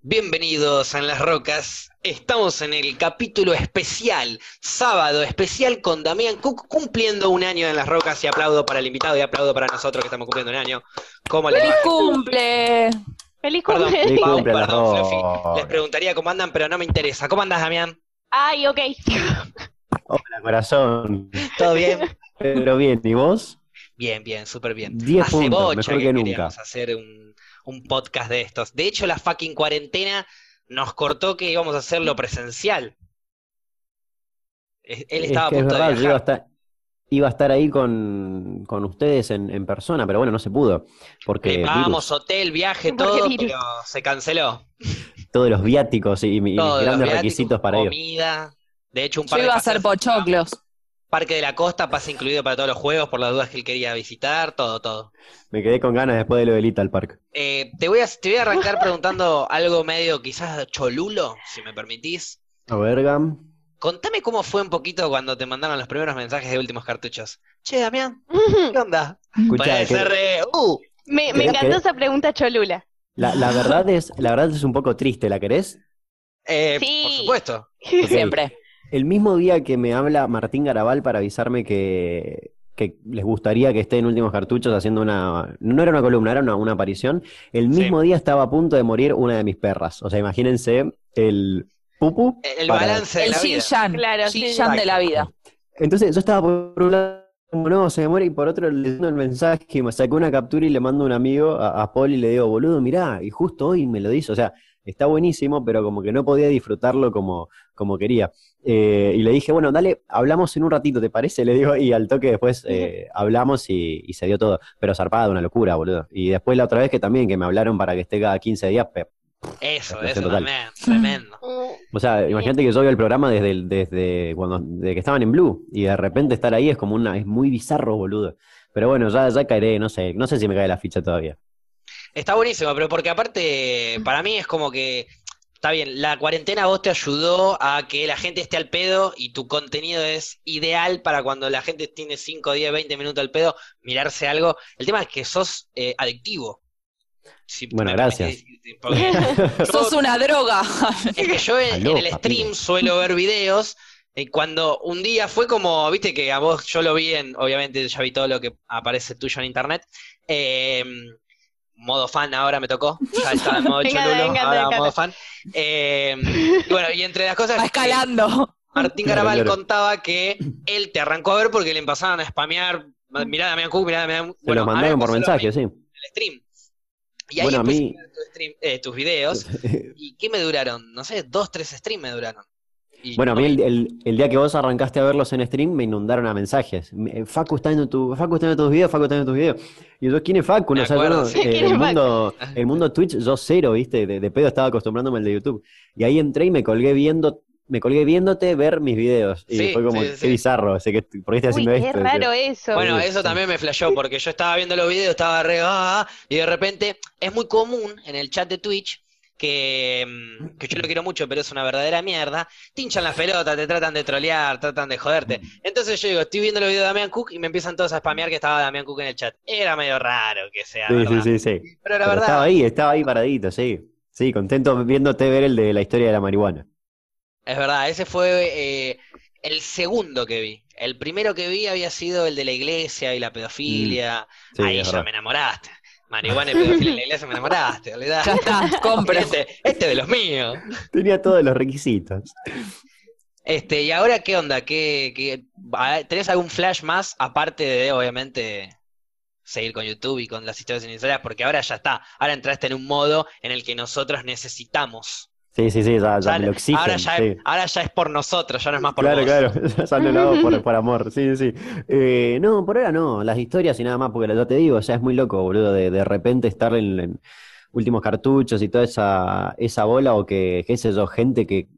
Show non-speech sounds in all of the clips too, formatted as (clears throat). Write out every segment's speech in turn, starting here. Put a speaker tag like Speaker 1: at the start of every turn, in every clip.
Speaker 1: Bienvenidos a En las Rocas. Estamos en el capítulo especial, sábado especial con Damián Cook, cumpliendo un año en las Rocas. Y aplaudo para el invitado y aplaudo para nosotros que estamos cumpliendo un año. ¿Cómo le
Speaker 2: ¡Feliz cumple!
Speaker 3: ¡Feliz
Speaker 1: Perdón,
Speaker 3: cumple!
Speaker 4: Feliz
Speaker 1: perdón,
Speaker 4: cumple, las
Speaker 1: perdón, Fluffy.
Speaker 4: Rocas.
Speaker 1: Les preguntaría cómo andan, pero no me interesa. ¿Cómo andas, Damián?
Speaker 3: Ay, ok. (laughs)
Speaker 4: Hola, corazón.
Speaker 1: ¿Todo
Speaker 4: (laughs)
Speaker 1: bien?
Speaker 4: Pero bien, ¿y vos?
Speaker 1: Bien, bien, súper bien.
Speaker 4: Diez
Speaker 1: Hace
Speaker 4: puntos,
Speaker 1: bocha
Speaker 4: mejor
Speaker 1: que,
Speaker 4: que nunca.
Speaker 1: queríamos hacer un, un podcast de estos. De hecho, la fucking cuarentena nos cortó que íbamos a hacerlo presencial. Es- Él
Speaker 4: Es
Speaker 1: estaba
Speaker 4: que
Speaker 1: a
Speaker 4: es
Speaker 1: punto
Speaker 4: verdad,
Speaker 1: de
Speaker 4: yo
Speaker 1: viajar.
Speaker 4: iba a estar, iba a estar ahí con, con ustedes en, en persona, pero bueno, no se pudo. Porque
Speaker 1: Le pagamos
Speaker 4: Eh, virus,
Speaker 1: hotel,
Speaker 2: (laughs)
Speaker 1: viaje,
Speaker 3: Porque
Speaker 1: todo,
Speaker 3: virus.
Speaker 1: pero se canceló.
Speaker 4: todos los viáticos y, y mis
Speaker 1: Todos los
Speaker 4: grandes
Speaker 1: viáticos,
Speaker 4: requisitos para ir.
Speaker 1: Comida. De hecho, un
Speaker 2: Yo
Speaker 1: par de
Speaker 2: iba a hacer
Speaker 1: paseos-
Speaker 2: pochoclos.
Speaker 1: Parque de la Costa, pase incluido para todos los juegos, por las dudas que él quería visitar, todo, todo.
Speaker 4: Me quedé con ganas después de lo del Little Park.
Speaker 1: Eh, te, voy a, te voy a
Speaker 2: (laughs)
Speaker 1: arrancar preguntando algo medio quizás cholulo, si me permitís.
Speaker 4: A ver, Gam.
Speaker 1: Contame cómo fue un poquito cuando te mandaron los primeros mensajes de últimos cartuchos. Che, Damián, ¿qué onda?
Speaker 4: Escuchá,
Speaker 1: Puede
Speaker 4: que
Speaker 1: ser. eh, ¡Uh!
Speaker 3: Me, me
Speaker 4: ¿Querés-
Speaker 3: encantó
Speaker 4: querés?
Speaker 3: esa pregunta
Speaker 4: (laughs)
Speaker 3: cholula.
Speaker 4: la, la verdad es, la verdad es un poco triste,
Speaker 1: (laughs)
Speaker 4: ¿la querés?
Speaker 1: eh,
Speaker 3: Sí.
Speaker 1: Por supuesto.
Speaker 4: Ok.
Speaker 2: Siempre.
Speaker 4: El mismo día que me habla Martín Garabal para avisarme que, que les gustaría que esté en Últimos Cartuchos haciendo una... No era una columna, era una, una aparición. El mismo día estaba a punto de morir una de mis perras. O sea, imagínense el pupu.
Speaker 1: El
Speaker 4: Para-
Speaker 1: balance de
Speaker 2: El
Speaker 1: la vida.
Speaker 2: Xinjiang.
Speaker 3: Claro,
Speaker 2: Xinjiang de la vida.
Speaker 4: Entonces yo estaba por un lado, como no, se me muere, y por otro le mando el mensaje, y me sacó una captura y le mando a un amigo, a, a Paul, y le digo, boludo, mirá, y justo hoy me lo hizo. O sea, está buenísimo, pero como que no podía disfrutarlo como, como quería. Eh, y le dije, bueno, dale, hablamos en un ratito, ¿te parece? Le digo, y al toque después eh, hablamos y, y se dio todo. Pero zarpada, una locura, boludo. Y después la otra vez que también, que me hablaron para que esté cada 15 días, pe-
Speaker 1: Eso,
Speaker 4: Explosión
Speaker 1: eso,
Speaker 4: total.
Speaker 1: también,
Speaker 2: Mm.
Speaker 1: tremendo.
Speaker 4: o sea, imagínate que yo veo el programa desde, el- desde cuando desde que estaban en Blue y de repente estar ahí es como una es muy bizarro, boludo. Pero bueno, ya, ya caeré, no sé, no sé si me cae la ficha todavía.
Speaker 1: Está buenísimo, pero porque aparte, para mí es como que, está bien, la cuarentena a vos te ayudó a que la gente esté al pedo y tu contenido es ideal para cuando la gente tiene 5, 10, 20 minutos al pedo, mirarse algo. El tema es que sos eh, adictivo. Si
Speaker 4: Bueno,
Speaker 1: me
Speaker 4: gracias.
Speaker 1: permitís, porque-
Speaker 2: Sos una droga.
Speaker 1: Es que yo en,
Speaker 4: Aló,
Speaker 1: en el
Speaker 4: papi.
Speaker 1: stream suelo ver videos. Y cuando un día fue como, viste que a vos yo lo vi en, obviamente ya vi todo lo que aparece tuyo en internet. eh, modo fan ahora me tocó. Ya estaba en modo
Speaker 3: Me encanta,
Speaker 1: cholulo,
Speaker 3: me encanta, me encanta.
Speaker 1: ahora modo fan. Eh, y bueno, y entre las
Speaker 2: (laughs)
Speaker 1: cosas.
Speaker 2: Va
Speaker 1: que-
Speaker 2: escalando.
Speaker 1: Martín
Speaker 4: Claro,
Speaker 1: Garabal
Speaker 4: claro.
Speaker 1: contaba que él te arrancó a ver porque le empezaron a spamear. Mirá a Damián Cook, mirá a Damián.
Speaker 4: Se los mandaron por mensaje,
Speaker 1: mensajes
Speaker 4: sí.
Speaker 1: el stream. Y ahí
Speaker 4: Bueno, a
Speaker 1: empecé
Speaker 4: mí-
Speaker 1: a ver tu stream- eh, tus videos. ¿Y qué me duraron? No sé, dos, tres streams me duraron. Y
Speaker 4: Bueno, a
Speaker 1: no
Speaker 4: mí
Speaker 1: me-
Speaker 4: el, el- el día que vos arrancaste a verlos en stream me inundaron a mensajes. Me- eh, Facu está viendo tu, Facu está viendo tus videos, Facu está viendo tus videos. Y yo, ¿quién es Facu? No,
Speaker 1: Me
Speaker 4: o sea, yo
Speaker 1: acuerdo,
Speaker 4: no-
Speaker 1: sí.
Speaker 4: eh,
Speaker 3: ¿Quién es
Speaker 4: el,
Speaker 3: Facu?
Speaker 1: (laughs)
Speaker 4: mundo, el mundo Twitch, yo cero, viste, de, de pedo estaba acostumbrándome al de YouTube. Y ahí entré y me colgué viendo, me colgué viéndote ver mis videos. Y
Speaker 1: Sí,
Speaker 4: fue como,
Speaker 1: sí,
Speaker 4: qué
Speaker 1: sí.
Speaker 4: bizarro, sé que por qué estás
Speaker 3: Uy,
Speaker 4: haciendo
Speaker 3: qué
Speaker 4: esto.
Speaker 3: raro eso.
Speaker 1: Bueno,
Speaker 4: Sí,
Speaker 1: eso
Speaker 4: sí.
Speaker 1: también me flashó porque yo estaba viendo los videos, estaba re. ah, ah, y de repente es muy común en el chat de Twitch que, mm, que yo lo quiero mucho, pero es una verdadera mierda. Te hinchan la pelota, te tratan de trolear, tratan de joderte. Entonces yo digo, estoy viendo los videos de Damián Cook y me empiezan todos a spamear que estaba Damián Cook en el chat. Era medio raro que sea,
Speaker 4: Sí,
Speaker 1: ¿verdad?
Speaker 4: sí, sí, sí.
Speaker 1: Pero la
Speaker 4: Pero
Speaker 1: verdad,
Speaker 4: estaba ahí, estaba ahí paradito, sí. Sí, contento viéndote ver el de la historia de la marihuana.
Speaker 1: Es verdad, ese fue eh, el segundo que vi. El primero que vi había sido el de la iglesia y la pedofilia.
Speaker 4: Mm, Sí,
Speaker 1: Ahí
Speaker 4: es
Speaker 1: ya
Speaker 4: verdad.
Speaker 1: me enamoraste. Marihuana y pedofilia en la iglesia me enamoraste, ¿verdad?
Speaker 2: (laughs)
Speaker 1: (laughs)
Speaker 2: Ya está, compra.
Speaker 1: Este, este de los míos.
Speaker 4: Tenía todos los requisitos.
Speaker 1: Este, ¿y ahora qué onda? ¿Qué, qué- a- ¿Tenés algún flash más aparte de, obviamente, seguir con YouTube y con las historias iniciales? Porque ahora ya está. Ahora entraste en un modo en el que nosotros necesitamos.
Speaker 4: Sí, sí, sí, ya, ya
Speaker 1: Ya-
Speaker 4: me lo exigen.
Speaker 1: ahora, ya,
Speaker 4: sí.
Speaker 1: ahora ya es por nosotros, ya no es más por
Speaker 4: claro,
Speaker 1: vos.
Speaker 4: claro, (laughs) ya salió lo hago
Speaker 1: (laughs)
Speaker 4: por, por amor, sí, sí. Eh, no, por ahora no, las historias y nada más, porque ya te digo, o sea, es muy loco, boludo, de, de repente estar en, en últimos cartuchos y toda esa, esa bola o que, qué sé yo, gente que,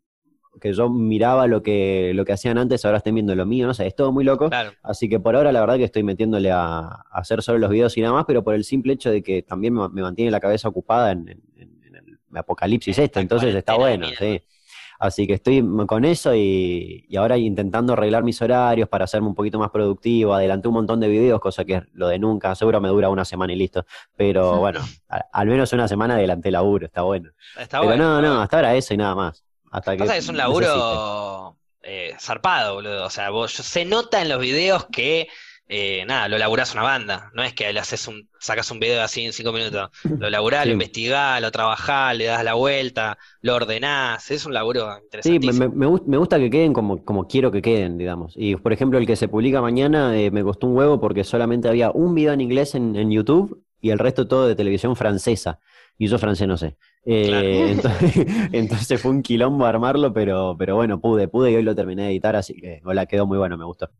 Speaker 4: que yo miraba lo que, lo que hacían antes, ahora estén viendo lo mío, no sé, es todo muy loco.
Speaker 1: Claro.
Speaker 4: Así que por ahora la verdad que estoy metiéndole a, a hacer solo los videos y nada más, pero por el simple hecho de que también me, me mantiene la cabeza ocupada en, en- en el apocalipsis este,
Speaker 1: Esta
Speaker 4: entonces está
Speaker 1: cuarentena de
Speaker 4: bueno,
Speaker 1: mierda.
Speaker 4: sí. Así que estoy m- con eso y, y ahora intentando arreglar mis horarios para hacerme un poquito más productivo. Adelanté un montón de videos, cosa que es lo de nunca, seguro me dura una semana y listo.
Speaker 1: (laughs)
Speaker 4: Pero bueno, a- al menos una semana adelanté laburo, está bueno.
Speaker 1: Está
Speaker 4: Pero
Speaker 1: bueno.
Speaker 4: no, no, hasta ahora eso y nada más. Hasta que
Speaker 1: Pasa que es un laburo eh, zarpado, boludo. O sea, vos, yo- se nota en los videos que, eh, nada, lo laburás una banda. No es que le haces un, sacas un video así en cinco minutos. Lo laburás,
Speaker 4: Sí.
Speaker 1: lo investigás, lo trabajás, le das la vuelta, lo ordenás. Es un laburo
Speaker 4: Sí, me,
Speaker 1: interesantísimo.
Speaker 4: me, me gust- me gusta que queden como, como quiero que queden, digamos. Y por ejemplo, el que se publica mañana eh, me costó un huevo porque solamente había un video en inglés en, en YouTube y el resto todo de televisión francesa. Y yo francés no sé. Eh,
Speaker 1: Claro. (laughs)
Speaker 4: entonces, (laughs) entonces fue un quilombo armarlo, pero, pero bueno, pude, pude y hoy lo terminé de editar, así que hola, quedó muy bueno, me gustó.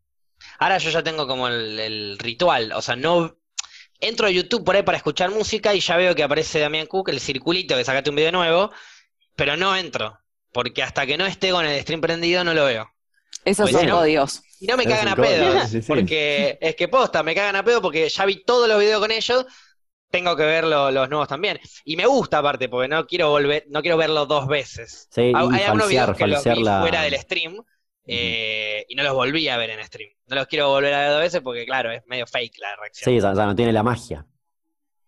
Speaker 1: Ahora yo ya tengo como el, el ritual, o sea, no entro a YouTube por ahí para escuchar música y ya veo que aparece Damián Cook, el circulito que sacaste un video nuevo, pero no entro, porque hasta que no esté con el stream prendido no lo veo.
Speaker 2: Esos
Speaker 1: Bueno.
Speaker 2: son odios.
Speaker 1: Y no me
Speaker 4: Eres
Speaker 1: cagan
Speaker 4: un
Speaker 1: a
Speaker 4: codo, (laughs)
Speaker 1: pedo,
Speaker 4: sí, sí.
Speaker 1: porque es que posta, me cagan a pedo porque ya vi todos los videos con ellos, tengo que ver lo- los nuevos también. Y me gusta aparte, porque no quiero volver, no quiero verlos dos veces.
Speaker 4: Sí,
Speaker 1: Ah,
Speaker 4: y
Speaker 1: Hay algunos videos
Speaker 4: falsear,
Speaker 1: que los
Speaker 4: falsear
Speaker 1: vi
Speaker 4: la.
Speaker 1: fuera del stream eh, y no los volví a ver en stream. No los quiero volver a ver dos veces porque, claro, es medio fake la reacción.
Speaker 4: Sí, ya, ya no tiene la magia.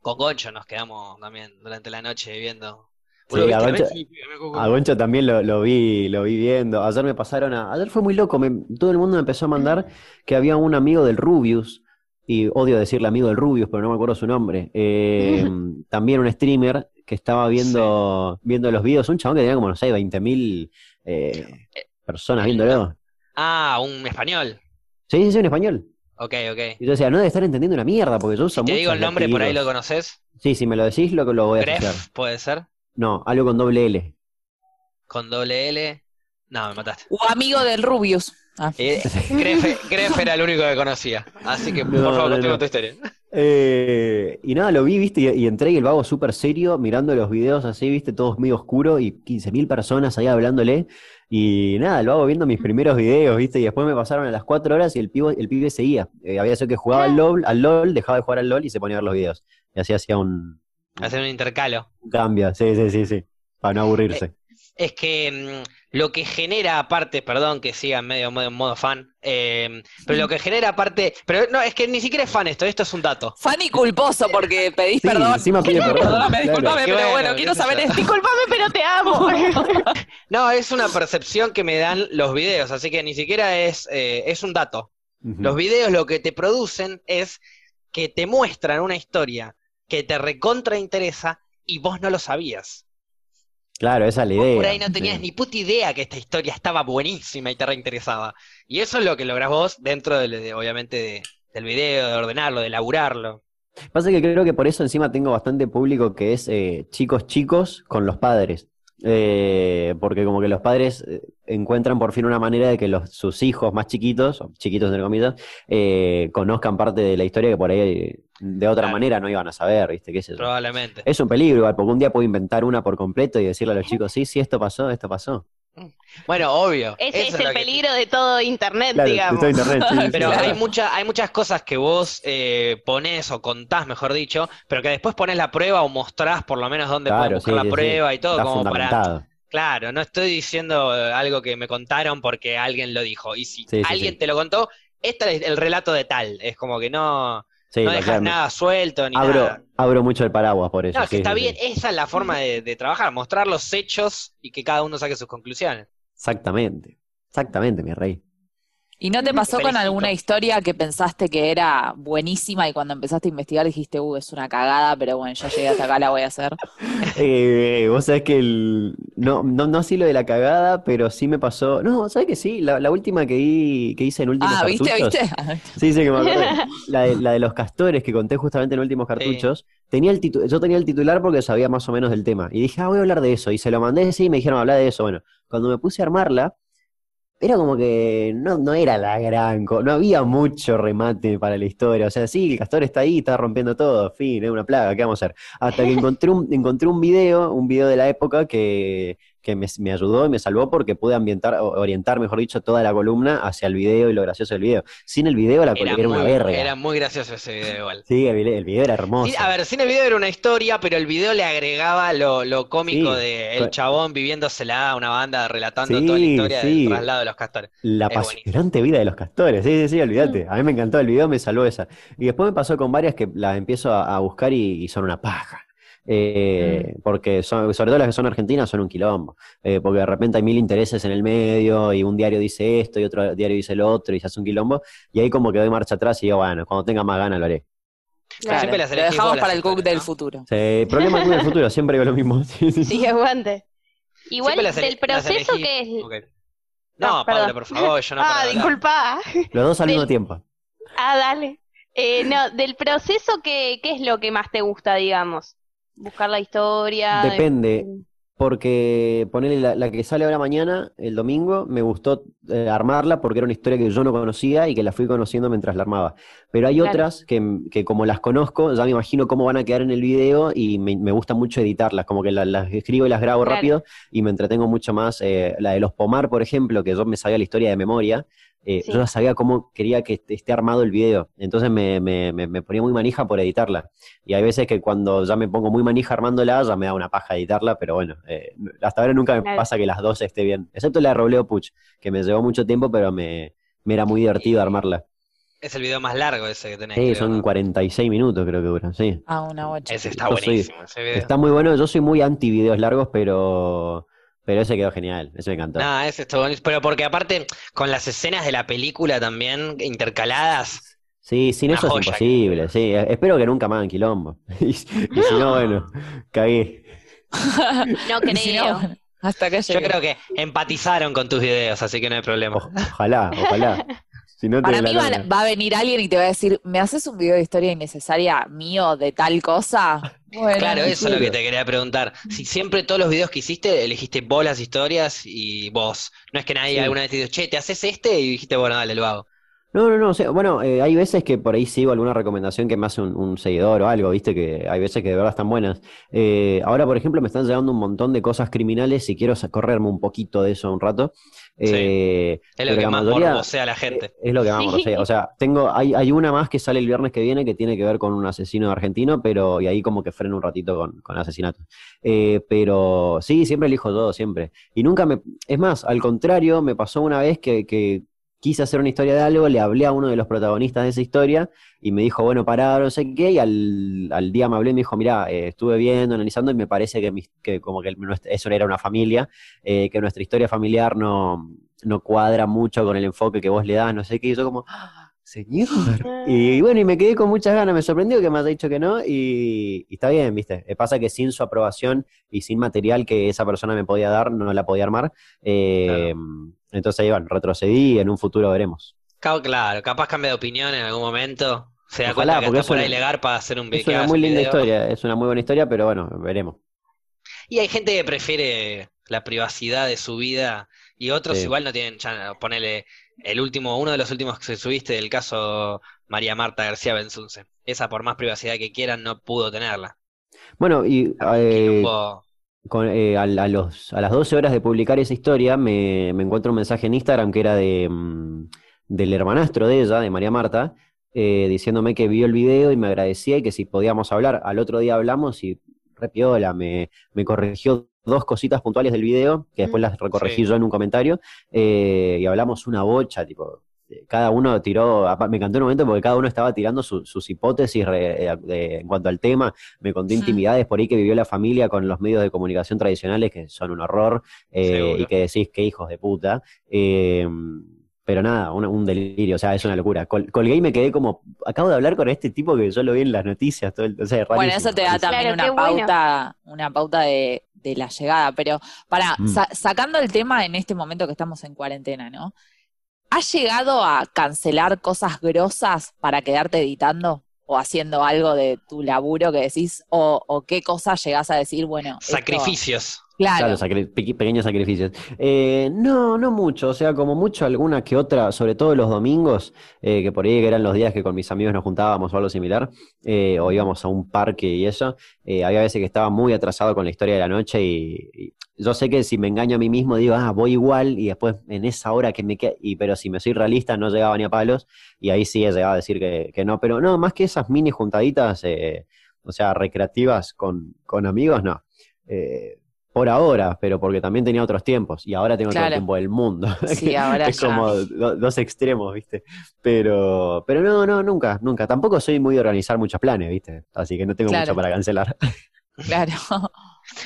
Speaker 1: Con Goncho nos quedamos también durante la noche viendo.
Speaker 4: Sí,
Speaker 1: Boludo,
Speaker 4: a
Speaker 1: ¿viste?
Speaker 4: Goncho-
Speaker 1: Sí, me acuerdo.
Speaker 4: A Goncho también lo, lo vi, lo vi viendo. Ayer me pasaron a. Ayer fue muy loco. me- todo el mundo me empezó a mandar que había un amigo del Rubius. Y odio decirle amigo del Rubius, pero no me acuerdo su nombre. eh,
Speaker 1: (laughs)
Speaker 4: también un streamer que estaba viendo, viendo los videos. Un chabón que tenía como, no sé, 20.000 mil eh,
Speaker 1: Eh,
Speaker 4: personas viéndolo.
Speaker 1: Ah, un español.
Speaker 4: Sí, sí, sí, en español.
Speaker 1: Ok, ok.
Speaker 4: Y yo decía, no debe estar entendiendo una mierda, porque yo uso
Speaker 1: Te digo
Speaker 4: muchos
Speaker 1: el nombre, por ahí lo
Speaker 4: latidos.
Speaker 1: conoces.
Speaker 4: Sí, si me lo decís, lo, lo voy a hacer.
Speaker 1: Gref, puede ser.
Speaker 4: No, algo con doble L.
Speaker 1: Con doble L. No, me mataste.
Speaker 2: O amigo del Rubius. Ah.
Speaker 4: (laughs)
Speaker 1: Eh, Gref, Gref era el único que conocía. Así que, por
Speaker 4: No,
Speaker 1: favor,
Speaker 4: no,
Speaker 1: continúa
Speaker 4: no.
Speaker 1: tu historia.
Speaker 4: Eh, y nada, lo vi, viste, y, y entré y el vago súper serio, mirando los videos así, viste, todos medio oscuro y 15.000 personas ahí hablándole. Y nada, el vago viendo mis primeros videos, viste, y después me pasaron a las 4 horas y el pibe, el pibe seguía. Eh, había sido que jugaba al LOL, al LOL, dejaba de jugar al LOL y se ponía a ver los videos. Y así hacía un,
Speaker 1: Hacer un intercalo.
Speaker 4: un cambio, sí, sí, sí, sí, para
Speaker 1: Eh,
Speaker 4: no aburrirse.
Speaker 1: Es que mm, lo que genera aparte, perdón que siga en medio, modo- modo fan, eh, pero lo que genera aparte, pero no, es que ni siquiera es fan esto, esto es un dato.
Speaker 2: Fanny culposo porque pedís
Speaker 4: Sí,
Speaker 2: perdón.
Speaker 4: encima pide perdón,
Speaker 2: Perdóname,
Speaker 4: claro.
Speaker 2: disculpame,
Speaker 1: Qué
Speaker 2: pero bueno,
Speaker 1: bueno,
Speaker 2: quiero
Speaker 1: qué sé
Speaker 2: saber
Speaker 1: yo.
Speaker 2: esto.
Speaker 3: Disculpame, pero te
Speaker 1: (laughs)
Speaker 3: amo.
Speaker 1: No, es una percepción que me dan los videos, así que ni siquiera es, eh, es un dato.
Speaker 4: Ujú.
Speaker 1: Los videos lo que te producen es que te muestran una historia que te recontra interesa y vos no lo sabías.
Speaker 4: Claro, esa es la
Speaker 1: Vos
Speaker 4: idea.
Speaker 1: por ahí no tenías
Speaker 4: Sí.
Speaker 1: ni puta idea que esta historia estaba buenísima y te reinteresaba. Y eso es lo que lográs vos dentro, del- de- obviamente, de- del video, de ordenarlo, de laburarlo.
Speaker 4: Pasa que creo que por eso encima tengo bastante público que es eh, chicos chicos con los padres. Eh, porque como que los padres eh, encuentran por fin una manera de que los, sus hijos más chiquitos, o chiquitos entre comillas, eh, conozcan parte de la historia que por ahí eh, de otra
Speaker 1: Claro.
Speaker 4: manera no iban a saber, ¿viste? ¿Qué es eso?
Speaker 1: Probablemente.
Speaker 4: Es un peligro, igual, porque un día puedo inventar una por completo y decirle a los chicos, sí, sí, esto pasó, esto pasó.
Speaker 1: Bueno, obvio.
Speaker 3: (laughs) Ese
Speaker 1: eso
Speaker 3: es,
Speaker 1: es lo
Speaker 3: el
Speaker 1: que-
Speaker 3: peligro de todo internet,
Speaker 4: Claro,
Speaker 3: digamos.
Speaker 4: estoy en internet, sí, sí,
Speaker 1: Pero
Speaker 4: sí.
Speaker 1: hay, mucha, hay muchas cosas que vos eh, ponés o contás, mejor dicho, pero que después ponés la prueba o mostrás por lo menos dónde
Speaker 4: Claro,
Speaker 1: podés buscar
Speaker 4: sí,
Speaker 1: la
Speaker 4: sí, sí.
Speaker 1: prueba y todo,
Speaker 4: Está
Speaker 1: como para...
Speaker 4: fundamentado.
Speaker 1: Claro, no estoy diciendo eh, algo que me contaron porque alguien lo dijo. Y si
Speaker 4: Sí, sí,
Speaker 1: alguien
Speaker 4: sí.
Speaker 1: te lo contó, este es el relato de tal. Es como que no...
Speaker 4: Sí,
Speaker 1: no
Speaker 4: lo-
Speaker 1: dejas
Speaker 4: claro, me-
Speaker 1: nada suelto ni
Speaker 4: abro,
Speaker 1: nada.
Speaker 4: abro mucho el paraguas por eso.
Speaker 1: No, es que
Speaker 4: sí,
Speaker 1: está
Speaker 4: sí, sí.
Speaker 1: bien, esa es la forma de, de trabajar, mostrar los hechos y que cada uno saque sus conclusiones.
Speaker 4: Exactamente, exactamente, mi rey. (laughs)
Speaker 2: ¿Y no te pasó con
Speaker 1: felicito.
Speaker 2: alguna historia que pensaste que era buenísima y cuando empezaste a investigar dijiste, uh, es una cagada, pero bueno, ya llegué hasta acá, la voy a hacer?
Speaker 4: Eh, vos sabés que el... no, no, no así lo de la cagada, pero sí me pasó. No, sabés que sí, la, la última que, hi- que hice en últimos
Speaker 2: Ah, ¿viste?
Speaker 4: cartuchos.
Speaker 2: ¿Viste?
Speaker 4: Sí, sí, que me acordé.
Speaker 2: (laughs)
Speaker 3: (laughs)
Speaker 4: La de, la de los castores que conté justamente en últimos cartuchos. Tenía el titu- yo tenía el titular porque sabía más o menos del tema. Y dije, ah, voy a hablar de eso. Y se lo mandé, sí, y me dijeron, habla de eso. Bueno, cuando me puse a armarla, era como que no, no era la gran co- No había mucho remate para la historia. O sea, sí, el castor está ahí, está rompiendo todo. Fin, es una plaga, ¿qué vamos a hacer? Hasta que encontré un, encontré un video, un video de la época que, que me, me ayudó y me salvó porque pude ambientar, o- orientar, mejor dicho, toda la columna hacia el video y lo gracioso del video. Sin el video la columna
Speaker 1: Era,
Speaker 4: Ah, era, una
Speaker 1: muy,
Speaker 4: verga.
Speaker 1: era muy gracioso ese video igual.
Speaker 4: Sí, el, vide- el video era hermoso.
Speaker 1: Sí, a ver, sin el video era una historia, pero el video le agregaba lo, lo cómico
Speaker 4: Sí,
Speaker 1: de
Speaker 4: co-
Speaker 1: el chabón viviéndosela a una banda relatando
Speaker 4: Sí,
Speaker 1: toda la historia
Speaker 4: sí.
Speaker 1: del traslado de los castores.
Speaker 4: La
Speaker 1: Es buenísimo. Mm.
Speaker 4: apasionante vida de los castores, sí, sí, sí, olvídate. A mí me encantó el video, me salvó esa. Y después me pasó con varias que las empiezo a, a buscar y, y son una paja. Eh,
Speaker 1: Mm.
Speaker 4: Porque son- sobre todo las que son argentinas son un quilombo. Eh, porque de repente hay mil intereses en el medio y un diario dice esto y otro diario dice lo otro y se hace un quilombo. Y ahí como que doy marcha atrás y digo, bueno, cuando tenga más ganas lo haré.
Speaker 1: Claro, siempre las
Speaker 2: lo
Speaker 1: elegís
Speaker 2: dejamos
Speaker 1: vos las
Speaker 2: para el cook
Speaker 1: historias,
Speaker 2: del
Speaker 1: ¿no?
Speaker 2: futuro.
Speaker 4: Sí, problema del futuro, siempre digo lo mismo. (laughs) Sí, sí, sí.
Speaker 3: Sí, aguante.
Speaker 1: Siempre
Speaker 5: Igual
Speaker 1: las ele-
Speaker 5: del proceso
Speaker 1: las elegí.
Speaker 5: que es.
Speaker 1: Ok. No,
Speaker 3: Ah,
Speaker 1: Paula,
Speaker 3: perdón.
Speaker 1: por favor, yo no paro
Speaker 3: ah,
Speaker 1: de hablar.
Speaker 3: disculpa.
Speaker 4: Los dos al
Speaker 5: Del-
Speaker 4: mismo tiempo.
Speaker 5: Ah, dale. Eh, no, del proceso que, ¿qué es lo que más te gusta, digamos? Buscar la historia.
Speaker 4: Depende,
Speaker 1: (laughs)
Speaker 4: porque ponerle la, la que sale ahora mañana, el domingo, me gustó eh, armarla porque era una historia que yo no conocía y que la fui conociendo mientras la armaba. Pero hay
Speaker 5: Claro.
Speaker 4: otras que, mm, que como las conozco, ya me imagino cómo van a quedar en el video y me, me gusta mucho editarlas, como que la- las escribo y las grabo
Speaker 5: Claro.
Speaker 4: rápido y me entretengo mucho más. eh, la de los Pomar, por ejemplo, que yo me sabía la historia de memoria. eh,
Speaker 5: Sí.
Speaker 4: Yo ya sabía cómo quería que est- esté armado el video, entonces me- me- me- me ponía muy manija por editarla. Y hay veces que cuando ya me pongo muy manija armándola, ya me da una paja editarla, pero bueno, eh, hasta ahora nunca me
Speaker 5: Claro.
Speaker 4: pasa que las dos esté bien. Excepto la de Robleo Puch, que me llevó mucho tiempo, pero me, me era muy divertido armarla.
Speaker 1: Es el video más largo ese que tenés.
Speaker 4: Sí,
Speaker 1: creo,
Speaker 4: son
Speaker 1: ¿no?
Speaker 4: 46 minutos creo que duran, sí.
Speaker 2: Ah, una bocha.
Speaker 1: (laughs) Ese está
Speaker 4: Yo soy-
Speaker 1: buenísimo, ese video.
Speaker 4: Está muy bueno, yo soy muy anti videos largos, pero, pero ese quedó genial, ese me encantó.
Speaker 1: No, ese está buenísimo. Pero porque aparte, con las escenas de la película también intercaladas,
Speaker 4: Sí, sin
Speaker 1: Una
Speaker 4: eso es
Speaker 1: joya.
Speaker 4: imposible, sí. Eh, Espero que nunca me hagan quilombo. (laughs) Y, si no, bueno, cagué.
Speaker 5: No (laughs)
Speaker 2: Y si no,
Speaker 5: creo.
Speaker 2: bueno, hasta acá
Speaker 1: yo
Speaker 2: llegué.
Speaker 1: creo que empatizaron con tus videos, así que no hay problema.
Speaker 4: O- ojalá, ojalá. Si no te
Speaker 2: Para
Speaker 4: la
Speaker 2: mí va,
Speaker 4: gana.
Speaker 2: va a venir alguien y te va a decir, ¿me haces un video de historia innecesaria mío de tal cosa? Bueno,
Speaker 1: Claro, eso es lo
Speaker 4: seguro.
Speaker 1: que te quería preguntar. Si siempre todos los videos que hiciste, elegiste vos las historias y vos. No es que nadie
Speaker 4: Sí.
Speaker 1: alguna vez te dijo, che, te haces este y dijiste, bueno, dale, lo hago.
Speaker 4: No, no, no, o sea, bueno, eh, hay veces que por ahí sigo alguna recomendación que me hace un, un seguidor o algo, viste, que hay veces que de verdad están buenas. Eh, ahora, por ejemplo, me están llegando un montón de cosas criminales y quiero sa- correrme un poquito de eso un rato.
Speaker 1: Sí.
Speaker 4: Eh,
Speaker 1: Es lo
Speaker 4: Pero
Speaker 1: que
Speaker 4: la
Speaker 1: más
Speaker 4: mayoría-
Speaker 1: morbosea a la gente.
Speaker 4: Eh, es lo que vamos,
Speaker 5: Sí.
Speaker 4: o sea, o sea, tengo, hay, hay una más que sale el viernes que viene que tiene que ver con un asesino argentino, pero, y ahí como que freno un ratito con, con asesinatos. Eh, pero sí, siempre elijo todo, siempre. Y nunca me, es más, al contrario, me pasó una vez que, que quise hacer una historia de algo, le hablé a uno de los protagonistas de esa historia y me dijo, bueno, pará, no sé qué, y al, al día me hablé y me dijo, mirá, eh, estuve viendo, analizando y me parece que, mis- que como que nuestra- eso era una familia, eh, que nuestra historia familiar no, no cuadra mucho con el enfoque que vos le das, no sé qué, y yo como, "Ah, señor.
Speaker 3: (laughs)
Speaker 1: (laughs)
Speaker 4: Y bueno, y me quedé con muchas ganas, me sorprendió que me haya dicho que no y, y está bien, viste. Eh, Pasa que sin su aprobación y sin material que esa persona me podía dar, no la podía armar. Eh, Entonces, ahí, bueno, retrocedí, en un futuro veremos.
Speaker 1: Cabo, claro, capaz cambia de opinión en algún momento. Se da
Speaker 4: Ojalá,
Speaker 1: cuenta que
Speaker 4: porque
Speaker 1: está
Speaker 4: es
Speaker 1: por
Speaker 4: una-
Speaker 1: ahí legar para hacer un vi-
Speaker 4: Es
Speaker 1: que
Speaker 4: una
Speaker 1: hagas
Speaker 4: muy
Speaker 1: un
Speaker 4: linda
Speaker 1: video.
Speaker 4: historia, es una muy buena historia, pero bueno, veremos.
Speaker 1: Y hay gente que prefiere la privacidad de su vida y otros
Speaker 4: Sí.
Speaker 1: igual no tienen ya Ponele el último, uno de los últimos que subiste del caso María Marta García Benzunce. Esa por más privacidad que quieran no pudo tenerla.
Speaker 4: Bueno, y eh,
Speaker 1: Quilombo.
Speaker 4: con- eh, a, a los, a las 12 horas de publicar esa historia me, me encuentro un mensaje en Instagram que era de, mm, del hermanastro de ella, de María Marta, eh, diciéndome que vio el video y me agradecía y que si podíamos hablar. Al otro día hablamos y repiola, me, me corrigió dos cositas puntuales del video, que después las
Speaker 1: Sí.
Speaker 4: recorregí yo en un comentario, eh, y hablamos una bocha, tipo, cada uno tiró, apa- me encantó un momento porque cada uno estaba tirando su- sus hipótesis re- eh, de- en cuanto al tema, me contó
Speaker 2: Ujú.
Speaker 4: intimidades por ahí que vivió la familia con los medios de comunicación tradicionales, que son un horror, eh,
Speaker 1: Seguro.
Speaker 4: y que decís que hijos de puta. eh, pero nada, un, un delirio, o sea, es una locura. Col- colgué y me quedé como, acabo de hablar con este tipo que yo lo vi en las noticias, todo el- o sea, es
Speaker 2: Bueno,
Speaker 4: rarísimo,
Speaker 2: eso te da
Speaker 4: rarísimo.
Speaker 2: también
Speaker 5: Claro, qué
Speaker 2: una
Speaker 5: bueno.
Speaker 2: pauta, una pauta de, de la llegada. Pero para,
Speaker 4: Mm.
Speaker 2: sacando el tema en este momento que estamos en cuarentena, ¿no? ¿Has llegado a cancelar cosas grosas para quedarte editando o haciendo algo de tu laburo que decís? ¿O, o qué cosas llegás a decir? Bueno, esto-
Speaker 1: Sacrificios.
Speaker 2: claro.
Speaker 4: Claro, sacri- pequi- pequeños sacrificios. Eh, no, no mucho, o sea, como mucho alguna que otra, sobre todo los domingos, eh, que por ahí que eran los días que con mis amigos nos juntábamos o algo similar, eh, o íbamos a un parque y eso, eh, había veces que estaba muy atrasado con la historia de la noche y, y yo sé que si me engaño a mí mismo, digo, ah, voy igual, y después en esa hora que me queda, y, pero si me soy realista, no llegaba ni a palos, y ahí sí he llegado a decir que, que no, pero no, más que esas mini juntaditas, eh, o sea, recreativas con, con amigos, no. Eh, por ahora, pero porque también tenía otros tiempos, y ahora tengo todo
Speaker 2: Claro.
Speaker 4: el tiempo del mundo. (laughs)
Speaker 2: Sí, ahora
Speaker 4: es
Speaker 2: ya.
Speaker 4: como do- dos extremos, ¿viste? Pero, pero no, no, nunca, nunca. Tampoco soy muy de organizar muchos planes, ¿viste? Así que no tengo
Speaker 2: Claro.
Speaker 4: mucho para cancelar. (laughs)
Speaker 2: (laughs) Claro.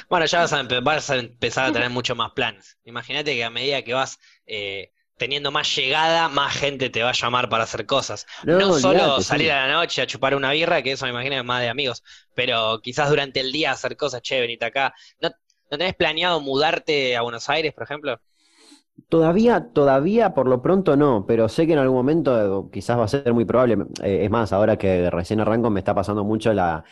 Speaker 1: Bueno, ya vas a, empe- vas a empezar a tener mucho más planes. Imagínate que a medida que vas eh, teniendo más llegada, más gente te va a llamar para hacer cosas. No, solo
Speaker 4: olvidate, sí.
Speaker 1: salir a la noche a chupar una birra, que eso me imagino que es más de amigos, pero quizás durante el día hacer cosas, che, venite acá. ¿No, no tenés planeado mudarte a Buenos Aires, por ejemplo?
Speaker 4: Todavía, todavía por lo pronto no, pero sé que en algún momento eh, quizás va a ser muy probable. Eh, es más, ahora que recién arranco me está pasando mucho la,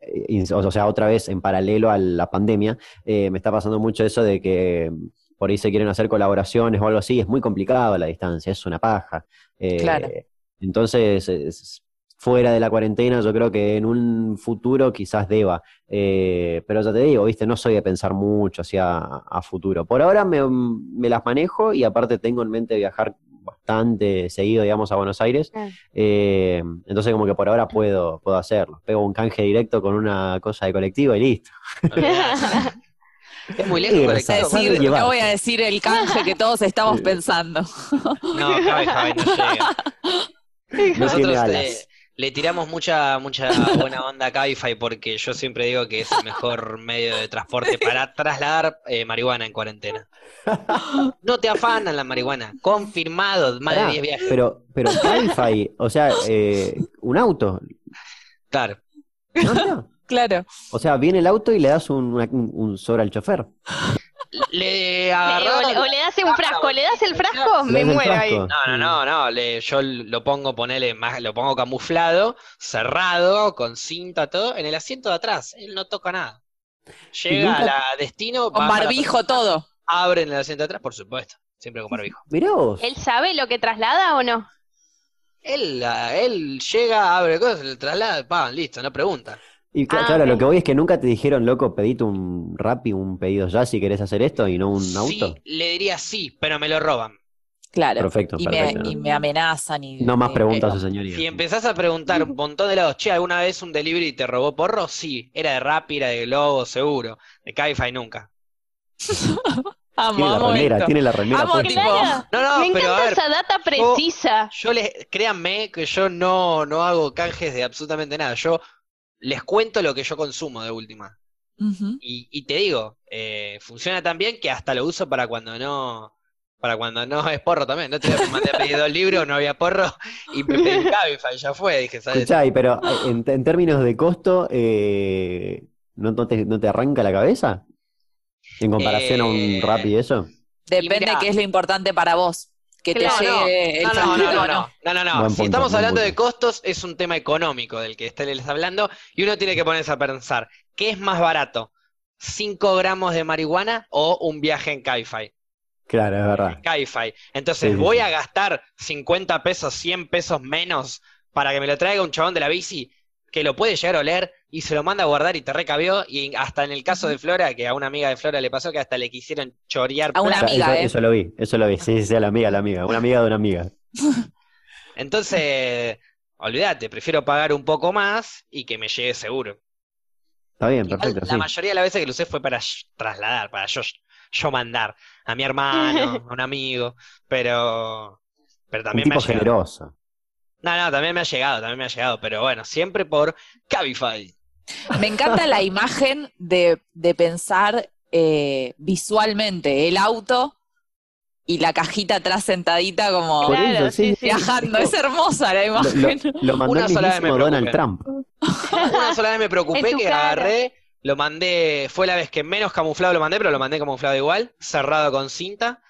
Speaker 4: eh, ins- o sea, otra vez en paralelo a la pandemia, eh, me está pasando mucho eso de que mm, por ahí se quieren hacer colaboraciones o algo así. Es muy complicado la distancia, es una paja. Eh,
Speaker 2: Claro.
Speaker 4: entonces, es- fuera de la cuarentena, yo creo que en un futuro quizás deba. Eh, pero ya te digo, viste, no soy de pensar mucho hacia a futuro. Por ahora me, mm, me las manejo y aparte tengo en mente viajar bastante seguido, digamos, a Buenos Aires.
Speaker 5: Ah.
Speaker 4: Eh, entonces como que por ahora puedo, puedo hacerlo. Pego un canje directo con una cosa de colectivo y listo.
Speaker 1: Olvidate. Es muy lejos,
Speaker 4: Sí,
Speaker 1: pero
Speaker 4: (laughs)
Speaker 1: claro,
Speaker 4: exacto. Sabe
Speaker 2: Decir-
Speaker 4: llevar.
Speaker 2: no voy a decir el canje que todos estamos
Speaker 4: Sí.
Speaker 2: pensando.
Speaker 1: No, cabe, cabe, no llega.
Speaker 4: No tiene
Speaker 1: Nosotros eh,
Speaker 4: alas.
Speaker 1: le tiramos mucha, mucha buena onda a Cabify porque yo siempre digo que es el mejor medio de transporte para trasladar eh, marihuana en
Speaker 4: (laughs)
Speaker 1: cuarentena. No te afanan la marihuana. Confirmado, más de
Speaker 4: Pará,
Speaker 1: 10 viajes.
Speaker 4: Pero, pero Cabify, o sea, eh, un auto.
Speaker 1: Claro.
Speaker 4: No, no.
Speaker 2: Claro.
Speaker 4: O sea, viene el auto y le das un, una- un- un sobre al chofer.
Speaker 2: (laughs)
Speaker 1: Le
Speaker 5: o, le- o
Speaker 1: agarró.
Speaker 5: le das un frasco, le das el frasco, me
Speaker 4: Le das el
Speaker 5: muero ahí.
Speaker 4: frasco.
Speaker 1: No, no, no, no. le- yo lo pongo, ponele más, lo pongo camuflado, cerrado, con cinta, todo, en el asiento de atrás. Él no toca nada. Llega
Speaker 4: nunca-
Speaker 1: a la destino,
Speaker 2: Con
Speaker 1: baja la
Speaker 2: barbijo
Speaker 1: persona,
Speaker 2: todo.
Speaker 1: Abre en el asiento de atrás, por supuesto. Siempre con barbijo.
Speaker 2: (laughs)
Speaker 4: Mirá vos.
Speaker 5: ¿Él sabe lo que traslada o no?
Speaker 1: Él, ah, él llega, abre cosas, le traslada, pa, listo, no pregunta.
Speaker 4: Y cl-
Speaker 5: Ah,
Speaker 4: claro, lo
Speaker 5: ok.
Speaker 4: que voy es que nunca te dijeron, loco, pedite un Rappi, un pedido ya si querés hacer esto y no un
Speaker 1: Sí,
Speaker 4: auto.
Speaker 1: le diría sí, pero me lo roban.
Speaker 2: Claro.
Speaker 4: Perfecto,
Speaker 2: y,
Speaker 4: perfecto.
Speaker 2: me, y
Speaker 4: ¿no?
Speaker 2: me amenazan. Y,
Speaker 4: No más
Speaker 2: y-
Speaker 4: preguntas,
Speaker 1: eh,
Speaker 4: su señoría.
Speaker 1: Si empezás a preguntar un montón de lados, che, ¿alguna vez un delivery te robó porro? Sí, era de Rappi, era de Globo, seguro. De Cabify nunca.
Speaker 2: Amo,
Speaker 4: Tiene la
Speaker 2: amo
Speaker 4: remera,
Speaker 2: esto.
Speaker 4: tiene la remera
Speaker 2: Amo,
Speaker 4: puesta.
Speaker 2: tipo,
Speaker 5: Claro.
Speaker 1: No, no,
Speaker 5: me
Speaker 1: pero a
Speaker 5: encanta
Speaker 1: ver,
Speaker 5: esa data precisa.
Speaker 1: yo les, créanme que yo no, no hago canjes de absolutamente nada. Yo les cuento lo que yo consumo de última.
Speaker 2: Ujú.
Speaker 1: Y, y te digo, eh, funciona tan bien que hasta lo uso para cuando no, para cuando no es porro también. No te mandé a pedir dos libros, no había porro, y me pedí
Speaker 5: (laughs)
Speaker 1: un Cabify, ya fue, dije, ¿sabes?
Speaker 4: Escuchá, y pero eh, en, en términos de costo, eh, ¿no, no te, no te arranca la cabeza? En comparación a un
Speaker 1: Eh,
Speaker 4: Rappi, eso.
Speaker 2: Depende
Speaker 1: Y mirá.
Speaker 2: qué es lo importante para vos. Que te
Speaker 5: Claro.
Speaker 2: llegue el
Speaker 1: No, no, no,
Speaker 2: chanchito
Speaker 1: no,
Speaker 2: o
Speaker 1: no, no, no, no.
Speaker 4: Buen
Speaker 1: Si
Speaker 4: punto,
Speaker 1: estamos
Speaker 4: buen
Speaker 1: hablando
Speaker 4: punto.
Speaker 1: de costos, es un tema económico del que Estel está hablando, y uno tiene que ponerse a pensar, ¿qué es más barato? ¿5 gramos de marihuana o un viaje en Cabify?
Speaker 4: Claro, es verdad.
Speaker 1: Cabify.
Speaker 4: Sí,
Speaker 1: Entonces,
Speaker 4: sí,
Speaker 1: ¿voy
Speaker 4: sí.
Speaker 1: a gastar 50 pesos, 100 pesos menos para que me lo traiga un chabón de la bici que lo puede llegar a oler y se lo manda a guardar y te recabió? Y hasta en el caso de Flora, que a una amiga de Flora le pasó que hasta le quisieron chorear
Speaker 2: A una
Speaker 1: plata.
Speaker 4: O sea,
Speaker 2: amiga,
Speaker 4: eso,
Speaker 2: ¿eh?
Speaker 4: eso lo vi, eso lo vi. Sí, sí, sí, a la amiga, a la amiga. Una amiga de una amiga.
Speaker 1: Entonces, olvídate, prefiero pagar un poco más y que me llegue seguro.
Speaker 4: Está bien,
Speaker 1: Igual,
Speaker 4: perfecto,
Speaker 1: la
Speaker 4: sí.
Speaker 1: mayoría de las veces que lo usé fue para sh- trasladar, para yo, yo mandar a mi
Speaker 4: (laughs)
Speaker 1: hermano, a un amigo, pero, pero
Speaker 4: Un
Speaker 1: también me
Speaker 4: tipo
Speaker 1: ha llegado. (laughs)
Speaker 4: generoso.
Speaker 1: No, no, también me ha llegado, también me ha llegado, pero bueno, siempre por Cabify.
Speaker 2: Me encanta la imagen de, de pensar eh, visualmente el auto y la cajita atrás sentadita como
Speaker 4: Por
Speaker 5: Claro,
Speaker 4: eso, sí,
Speaker 5: sí,
Speaker 4: sí.
Speaker 2: viajando. Es hermosa la
Speaker 4: Lo,
Speaker 2: imagen.
Speaker 4: lo- lo mandó
Speaker 1: Una
Speaker 4: el
Speaker 1: sola vez me
Speaker 4: mismísimo Donald
Speaker 1: preocupé.
Speaker 4: Trump.
Speaker 5: (laughs)
Speaker 1: Una sola vez me
Speaker 5: En
Speaker 1: preocupé
Speaker 5: tu
Speaker 1: que
Speaker 5: cara.
Speaker 1: agarré, lo mandé, fue la vez que menos camuflado lo mandé, pero lo mandé camuflado igual, cerrado con cinta.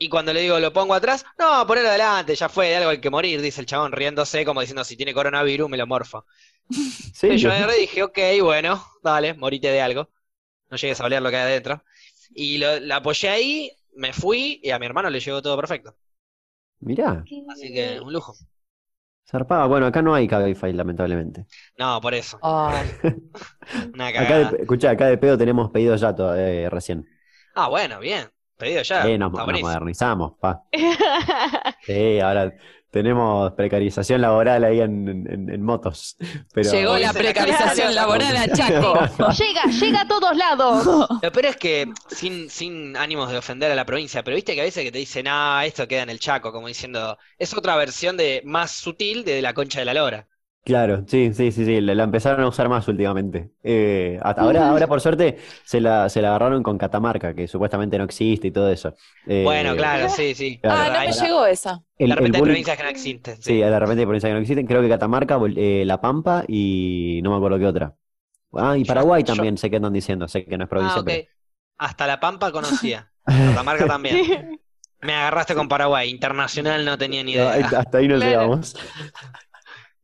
Speaker 1: Y cuando le digo, lo pongo atrás, no, ponelo adelante, ya fue, de algo hay que morir, dice el chabón riéndose, como diciendo, si tiene coronavirus, me lo morfo.
Speaker 4: Sí,
Speaker 1: Y yo
Speaker 4: sí.
Speaker 1: agarré y dije, ok, bueno, dale, morite de algo. No llegues a oler lo que hay adentro. Y lo, la apoyé ahí, me fui y a mi hermano le llegó todo perfecto.
Speaker 4: Mirá,
Speaker 1: Así
Speaker 5: (laughs)
Speaker 1: que un lujo.
Speaker 4: zarpaba. Bueno, acá no hay Cabify, lamentablemente.
Speaker 1: No, por eso.
Speaker 2: Ay,
Speaker 1: Una
Speaker 4: Acá,
Speaker 1: cagada.
Speaker 4: de, escuchá, acá de pedo tenemos pedido ya to- eh, recién.
Speaker 1: Ah, bueno, bien. Pedido ya.
Speaker 4: Eh, nos,
Speaker 1: Está
Speaker 4: nos
Speaker 1: buenísimo.
Speaker 4: modernizamos, pa. Sí, ahora tenemos precarización laboral ahí en, en- en motos. (laughs) Pero,
Speaker 2: Llegó la
Speaker 1: Claro.
Speaker 2: precarización laboral a
Speaker 4: (laughs)
Speaker 2: Chaco.
Speaker 5: Llega, llega a todos lados.
Speaker 1: Lo peor es que, sin, sin ánimos de ofender a la provincia, pero viste que a veces que te dicen, ah, esto queda en el Chaco, como diciendo, es otra versión de más sutil de la concha de la lora.
Speaker 4: Claro, sí, sí, sí, sí, la, la empezaron a usar más últimamente. Eh, hasta ahora, ahora por suerte, se la, se la agarraron con Catamarca, que supuestamente no existe y todo eso. Eh,
Speaker 1: Bueno, claro, sí, sí.
Speaker 4: claro.
Speaker 2: Ah,
Speaker 1: Verdad,
Speaker 2: no
Speaker 1: hay-
Speaker 2: me llegó esa.
Speaker 4: el-
Speaker 1: de repente
Speaker 4: el
Speaker 1: hay
Speaker 4: bullying-
Speaker 1: provincias que no existen. sí. Ah,
Speaker 4: Sí, de repente hay provincias que no existen. Creo que Catamarca, Bol- eh, La Pampa y no me acuerdo qué otra. Ah, y
Speaker 1: Yo-
Speaker 4: Paraguay
Speaker 1: yo-
Speaker 4: también, sé que andan diciendo, sé que no es provincia,
Speaker 1: Ah, ok.
Speaker 4: pero.
Speaker 1: Hasta La Pampa conocía.
Speaker 4: (laughs)
Speaker 1: Catamarca también. Me agarraste con Paraguay. Internacional no tenía ni
Speaker 4: No,
Speaker 1: idea.
Speaker 4: hasta ahí no
Speaker 5: Claro.
Speaker 4: llegamos.
Speaker 5: (laughs)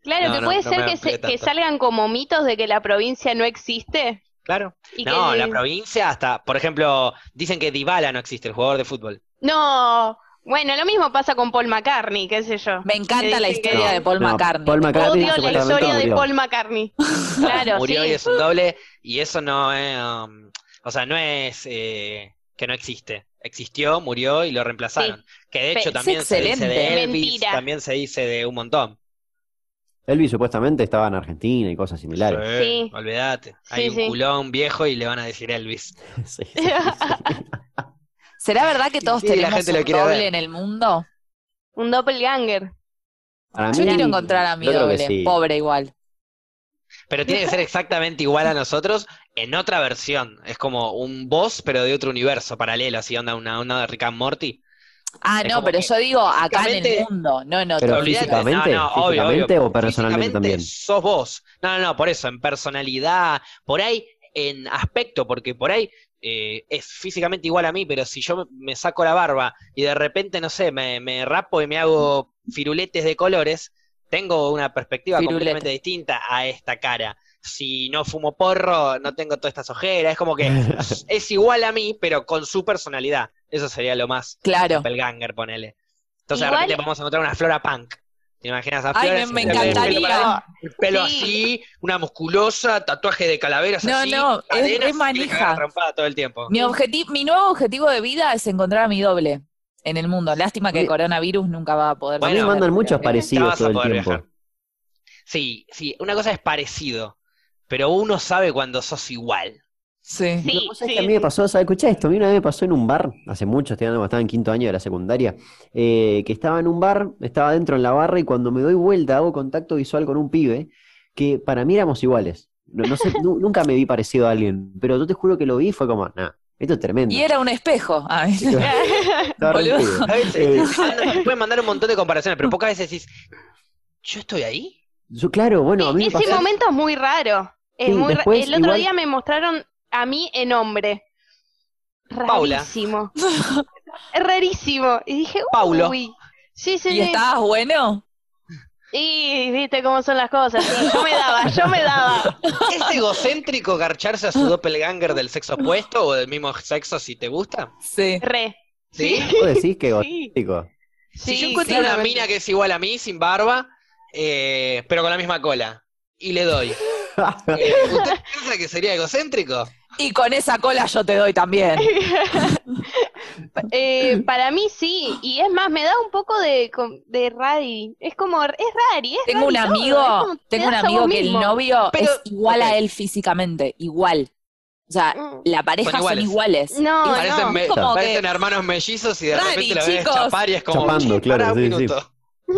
Speaker 5: Claro,
Speaker 1: No,
Speaker 5: que
Speaker 1: no,
Speaker 5: puede
Speaker 1: no
Speaker 5: ser
Speaker 1: me
Speaker 5: que,
Speaker 1: amplié
Speaker 5: se- que
Speaker 1: tanto.
Speaker 5: salgan como mitos de que la provincia no existe.
Speaker 1: Claro.
Speaker 5: Y
Speaker 1: No,
Speaker 5: que...
Speaker 1: la provincia hasta, por ejemplo, dicen que Dybala no existe, el jugador de fútbol.
Speaker 5: No. Bueno, lo mismo pasa con Paul McCartney, qué sé yo.
Speaker 2: Me encanta la
Speaker 5: Sí, sí, que-
Speaker 2: historia de Paul
Speaker 4: No,
Speaker 2: McCartney.
Speaker 4: Paul McCartney
Speaker 5: Odio la
Speaker 4: supuestamente
Speaker 5: historia de
Speaker 4: murió.
Speaker 1: (laughs)
Speaker 5: Paul McCartney. Claro,
Speaker 1: Murió
Speaker 5: sí.
Speaker 1: y es un doble, y eso no es, um, o sea, no es eh, que no existe. Existió, murió y lo reemplazaron. Que de hecho
Speaker 5: Es
Speaker 1: también se dice
Speaker 2: excelente.
Speaker 1: de Elvis,
Speaker 5: Mentira.
Speaker 1: también se dice de un montón.
Speaker 4: Elvis supuestamente estaba en Argentina y cosas similares.
Speaker 5: Sí.
Speaker 1: Olvídate. Hay
Speaker 5: Sí,
Speaker 1: un
Speaker 5: sí.
Speaker 1: culón viejo y le van a decir Elvis.
Speaker 4: (laughs) Sí, sí,
Speaker 1: (laughs)
Speaker 4: sí.
Speaker 2: ¿Será verdad que todos
Speaker 1: Sí, la
Speaker 2: tenemos
Speaker 1: gente lo
Speaker 2: un
Speaker 1: quiere
Speaker 2: doble
Speaker 1: ver.
Speaker 2: en el mundo?
Speaker 5: (laughs) Un doppelganger.
Speaker 4: Para
Speaker 2: Yo
Speaker 4: mí,
Speaker 2: quiero encontrar a mi
Speaker 4: yo creo que
Speaker 2: doble,
Speaker 4: sí.
Speaker 2: pobre igual.
Speaker 1: Pero tiene que
Speaker 5: (laughs)
Speaker 1: ser exactamente igual a nosotros en otra versión. Es como un boss, pero de otro universo paralelo, así onda una, una de Rick and Morty.
Speaker 2: Ah,
Speaker 1: Es
Speaker 2: no,
Speaker 1: como
Speaker 2: pero
Speaker 1: que
Speaker 2: yo digo acá en el
Speaker 1: físicamente-
Speaker 2: mundo, no en otro.
Speaker 4: Pero
Speaker 1: Olvídate.
Speaker 4: físicamente,
Speaker 1: No, no, obvio,
Speaker 4: físicamente
Speaker 1: obvio.
Speaker 4: o personalmente
Speaker 1: Físicamente
Speaker 4: también.
Speaker 1: Sos vos. No, no, no, por eso, en personalidad, por ahí, en aspecto, porque por ahí eh, es físicamente igual a mí, pero si yo me saco la barba y de repente, no sé, me, me rapo y me hago firuletes de colores, tengo una perspectiva
Speaker 2: Firulete.
Speaker 1: completamente distinta a esta cara. Si no fumo porro, no tengo todas estas ojeras. Es
Speaker 4: (laughs)
Speaker 1: como que es igual a mí, pero con su personalidad. Eso sería lo más
Speaker 2: Claro.
Speaker 1: Doppelganger, ponele. Entonces
Speaker 5: Igual-
Speaker 1: de repente vamos a encontrar una flora punk. ¿Te imaginas a
Speaker 2: Ay,
Speaker 1: Flora
Speaker 2: me-
Speaker 1: así,
Speaker 2: me
Speaker 1: el pelo-
Speaker 2: encantaría.
Speaker 1: El pelo
Speaker 5: Sí.
Speaker 1: así, una musculosa, tatuaje de calaveras
Speaker 2: No,
Speaker 1: así.
Speaker 2: no, es
Speaker 1: caderas,
Speaker 2: re
Speaker 1: y tiene que
Speaker 2: manija.
Speaker 1: agarrar trompada todo el tiempo.
Speaker 2: Mi, objeti- mi nuevo objetivo de vida es encontrar a mi doble en el mundo. Lástima que
Speaker 4: Oye.
Speaker 2: coronavirus nunca va a poder.
Speaker 4: A mí
Speaker 1: Bueno,
Speaker 4: me mandan muchos
Speaker 1: te
Speaker 4: parecidos
Speaker 1: vas a
Speaker 4: todo el
Speaker 1: poder
Speaker 4: tiempo.
Speaker 1: viajar. Sí, sí, una cosa es parecido, pero uno sabe cuando sos igual.
Speaker 2: Sí.
Speaker 4: Lo
Speaker 5: Sí,
Speaker 4: que pasa es
Speaker 5: sí.
Speaker 4: que a mí me pasó, ¿sabes? Escuchá esto, a mí una vez me pasó en un bar, hace mucho, estoy hablando cuando estaba en quinto año de la secundaria, eh, que estaba en un bar, estaba dentro en la barra y cuando me doy vuelta hago contacto visual con un pibe que para mí éramos iguales. No, no sé, nu- nunca me vi parecido a alguien, pero yo te juro que lo vi y fue como, nah, esto es tremendo.
Speaker 2: Y era un espejo. Ah,
Speaker 4: Estaba re
Speaker 2: boludo.
Speaker 4: pedo.
Speaker 1: A veces
Speaker 4: Eh,
Speaker 1: te pueden mandar un montón de comparaciones, pero pocas veces decís, ¿yo estoy ahí?
Speaker 4: yo,
Speaker 5: (laughs)
Speaker 4: claro, bueno, a mí me
Speaker 5: Ese
Speaker 4: pasó-
Speaker 5: momento es muy raro. Es
Speaker 4: Sí,
Speaker 5: muy ra-
Speaker 4: después
Speaker 5: El otro
Speaker 4: igual-
Speaker 5: día me mostraron a mí en hombre.
Speaker 1: Paula.
Speaker 2: (laughs)
Speaker 5: Rarísimo. Es rarísimo. Y dije, uy.
Speaker 1: Paulo.
Speaker 5: Sí,
Speaker 2: (laughs)
Speaker 5: sí,
Speaker 2: ¿Y
Speaker 5: sí.
Speaker 2: estabas bueno?
Speaker 5: Y viste cómo son las cosas. sí, yo me daba, yo me daba.
Speaker 1: ¿Es egocéntrico garcharse a
Speaker 2: (laughs)
Speaker 1: su doppelganger del sexo opuesto o del mismo sexo si te gusta?
Speaker 2: Sí.
Speaker 5: Re.
Speaker 1: Sí.
Speaker 4: ¿Vos decís
Speaker 2: (laughs)
Speaker 4: que
Speaker 5: Sí.
Speaker 4: (laughs) gótico?
Speaker 1: Si yo
Speaker 5: Sí,
Speaker 1: encuentro una
Speaker 5: claramente.
Speaker 1: mina que es igual a mí, sin barba, eh, pero con la misma cola, y le
Speaker 2: (laughs)
Speaker 1: doy, eh, ¿usted piensa que sería egocéntrico?
Speaker 2: Y con esa cola yo te doy
Speaker 5: (laughs)
Speaker 2: también.
Speaker 5: Eh, para mí sí, y es más, me da un poco de, com- de rari. Es como, es rari. Es
Speaker 2: Tengo un
Speaker 5: rari todo,
Speaker 2: amigo,
Speaker 5: es como te
Speaker 2: tengo un
Speaker 5: das a vos
Speaker 2: amigo que el
Speaker 5: mismo.
Speaker 2: novio
Speaker 1: Pero-
Speaker 2: es igual
Speaker 1: ok.
Speaker 2: a él físicamente, igual. O sea,
Speaker 5: Mm.
Speaker 2: la pareja
Speaker 1: Son
Speaker 2: son
Speaker 1: iguales.
Speaker 2: iguales.
Speaker 5: No,
Speaker 2: Igual.
Speaker 1: parecen
Speaker 5: no.
Speaker 1: me-
Speaker 2: Como
Speaker 1: parecen
Speaker 2: que-
Speaker 1: hermanos mellizos y de
Speaker 2: Rari,
Speaker 1: repente la ves
Speaker 2: chicos.
Speaker 1: chapar y es como,
Speaker 4: Chapando,
Speaker 1: "Che,
Speaker 4: claro,
Speaker 1: pará un
Speaker 4: sí, sí.
Speaker 1: minuto.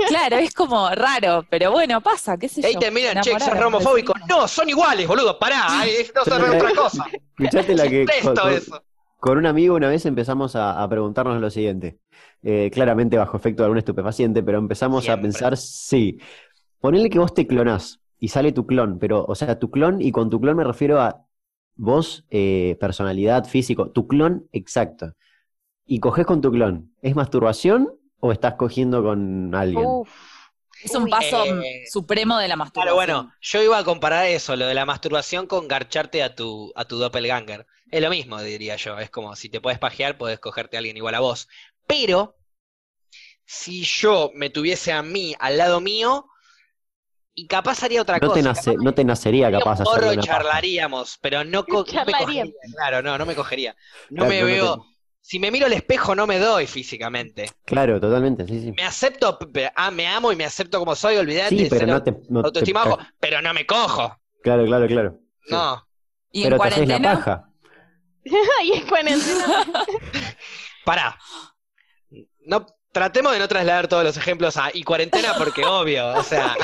Speaker 2: Claro, es como raro, pero bueno, pasa, qué sé yo.
Speaker 1: Ahí te miran, che, sos
Speaker 2: enamoraron,
Speaker 1: romofóbico.
Speaker 2: vecino.
Speaker 1: No, son iguales, boludo, pará, ay, es- no son
Speaker 4: (laughs)
Speaker 1: otra cosa.
Speaker 4: Escuchate
Speaker 1: (laughs)
Speaker 4: la que...
Speaker 1: Presto
Speaker 4: con-
Speaker 1: eso.
Speaker 4: Con un amigo una vez empezamos a, a preguntarnos lo siguiente, Eh, claramente bajo efecto de algún estupefaciente, pero empezamos a
Speaker 1: Siempre.
Speaker 4: pensar, sí, ponele que vos te clonás y sale tu clon, pero, o sea, tu clon, y con tu clon me refiero a vos, eh, personalidad, físico, tu clon exacto, y coges con tu clon, ¿es masturbación o estás cogiendo con alguien?
Speaker 1: Uh,
Speaker 5: Uf.
Speaker 2: Es un
Speaker 5: Uy.
Speaker 2: paso
Speaker 1: Eh,
Speaker 2: supremo de la masturbación.
Speaker 1: Claro, bueno, yo iba a comparar eso, lo de la masturbación con garcharte a tu, a tu doppelganger. Es lo mismo, diría yo. Es como si te puedes pajear, puedes cogerte a alguien igual a vos. Pero, si yo me tuviese a mí al lado mío y capaz haría otra
Speaker 4: No
Speaker 1: cosa.
Speaker 4: te, nace- no te nacería
Speaker 1: Sería
Speaker 4: capaz
Speaker 1: un
Speaker 4: hacer
Speaker 1: porro
Speaker 4: una paja.
Speaker 1: charlaríamos, pero no, co- no me cogería.
Speaker 5: Charlaríamos.
Speaker 1: Claro, no, no me cogería. No
Speaker 4: Claro,
Speaker 1: me
Speaker 4: no, no
Speaker 1: veo.
Speaker 4: te-
Speaker 1: Si me miro al espejo, no me doy físicamente.
Speaker 4: Claro, totalmente, sí, sí.
Speaker 1: Me acepto, p- p- ah, me amo y me acepto como soy, olvidate.
Speaker 4: Sí, pero
Speaker 1: cero
Speaker 4: no te... no te-
Speaker 1: autoestima bajo, pero no me cojo.
Speaker 4: Claro, claro, claro. Sí.
Speaker 1: No.
Speaker 2: Y
Speaker 4: Pero
Speaker 2: en
Speaker 4: te haces la
Speaker 2: cuarentena,
Speaker 4: paja.
Speaker 5: y en (laughs) cuarentena.
Speaker 1: Pará. No, tratemos de no trasladar todos los ejemplos a y cuarentena porque obvio, o sea,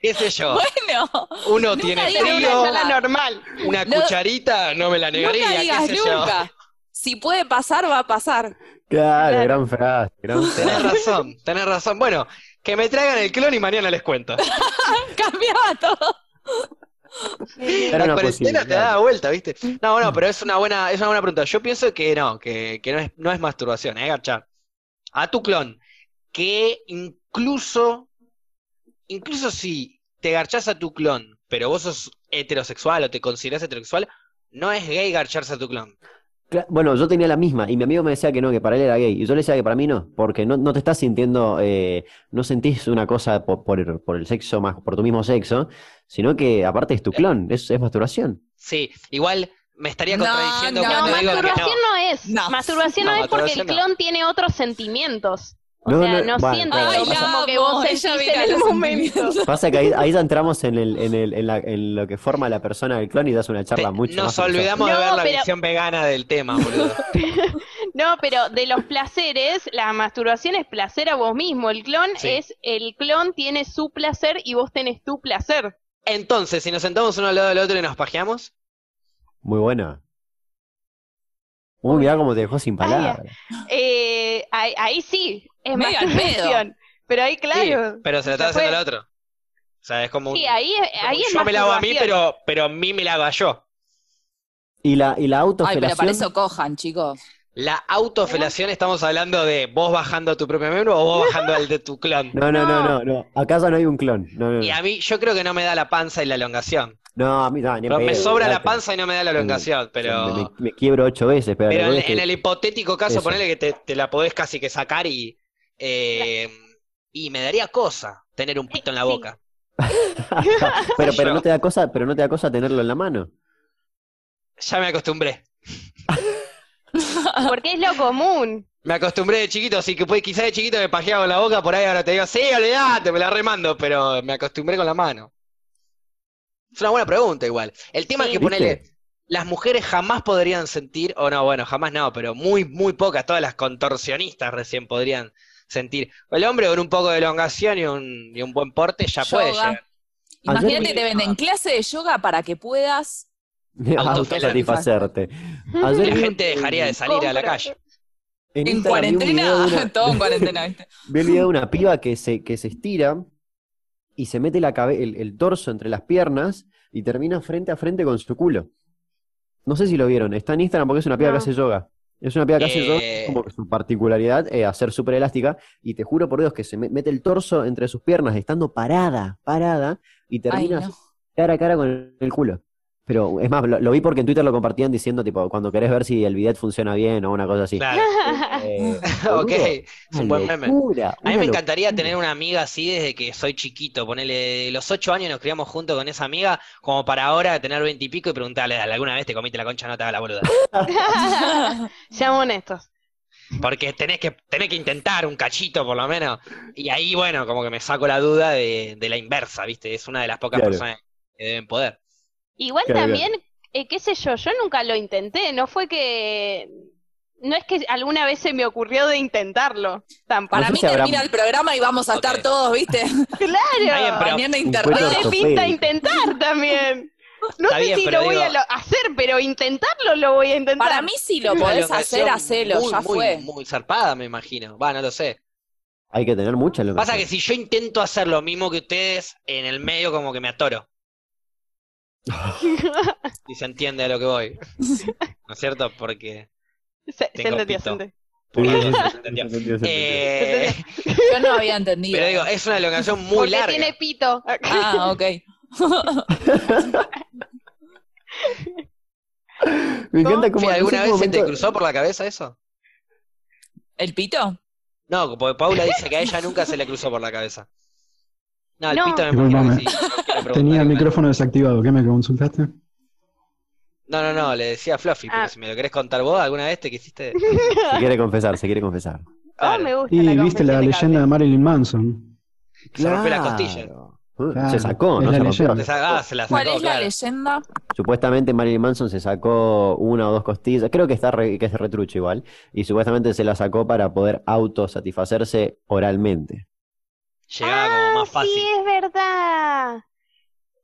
Speaker 1: qué sé yo,
Speaker 2: (laughs) bueno,
Speaker 1: uno
Speaker 2: Nunca
Speaker 1: tiene
Speaker 2: digas
Speaker 1: frío,
Speaker 5: Una
Speaker 2: Digo-
Speaker 5: charla normal.
Speaker 1: una
Speaker 2: No-
Speaker 1: cucharita, no me la negaría,
Speaker 2: nunca digas
Speaker 1: qué sé yo.
Speaker 2: nunca. Si puede pasar, va a pasar. (laughs)
Speaker 4: Claro, gran frase, gran
Speaker 1: Tenés
Speaker 4: frase.
Speaker 1: razón, tenés razón. Bueno, que me traigan el clon y mañana les cuento.
Speaker 2: Cambiaba todo.
Speaker 4: Era
Speaker 1: la cuarentena
Speaker 4: una
Speaker 1: te
Speaker 4: posibilidad.
Speaker 1: da vuelta, ¿viste? No, bueno, pero es una buena, es una buena pregunta. Yo pienso que no, que, que no es, no es masturbación, eh, Garcha. A tu clon, que incluso, incluso si te garchás a tu clon, pero vos sos heterosexual o te considerás heterosexual, no es gay garcharse a tu clon.
Speaker 4: Cla- Bueno, yo tenía la misma y mi amigo me decía que no, que para él era gay. Y yo le decía que para mí no, porque no, no te estás sintiendo, eh, no sentís una cosa po- por, el- por el sexo, más por tu mismo sexo, sino que aparte es tu clon, es, es masturbación.
Speaker 1: Sí, igual me estaría
Speaker 2: No,
Speaker 1: contradiciendo
Speaker 2: no,
Speaker 1: cuando
Speaker 5: No,
Speaker 1: digo que no.
Speaker 5: masturbación no. es.
Speaker 2: No.
Speaker 5: Masturbación no,
Speaker 1: No,
Speaker 5: es porque el
Speaker 1: masturbación no.
Speaker 5: clon tiene otros sentimientos. O
Speaker 4: No,
Speaker 5: sea,
Speaker 4: no,
Speaker 5: no,
Speaker 4: bueno,
Speaker 5: siente
Speaker 4: claro,
Speaker 5: lo
Speaker 4: pasa-
Speaker 5: mismo que vos
Speaker 2: amo, ella
Speaker 5: sentís
Speaker 2: mira
Speaker 5: en el
Speaker 2: los
Speaker 5: momento.
Speaker 2: sentimientos.
Speaker 4: Pasa que ahí, ahí ya entramos en, el, en, el, en, la- en lo que forma la persona del clon y das una
Speaker 1: Te-
Speaker 4: charla mucho
Speaker 1: nos
Speaker 4: más
Speaker 1: olvidamos de
Speaker 5: No,
Speaker 1: ver la
Speaker 5: pero-
Speaker 1: visión vegana del tema, boludo.
Speaker 5: (laughs) No, pero de los placeres, la masturbación es placer a vos mismo. El clon
Speaker 1: Sí.
Speaker 5: es, el clon tiene su placer y vos tenés tu placer.
Speaker 1: Entonces, si nos sentamos uno al lado del otro y nos pajeamos,
Speaker 4: Muy buena. Uy, mirá cómo te dejó sin
Speaker 5: Ay,
Speaker 4: palabras.
Speaker 5: Eh, ahí, ahí sí, es
Speaker 2: Medio al
Speaker 5: masturbación. Pero ahí,
Speaker 1: sí,
Speaker 5: claro.
Speaker 1: pero se lo está
Speaker 5: Se fue.
Speaker 1: haciendo al otro. O sea, es como un,
Speaker 5: Sí, ahí, es-
Speaker 1: como
Speaker 5: ahí
Speaker 1: un
Speaker 5: es
Speaker 1: yo me la hago a mí,
Speaker 5: masturbación.
Speaker 1: pero, pero a mí me la hago yo.
Speaker 4: Y la, y la
Speaker 2: Ay, pero para
Speaker 4: autofelación.
Speaker 2: eso cojan, chicos.
Speaker 1: La autofelación estamos hablando de vos bajando a tu propio miembro o
Speaker 5: (laughs)
Speaker 1: vos bajando al de tu clon.
Speaker 4: No, no, no, no, no. Acá ya no hay un clon. No, no, no.
Speaker 1: Y a mí, yo creo que no me da la panza y la elongación.
Speaker 4: No, a mí no, ni en
Speaker 1: me
Speaker 4: pedo,
Speaker 1: sobra la
Speaker 4: olvidate.
Speaker 1: panza y no me da la elongación, pero,
Speaker 4: Me, me quiebro ocho veces, pero,
Speaker 1: pero en,
Speaker 4: la verdad es
Speaker 1: en
Speaker 4: que-
Speaker 1: el hipotético caso,
Speaker 4: Eso.
Speaker 1: ponele que te, te la podés casi que sacar y, eh, y me daría cosa tener un pito en la
Speaker 5: Sí.
Speaker 1: boca.
Speaker 4: pero, pero no te da cosa, pero no te da cosa tenerlo en la mano.
Speaker 1: Ya me acostumbré.
Speaker 5: Porque es lo común.
Speaker 1: Me acostumbré de chiquito, así que pues, quizás de chiquito me pajeaba con la boca, por ahí ahora te digo, sí, olvidate, me la remando, pero me acostumbré con la mano. Es una buena pregunta igual. El tema
Speaker 5: Sí.
Speaker 1: es que
Speaker 4: ¿Viste?
Speaker 1: ponele, las mujeres jamás podrían sentir, o no, bueno, jamás no, pero muy, muy pocas, todas las contorsionistas recién podrían sentir. El hombre con un poco de elongación y un, y un buen porte ya puede
Speaker 2: Yoga.
Speaker 1: llegar.
Speaker 2: Imagínate,
Speaker 4: Ayer-
Speaker 2: te venden clase de yoga para que puedas.
Speaker 4: (laughs) Autosatisfacerte. Ayer
Speaker 1: La
Speaker 4: vi un-
Speaker 1: gente dejaría de salir a la calle.
Speaker 4: en
Speaker 2: En
Speaker 4: Instagram vi un video de
Speaker 2: cuarentena, (laughs)
Speaker 4: una-
Speaker 2: todo en cuarentena, ¿viste?
Speaker 4: Vi el video de una piba que se, que se estira y se mete la cabe- el, el torso entre las piernas y termina frente a frente con su culo. No sé si lo vieron, está en Instagram porque es una piba que
Speaker 5: No.
Speaker 4: hace yoga. Es una piba que hace
Speaker 1: Eh.
Speaker 4: yoga, es como que su particularidad eh, hacer súper elástica. Y te juro por Dios que se me- mete el torso entre sus piernas, estando parada, parada, y
Speaker 2: Ay,
Speaker 4: termina
Speaker 2: no.
Speaker 4: cara a cara con el culo. Pero es más, lo, lo vi porque en Twitter lo compartían diciendo, tipo, cuando querés ver si el bidet funciona bien o una cosa así.
Speaker 1: Claro.
Speaker 4: Eh,
Speaker 1: (laughs) ok,
Speaker 4: boludo,
Speaker 1: es un buen
Speaker 4: una
Speaker 1: meme.
Speaker 4: locura,
Speaker 1: A mí
Speaker 4: una
Speaker 1: me encantaría tener una amiga así desde que soy chiquito. Ponele, de los ocho años nos criamos juntos con esa amiga, como para ahora tener veintipico y, preguntarle, "Dale, ¿alguna vez te comiste la concha? No te hagas la boluda.
Speaker 5: (laughs) Seamos honestos.
Speaker 1: Porque tenés que, tenés que intentar un cachito, por lo menos. Y ahí, bueno, como que me saco la duda de, de la inversa, ¿viste? Es una de las pocas
Speaker 4: Claro.
Speaker 1: personas que deben poder.
Speaker 5: Igual
Speaker 4: Claro,
Speaker 5: también, eh, qué sé yo, yo nunca lo intenté. No fue que. No es que alguna vez se me ocurrió de intentarlo. Tampoco.
Speaker 2: Para
Speaker 4: sé
Speaker 2: mí
Speaker 4: si habrá-
Speaker 2: termina el programa y vamos a estar
Speaker 1: Ok.
Speaker 2: todos, ¿viste?
Speaker 1: Está bien,
Speaker 5: Claro.
Speaker 1: pero-
Speaker 2: Bañando
Speaker 5: No
Speaker 4: Bueno,
Speaker 2: internet.
Speaker 5: te
Speaker 4: ortopédico.
Speaker 5: pinta
Speaker 1: (laughs)
Speaker 5: intentar también. No
Speaker 1: Está
Speaker 5: sé
Speaker 1: bien,
Speaker 5: si
Speaker 1: pero
Speaker 5: lo voy
Speaker 1: digo-
Speaker 5: a lo- hacer, pero intentarlo lo voy a intentar.
Speaker 2: Para mí si lo
Speaker 1: Una
Speaker 2: podés
Speaker 1: elongación
Speaker 2: hacer, hacelo,
Speaker 1: muy,
Speaker 2: ya
Speaker 1: muy,
Speaker 2: fue.
Speaker 1: Muy zarpada, me imagino. Va, no lo sé.
Speaker 4: Hay que tener mucha lo
Speaker 1: Pasa que si yo intento hacer lo mismo que ustedes, en el medio como que me
Speaker 4: (laughs)
Speaker 1: atoro. Y se entiende a lo que voy. ¿No es cierto? Porque...
Speaker 5: Se, se
Speaker 1: Tengo
Speaker 5: entendió,
Speaker 1: pito.
Speaker 5: se entendió.
Speaker 1: por
Speaker 4: Sí,
Speaker 1: algo
Speaker 4: sí,
Speaker 1: se
Speaker 4: sí,
Speaker 1: entendió.
Speaker 4: sí, sí, sí,
Speaker 1: (laughs)
Speaker 4: sí.
Speaker 1: Eh,
Speaker 2: Yo no había entendido.
Speaker 1: pero digo, es una elongación muy
Speaker 5: Porque
Speaker 1: larga.
Speaker 5: tiene pito. (laughs)
Speaker 2: (laughs) Ah, ok.
Speaker 4: Me encanta
Speaker 1: Che,
Speaker 4: cómo
Speaker 1: ¿Alguna
Speaker 4: en
Speaker 1: vez
Speaker 4: ese
Speaker 1: se te
Speaker 4: momento-
Speaker 1: cruzó por la cabeza eso?
Speaker 2: ¿El pito?
Speaker 1: No, porque Paula dice que a ella nunca se le cruzó por la cabeza. No, el
Speaker 5: No.
Speaker 1: pito me imagino que sí. Quiero
Speaker 6: Tenía el
Speaker 1: preguntarle,
Speaker 6: micrófono desactivado. ¿Qué me consultaste?
Speaker 1: No, no, no, le decía a Fluffy, pero
Speaker 5: Ah.
Speaker 1: si me lo querés contar vos alguna vez te (laughs) quisiste.
Speaker 4: Se quiere confesar, se quiere confesar.
Speaker 5: Oh,
Speaker 1: Claro,
Speaker 5: me gusta.
Speaker 6: Y
Speaker 5: la
Speaker 6: viste la
Speaker 5: confesión de
Speaker 6: leyenda de
Speaker 5: Gabriel.
Speaker 6: Marilyn Manson.
Speaker 1: se rompió la costilla.
Speaker 4: Uh,
Speaker 6: Claro,
Speaker 4: Se sacó,
Speaker 6: es
Speaker 4: ¿no?
Speaker 6: la
Speaker 4: Se rompió.
Speaker 6: leyenda.
Speaker 1: Te sa- ah, se la
Speaker 2: ¿Cuál
Speaker 1: sacó,
Speaker 2: es la
Speaker 1: claro.
Speaker 2: leyenda?
Speaker 4: Supuestamente Marilyn Manson se sacó una o dos costillas, creo que está re- que es retrucho igual, y supuestamente se la sacó para poder autosatisfacerse oralmente.
Speaker 1: Llegaba como más fácil.
Speaker 5: Ah, Sí, es verdad.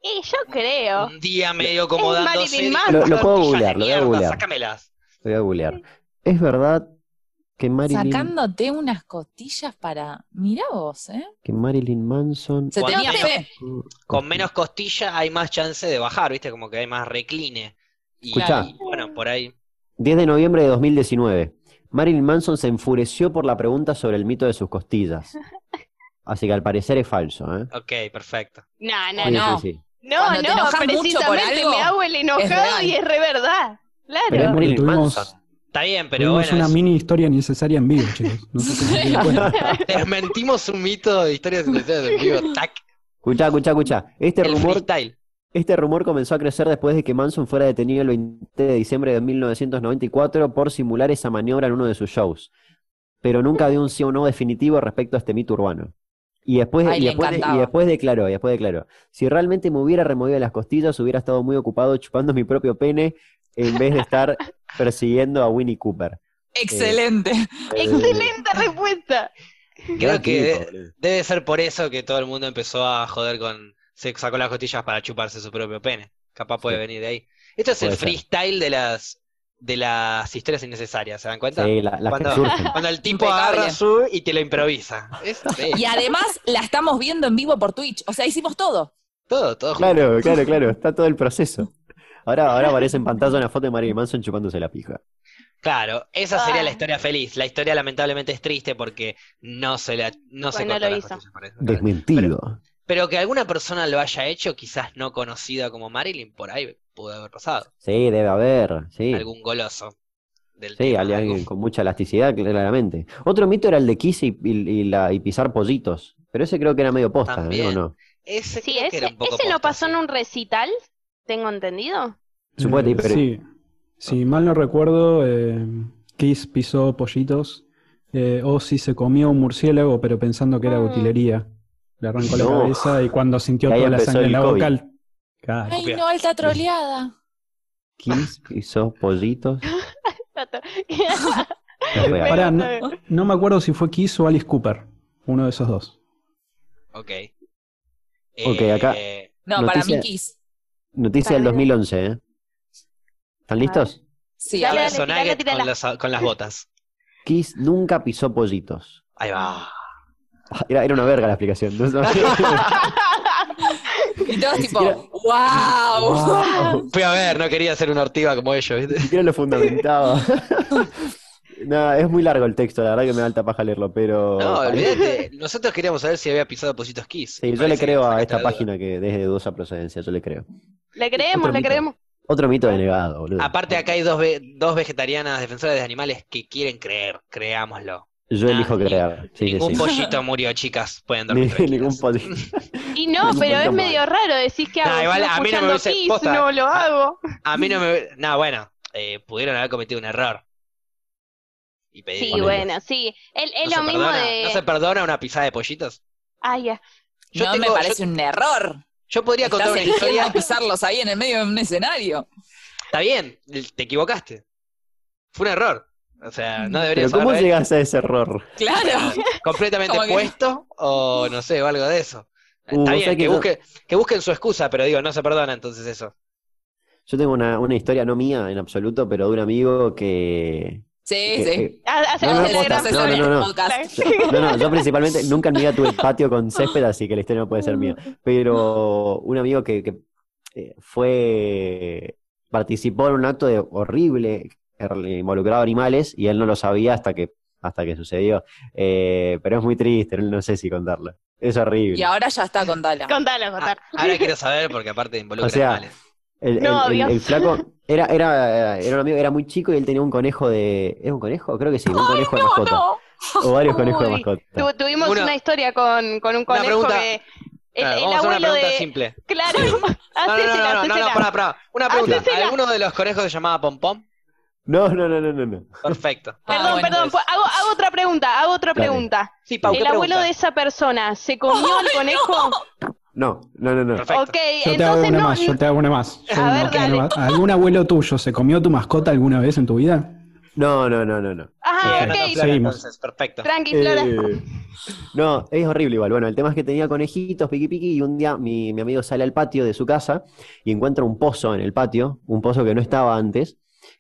Speaker 5: Y yo creo.
Speaker 1: Un día medio como
Speaker 5: Es Marilyn
Speaker 1: dándose. dijo,
Speaker 5: Manson.
Speaker 4: Lo- lo puedo
Speaker 1: "Tortillas de
Speaker 4: googlear, lo voy a
Speaker 1: mierda,
Speaker 4: googlear".
Speaker 1: Sácamelas.
Speaker 4: Lo voy a googlear. ¿Es verdad que Marilyn,
Speaker 2: Sacándote unas costillas para. Mirá vos, ¿eh?
Speaker 4: que Marilyn Manson...
Speaker 2: Se
Speaker 1: Cuando
Speaker 2: tenía
Speaker 1: menos-
Speaker 2: fe.
Speaker 1: Con menos costilla hay más chance de bajar, ¿viste? Como que hay más recline. Y,
Speaker 4: Escuchá.
Speaker 1: y, bueno, por ahí.
Speaker 4: 10 de noviembre de 2019. Marilyn Manson se enfureció por la pregunta sobre el mito de sus costillas. Así que al parecer es falso, ¿eh?
Speaker 1: Ok, perfecto.
Speaker 5: No, no,
Speaker 4: Sí,
Speaker 5: no.
Speaker 2: no.
Speaker 4: sí, sí.
Speaker 5: No,
Speaker 2: Cuando te
Speaker 5: no,
Speaker 2: enojas mucho por
Speaker 5: precisamente
Speaker 2: algo,
Speaker 5: me hago el enojado
Speaker 2: real.
Speaker 5: y es re verdad.
Speaker 4: Pero es
Speaker 5: Claro.
Speaker 4: Marilyn
Speaker 6: Tuvimos-
Speaker 4: Manson.
Speaker 1: Está bien, pero
Speaker 6: Tuvimos
Speaker 1: bueno.
Speaker 6: una
Speaker 1: es-
Speaker 6: mini historia necesaria en vivo, chicos. No sé si
Speaker 4: (laughs)
Speaker 6: se dieron
Speaker 2: (laughs)
Speaker 6: cuenta.
Speaker 1: (laughs) Desmentimos un mito de historias silenciosas en
Speaker 4: (laughs)
Speaker 1: vivo. Tac.
Speaker 4: Escuchá, escuchá, escuchá. Este
Speaker 1: El
Speaker 4: rumor
Speaker 1: freestyle.
Speaker 4: Este rumor comenzó a crecer después de que Manson fuera detenido el 20 de diciembre de 1994 por simular esa maniobra en uno de sus shows. Pero nunca dio un sí o no definitivo respecto a este mito urbano. Y después,
Speaker 2: Ay,
Speaker 4: y
Speaker 2: le
Speaker 4: después, de- y
Speaker 2: encantaba.
Speaker 4: después declaró, y después declaró, si realmente me hubiera removido las costillas, hubiera estado muy ocupado chupando mi propio pene en vez de estar persiguiendo a Winnie Cooper.
Speaker 2: Excelente.
Speaker 4: Eh, (laughs)
Speaker 5: Excelente respuesta.
Speaker 1: Creo
Speaker 4: gran
Speaker 1: que
Speaker 4: tipo, boludo.
Speaker 1: Debe ser por eso que todo el mundo empezó a joder con. Se sacó las costillas para chuparse su propio pene. Capaz puede
Speaker 4: Sí.
Speaker 1: venir de ahí. Esto es el
Speaker 4: Puede ser.
Speaker 1: freestyle de las de las historias innecesarias, ¿se dan cuenta?
Speaker 4: Sí, la- las que
Speaker 1: Cuando-
Speaker 4: surgen.
Speaker 1: Cuando el tipo
Speaker 2: Impecable.
Speaker 1: agarra su y te lo improvisa. (laughs) Es sí,
Speaker 2: Y además la estamos viendo en vivo por Twitch. O sea, hicimos todo.
Speaker 1: todo, todo junto.
Speaker 4: Claro, claro, claro, está todo el proceso. Ahora, ahora aparece en pantalla una foto de Marilyn Manson chupándose la pija.
Speaker 1: Claro, esa sería la
Speaker 5: Ah.
Speaker 1: historia feliz. La historia lamentablemente es triste porque no se la, no se
Speaker 5: Bueno,
Speaker 1: cortó
Speaker 5: lo
Speaker 1: las
Speaker 5: hizo.
Speaker 1: costillas por eso, claro.
Speaker 4: Desmentido.
Speaker 1: Pero que alguna persona lo haya hecho, quizás no conocida como Marilyn, por ahí pudo haber pasado.
Speaker 4: Sí, debe haber, sí.
Speaker 1: Algún goloso del
Speaker 4: Sí,
Speaker 1: tema,
Speaker 4: alguien
Speaker 1: algo
Speaker 4: con mucha elasticidad, claramente. Otro mito era el de Kiss y, y- y la, y pisar pollitos. Pero ese creo que era medio posta, ¿eh? ¿O
Speaker 1: También.
Speaker 4: no?
Speaker 1: Ese
Speaker 5: Sí,
Speaker 1: creo que era
Speaker 5: ese,
Speaker 1: un poco
Speaker 5: ese no
Speaker 1: posta,
Speaker 5: pasó
Speaker 1: sí.
Speaker 5: en un recital, tengo entendido.
Speaker 4: Supongo que
Speaker 6: Eh,
Speaker 4: pero-
Speaker 6: Sí, si mal no recuerdo, eh, Kiss pisó pollitos. eh, o si se comió un murciélago, pero pensando que era
Speaker 5: Mm.
Speaker 6: utilería. Le arrancó la
Speaker 4: No.
Speaker 6: cabeza y cuando sintió
Speaker 4: Y ahí
Speaker 6: toda la
Speaker 4: empezó
Speaker 6: sangre
Speaker 4: el
Speaker 6: en la
Speaker 4: COVID.
Speaker 6: boca. el-
Speaker 4: Ah,
Speaker 6: Claro.
Speaker 2: Ay, no, alta troleada.
Speaker 4: Kiss pisó pollitos. Es
Speaker 6: Eh,
Speaker 4: real.
Speaker 6: pará, no, no me acuerdo si fue Kiss o Alice Cooper. Uno de esos
Speaker 4: (laughs)
Speaker 6: dos.
Speaker 1: Ok.
Speaker 4: Ok, acá-
Speaker 1: Eh,
Speaker 2: No, para mí
Speaker 4: Noticia-
Speaker 2: Kiss.
Speaker 4: Noticia del
Speaker 5: También.
Speaker 4: 2011, ¿eh? ¿Están listos?
Speaker 2: Sí,
Speaker 5: Dale,
Speaker 2: a ver.
Speaker 1: Nelson
Speaker 5: tirala,
Speaker 1: Nugget
Speaker 5: tirala.
Speaker 1: Con, las, con las botas.
Speaker 4: Kiss nunca pisó pollitos. Ah,
Speaker 1: Ahí va.
Speaker 4: Era, era una verga la explicación. ¿no? (laughs)
Speaker 2: Y todos tipo,
Speaker 4: siquiera-
Speaker 2: wow.
Speaker 4: Wow.
Speaker 1: Fui a ver, no quería ser una ortiva como ellos, ¿viste?
Speaker 4: Ni siquiera lo fundamentaba. (laughs) Nada, es muy largo el texto, la verdad que me da alta paja leerlo, pero...
Speaker 1: No, olvídate. Nosotros queríamos saber si había pisado Positos Kiss.
Speaker 4: Sí, yo le creo a esta página que desde dudosa procedencia, yo le creo.
Speaker 5: Le creemos,
Speaker 6: Otro
Speaker 5: le
Speaker 6: mito.
Speaker 5: creemos.
Speaker 4: Otro mito denegado, boludo.
Speaker 1: Aparte, acá hay dos, ve- dos vegetarianas defensoras de animales que quieren creer. Creámoslo.
Speaker 4: Yo
Speaker 1: Ah,
Speaker 4: elijo
Speaker 1: ni-
Speaker 4: creer. Sí, sí,
Speaker 1: Ningún
Speaker 4: sí. (laughs)
Speaker 1: pollito murió, chicas. Pueden
Speaker 4: Ni-
Speaker 1: dormir tranquilas.
Speaker 4: ningún pollito.
Speaker 5: Y no,
Speaker 4: Es un
Speaker 5: pero es
Speaker 4: montón.
Speaker 5: medio raro decís que
Speaker 1: No,
Speaker 5: hago
Speaker 1: igual
Speaker 5: sigo
Speaker 1: a mí no me
Speaker 5: escuchando
Speaker 1: hubiese-
Speaker 5: Kiss,
Speaker 1: posta. Ah,
Speaker 5: no lo hago.
Speaker 1: A mí no me. No, bueno. eh, pudieron haber cometido un error. Y pedir.
Speaker 5: Sí,
Speaker 4: Ponele.
Speaker 5: bueno, sí. Es, es
Speaker 1: ¿No
Speaker 5: lo
Speaker 1: se
Speaker 5: mismo
Speaker 1: perdona?
Speaker 5: de
Speaker 1: ¿No se perdona una pisada de pollitos?
Speaker 5: Ah, ya.
Speaker 1: Yo
Speaker 2: no
Speaker 1: tengo-
Speaker 2: me
Speaker 1: yo-
Speaker 2: parece un error.
Speaker 1: Yo podría contar
Speaker 2: Estás
Speaker 1: una
Speaker 2: eligiendo
Speaker 1: historia.
Speaker 2: pisarlos ahí en el medio de un escenario.
Speaker 1: Está bien, te equivocaste. Fue un error. O sea, no
Speaker 4: Pero
Speaker 1: deberías
Speaker 4: ¿cómo
Speaker 1: haberlo
Speaker 4: llegas a ese error?
Speaker 2: Claro.
Speaker 1: hecho. (laughs) completamente
Speaker 2: Como que-
Speaker 1: puesto o no sé, o algo de eso.
Speaker 4: Uh,
Speaker 1: Está
Speaker 4: o
Speaker 1: bien,
Speaker 4: sea
Speaker 1: que,
Speaker 4: que yo-
Speaker 1: busque- que busquen su excusa, pero digo, no se perdona entonces eso.
Speaker 4: Yo tengo una, una historia, no mía en absoluto, pero de un amigo que...
Speaker 2: Sí,
Speaker 4: que-
Speaker 2: sí.
Speaker 5: Ah,
Speaker 4: No,
Speaker 5: Hacemos
Speaker 4: Eh, no,
Speaker 5: el
Speaker 4: posta,
Speaker 5: gran-
Speaker 2: Gracias a
Speaker 4: no,
Speaker 5: (laughs)
Speaker 4: no,
Speaker 2: el
Speaker 4: no.
Speaker 2: podcast.
Speaker 4: que- No, no, yo principalmente nunca en mi vida tuve patio con césped, así que la historia no puede ser mía. Pero un amigo que, que, eh, fue... participó en un acto de horrible que involucraba animales y él no lo sabía hasta que hasta que sucedió. Eh, pero es muy triste, no, no sé si contarlo. Es horrible.
Speaker 2: Y ahora ya está, contala.
Speaker 5: Contalo,
Speaker 1: Ah,
Speaker 5: contalo.
Speaker 1: ahora quiero saber porque aparte involucra
Speaker 4: (laughs) O sea,
Speaker 1: animales.
Speaker 4: El, el-
Speaker 5: No,
Speaker 4: el-
Speaker 5: Dios.
Speaker 4: el flaco
Speaker 5: (laughs)
Speaker 4: era, era, era un amigo, era muy chico y él tenía un conejo de. ¿Era un conejo? Creo que sí, un conejo de mascota. O varios conejos de
Speaker 5: Uy,
Speaker 4: mascota.
Speaker 5: Tu- tuvimos
Speaker 1: Una-
Speaker 5: una historia con, con un conejo
Speaker 1: pregunta.
Speaker 5: que El,
Speaker 1: Claro,
Speaker 5: el
Speaker 1: vamos a hacer una
Speaker 5: abuelo
Speaker 1: pregunta
Speaker 5: de.
Speaker 1: simple. (laughs)
Speaker 5: Claro, (laughs)
Speaker 1: No, no, no,
Speaker 5: hacésela,
Speaker 1: no, no, no,
Speaker 5: hacésela.
Speaker 1: pará, pará. Una pregunta.
Speaker 5: Hacésela.
Speaker 1: ¿Alguno de los conejos se llamaba Pompom?
Speaker 4: No, no, no, no, no. no.
Speaker 1: Perfecto.
Speaker 5: Perdón,
Speaker 2: Ah, bueno,
Speaker 5: perdón, pues, hago, hago otra pregunta, hago otra
Speaker 4: Dale.
Speaker 5: pregunta.
Speaker 1: Sí, Pau, ¿qué
Speaker 5: ¿El abuelo
Speaker 1: pregunta?
Speaker 5: de esa persona se comió (laughs) el conejo?
Speaker 4: No, no, no, no.
Speaker 1: Perfecto.
Speaker 5: Ok,
Speaker 6: Yo te hago
Speaker 5: entonces
Speaker 6: una
Speaker 5: no.
Speaker 6: más, yo te hago una más. Yo
Speaker 5: A ver,
Speaker 6: no quiero
Speaker 5: dale.
Speaker 6: más. ¿Algún abuelo tuyo se comió tu mascota alguna vez en tu vida?
Speaker 4: No, no, no, no, no.
Speaker 5: Ah,
Speaker 1: Bien,
Speaker 5: ok,
Speaker 1: Flora,
Speaker 6: Seguimos.
Speaker 1: entonces, perfecto.
Speaker 5: tranqui, Flora.
Speaker 4: Eh, no, es horrible igual. Bueno, el tema es que tenía conejitos, piqui piqui, y un día mi, mi amigo sale al patio de su casa y encuentra un pozo en el patio, un pozo que no estaba antes,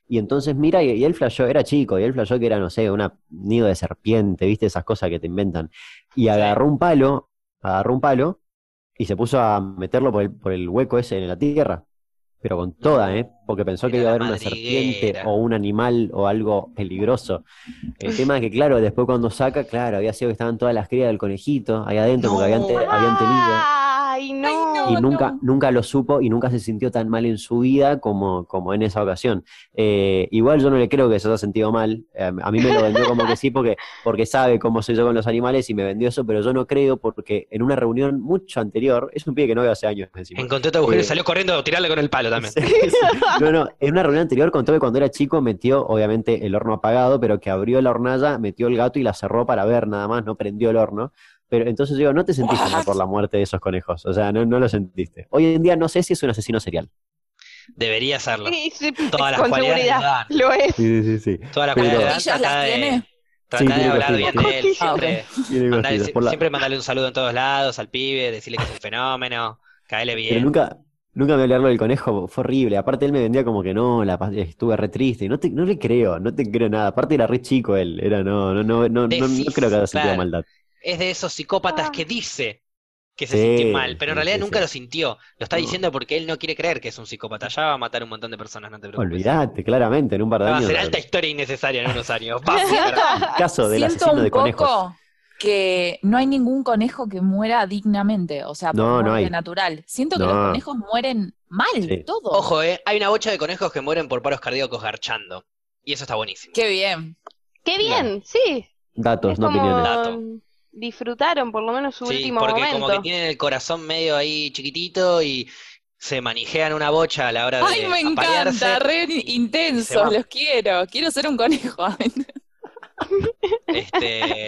Speaker 4: y entonces mira, y, y él flashó, era chico, y él flashó que era, no sé, una nido de serpiente, viste, esas cosas que te inventan. Y agarró un palo, agarró un palo, y se puso a meterlo por el, por el hueco ese en la tierra. Pero con toda, ¿eh? Porque pensó que
Speaker 1: Era
Speaker 4: iba a
Speaker 1: la
Speaker 4: haber una
Speaker 1: madriguera.
Speaker 4: serpiente o un animal o algo peligroso. El tema es que, claro, después cuando saca, claro, había sido que estaban todas las crías del conejito ahí adentro porque habían, te- habían tenido.
Speaker 5: Ay, Ah, no.
Speaker 4: Y nunca, nunca lo supo y nunca se sintió tan mal en su vida como, como en esa ocasión. Eh, igual yo no le creo que se haya sentido mal. Eh, a mí me lo vendió como que sí porque, porque sabe cómo soy yo con los animales y me vendió eso, pero yo no creo porque en una reunión mucho anterior, es un pibe que no veo hace años encima.
Speaker 1: Encontré tu agujero y
Speaker 4: Eh,
Speaker 1: salió corriendo a tirarle con el palo también.
Speaker 4: Sí, sí. (laughs) No, no, en una reunión anterior contó que cuando era chico metió, obviamente, el horno apagado, pero que abrió la hornalla, metió el gato y la cerró para ver nada más, no prendió el horno. Pero entonces digo, no te sentiste mal por la muerte de esos conejos, o sea, no, no lo sentiste. Hoy en día no sé si es un asesino serial.
Speaker 1: Debería serlo.
Speaker 5: Sí, sí,
Speaker 1: Todas las
Speaker 5: con
Speaker 1: cualidades
Speaker 5: seguridad,
Speaker 1: le dan.
Speaker 5: lo es.
Speaker 4: Sí, sí, sí.
Speaker 1: Todas las
Speaker 4: Pero-
Speaker 1: cualidades
Speaker 2: ¿Costillas las tiene?
Speaker 4: Sí,
Speaker 1: Tratar de
Speaker 4: tiene
Speaker 1: hablar bien
Speaker 4: costillas.
Speaker 1: de él.
Speaker 2: Ah, ok.
Speaker 1: Siempre, mandale- siempre mandarle un saludo en todos lados al pibe, decirle que es un fenómeno, caerle
Speaker 4: Pero
Speaker 1: bien.
Speaker 4: nunca, nunca me hablarlo del conejo, fue horrible. Aparte él me vendía como que no, la pas- estuve re triste. No, te- no le creo, no te creo nada. Aparte era re chico él, era no, no, no, no, no, no creo que haya sentido
Speaker 1: Claro.
Speaker 4: maldad.
Speaker 1: Es de esos psicópatas que dice que se
Speaker 4: Sí,
Speaker 1: sintió mal, pero en
Speaker 4: sí,
Speaker 1: realidad
Speaker 4: sí,
Speaker 1: nunca
Speaker 4: sí.
Speaker 1: lo sintió. Lo está diciendo porque él no quiere creer que es un psicópata. Ya va a matar un montón de personas, no te preocupes.
Speaker 4: Olvidate, claramente, en un par de
Speaker 1: Va a
Speaker 4: años.
Speaker 1: ser alta historia innecesaria en unos años. Vamos,
Speaker 2: Siento-
Speaker 1: carajo.
Speaker 4: (laughs) caso del
Speaker 2: Siento
Speaker 4: asesino
Speaker 2: un
Speaker 4: de conejos.
Speaker 2: poco que no hay ningún conejo que muera dignamente, o sea, por
Speaker 4: No, no
Speaker 2: muerte
Speaker 4: hay.
Speaker 2: natural. Siento que
Speaker 4: No.
Speaker 2: los conejos mueren mal,
Speaker 4: Sí.
Speaker 2: todo.
Speaker 1: Ojo, eh, hay una bocha de conejos que mueren por paros cardíacos garchando. Y eso está buenísimo.
Speaker 2: Qué bien.
Speaker 5: Qué bien, sí.
Speaker 4: Datos,
Speaker 5: es
Speaker 4: no
Speaker 5: como
Speaker 4: opiniones.
Speaker 1: Dato.
Speaker 5: disfrutaron por lo menos su
Speaker 1: Sí,
Speaker 5: último
Speaker 1: porque
Speaker 5: momento.
Speaker 1: como que tienen el corazón medio ahí chiquitito y se manijean una bocha a la hora de
Speaker 2: Ay, me
Speaker 1: aparearse.
Speaker 2: encanta,
Speaker 1: Se
Speaker 2: re
Speaker 1: va.
Speaker 2: intensos, los quiero. Quiero ser un conejo. (laughs)
Speaker 1: Este,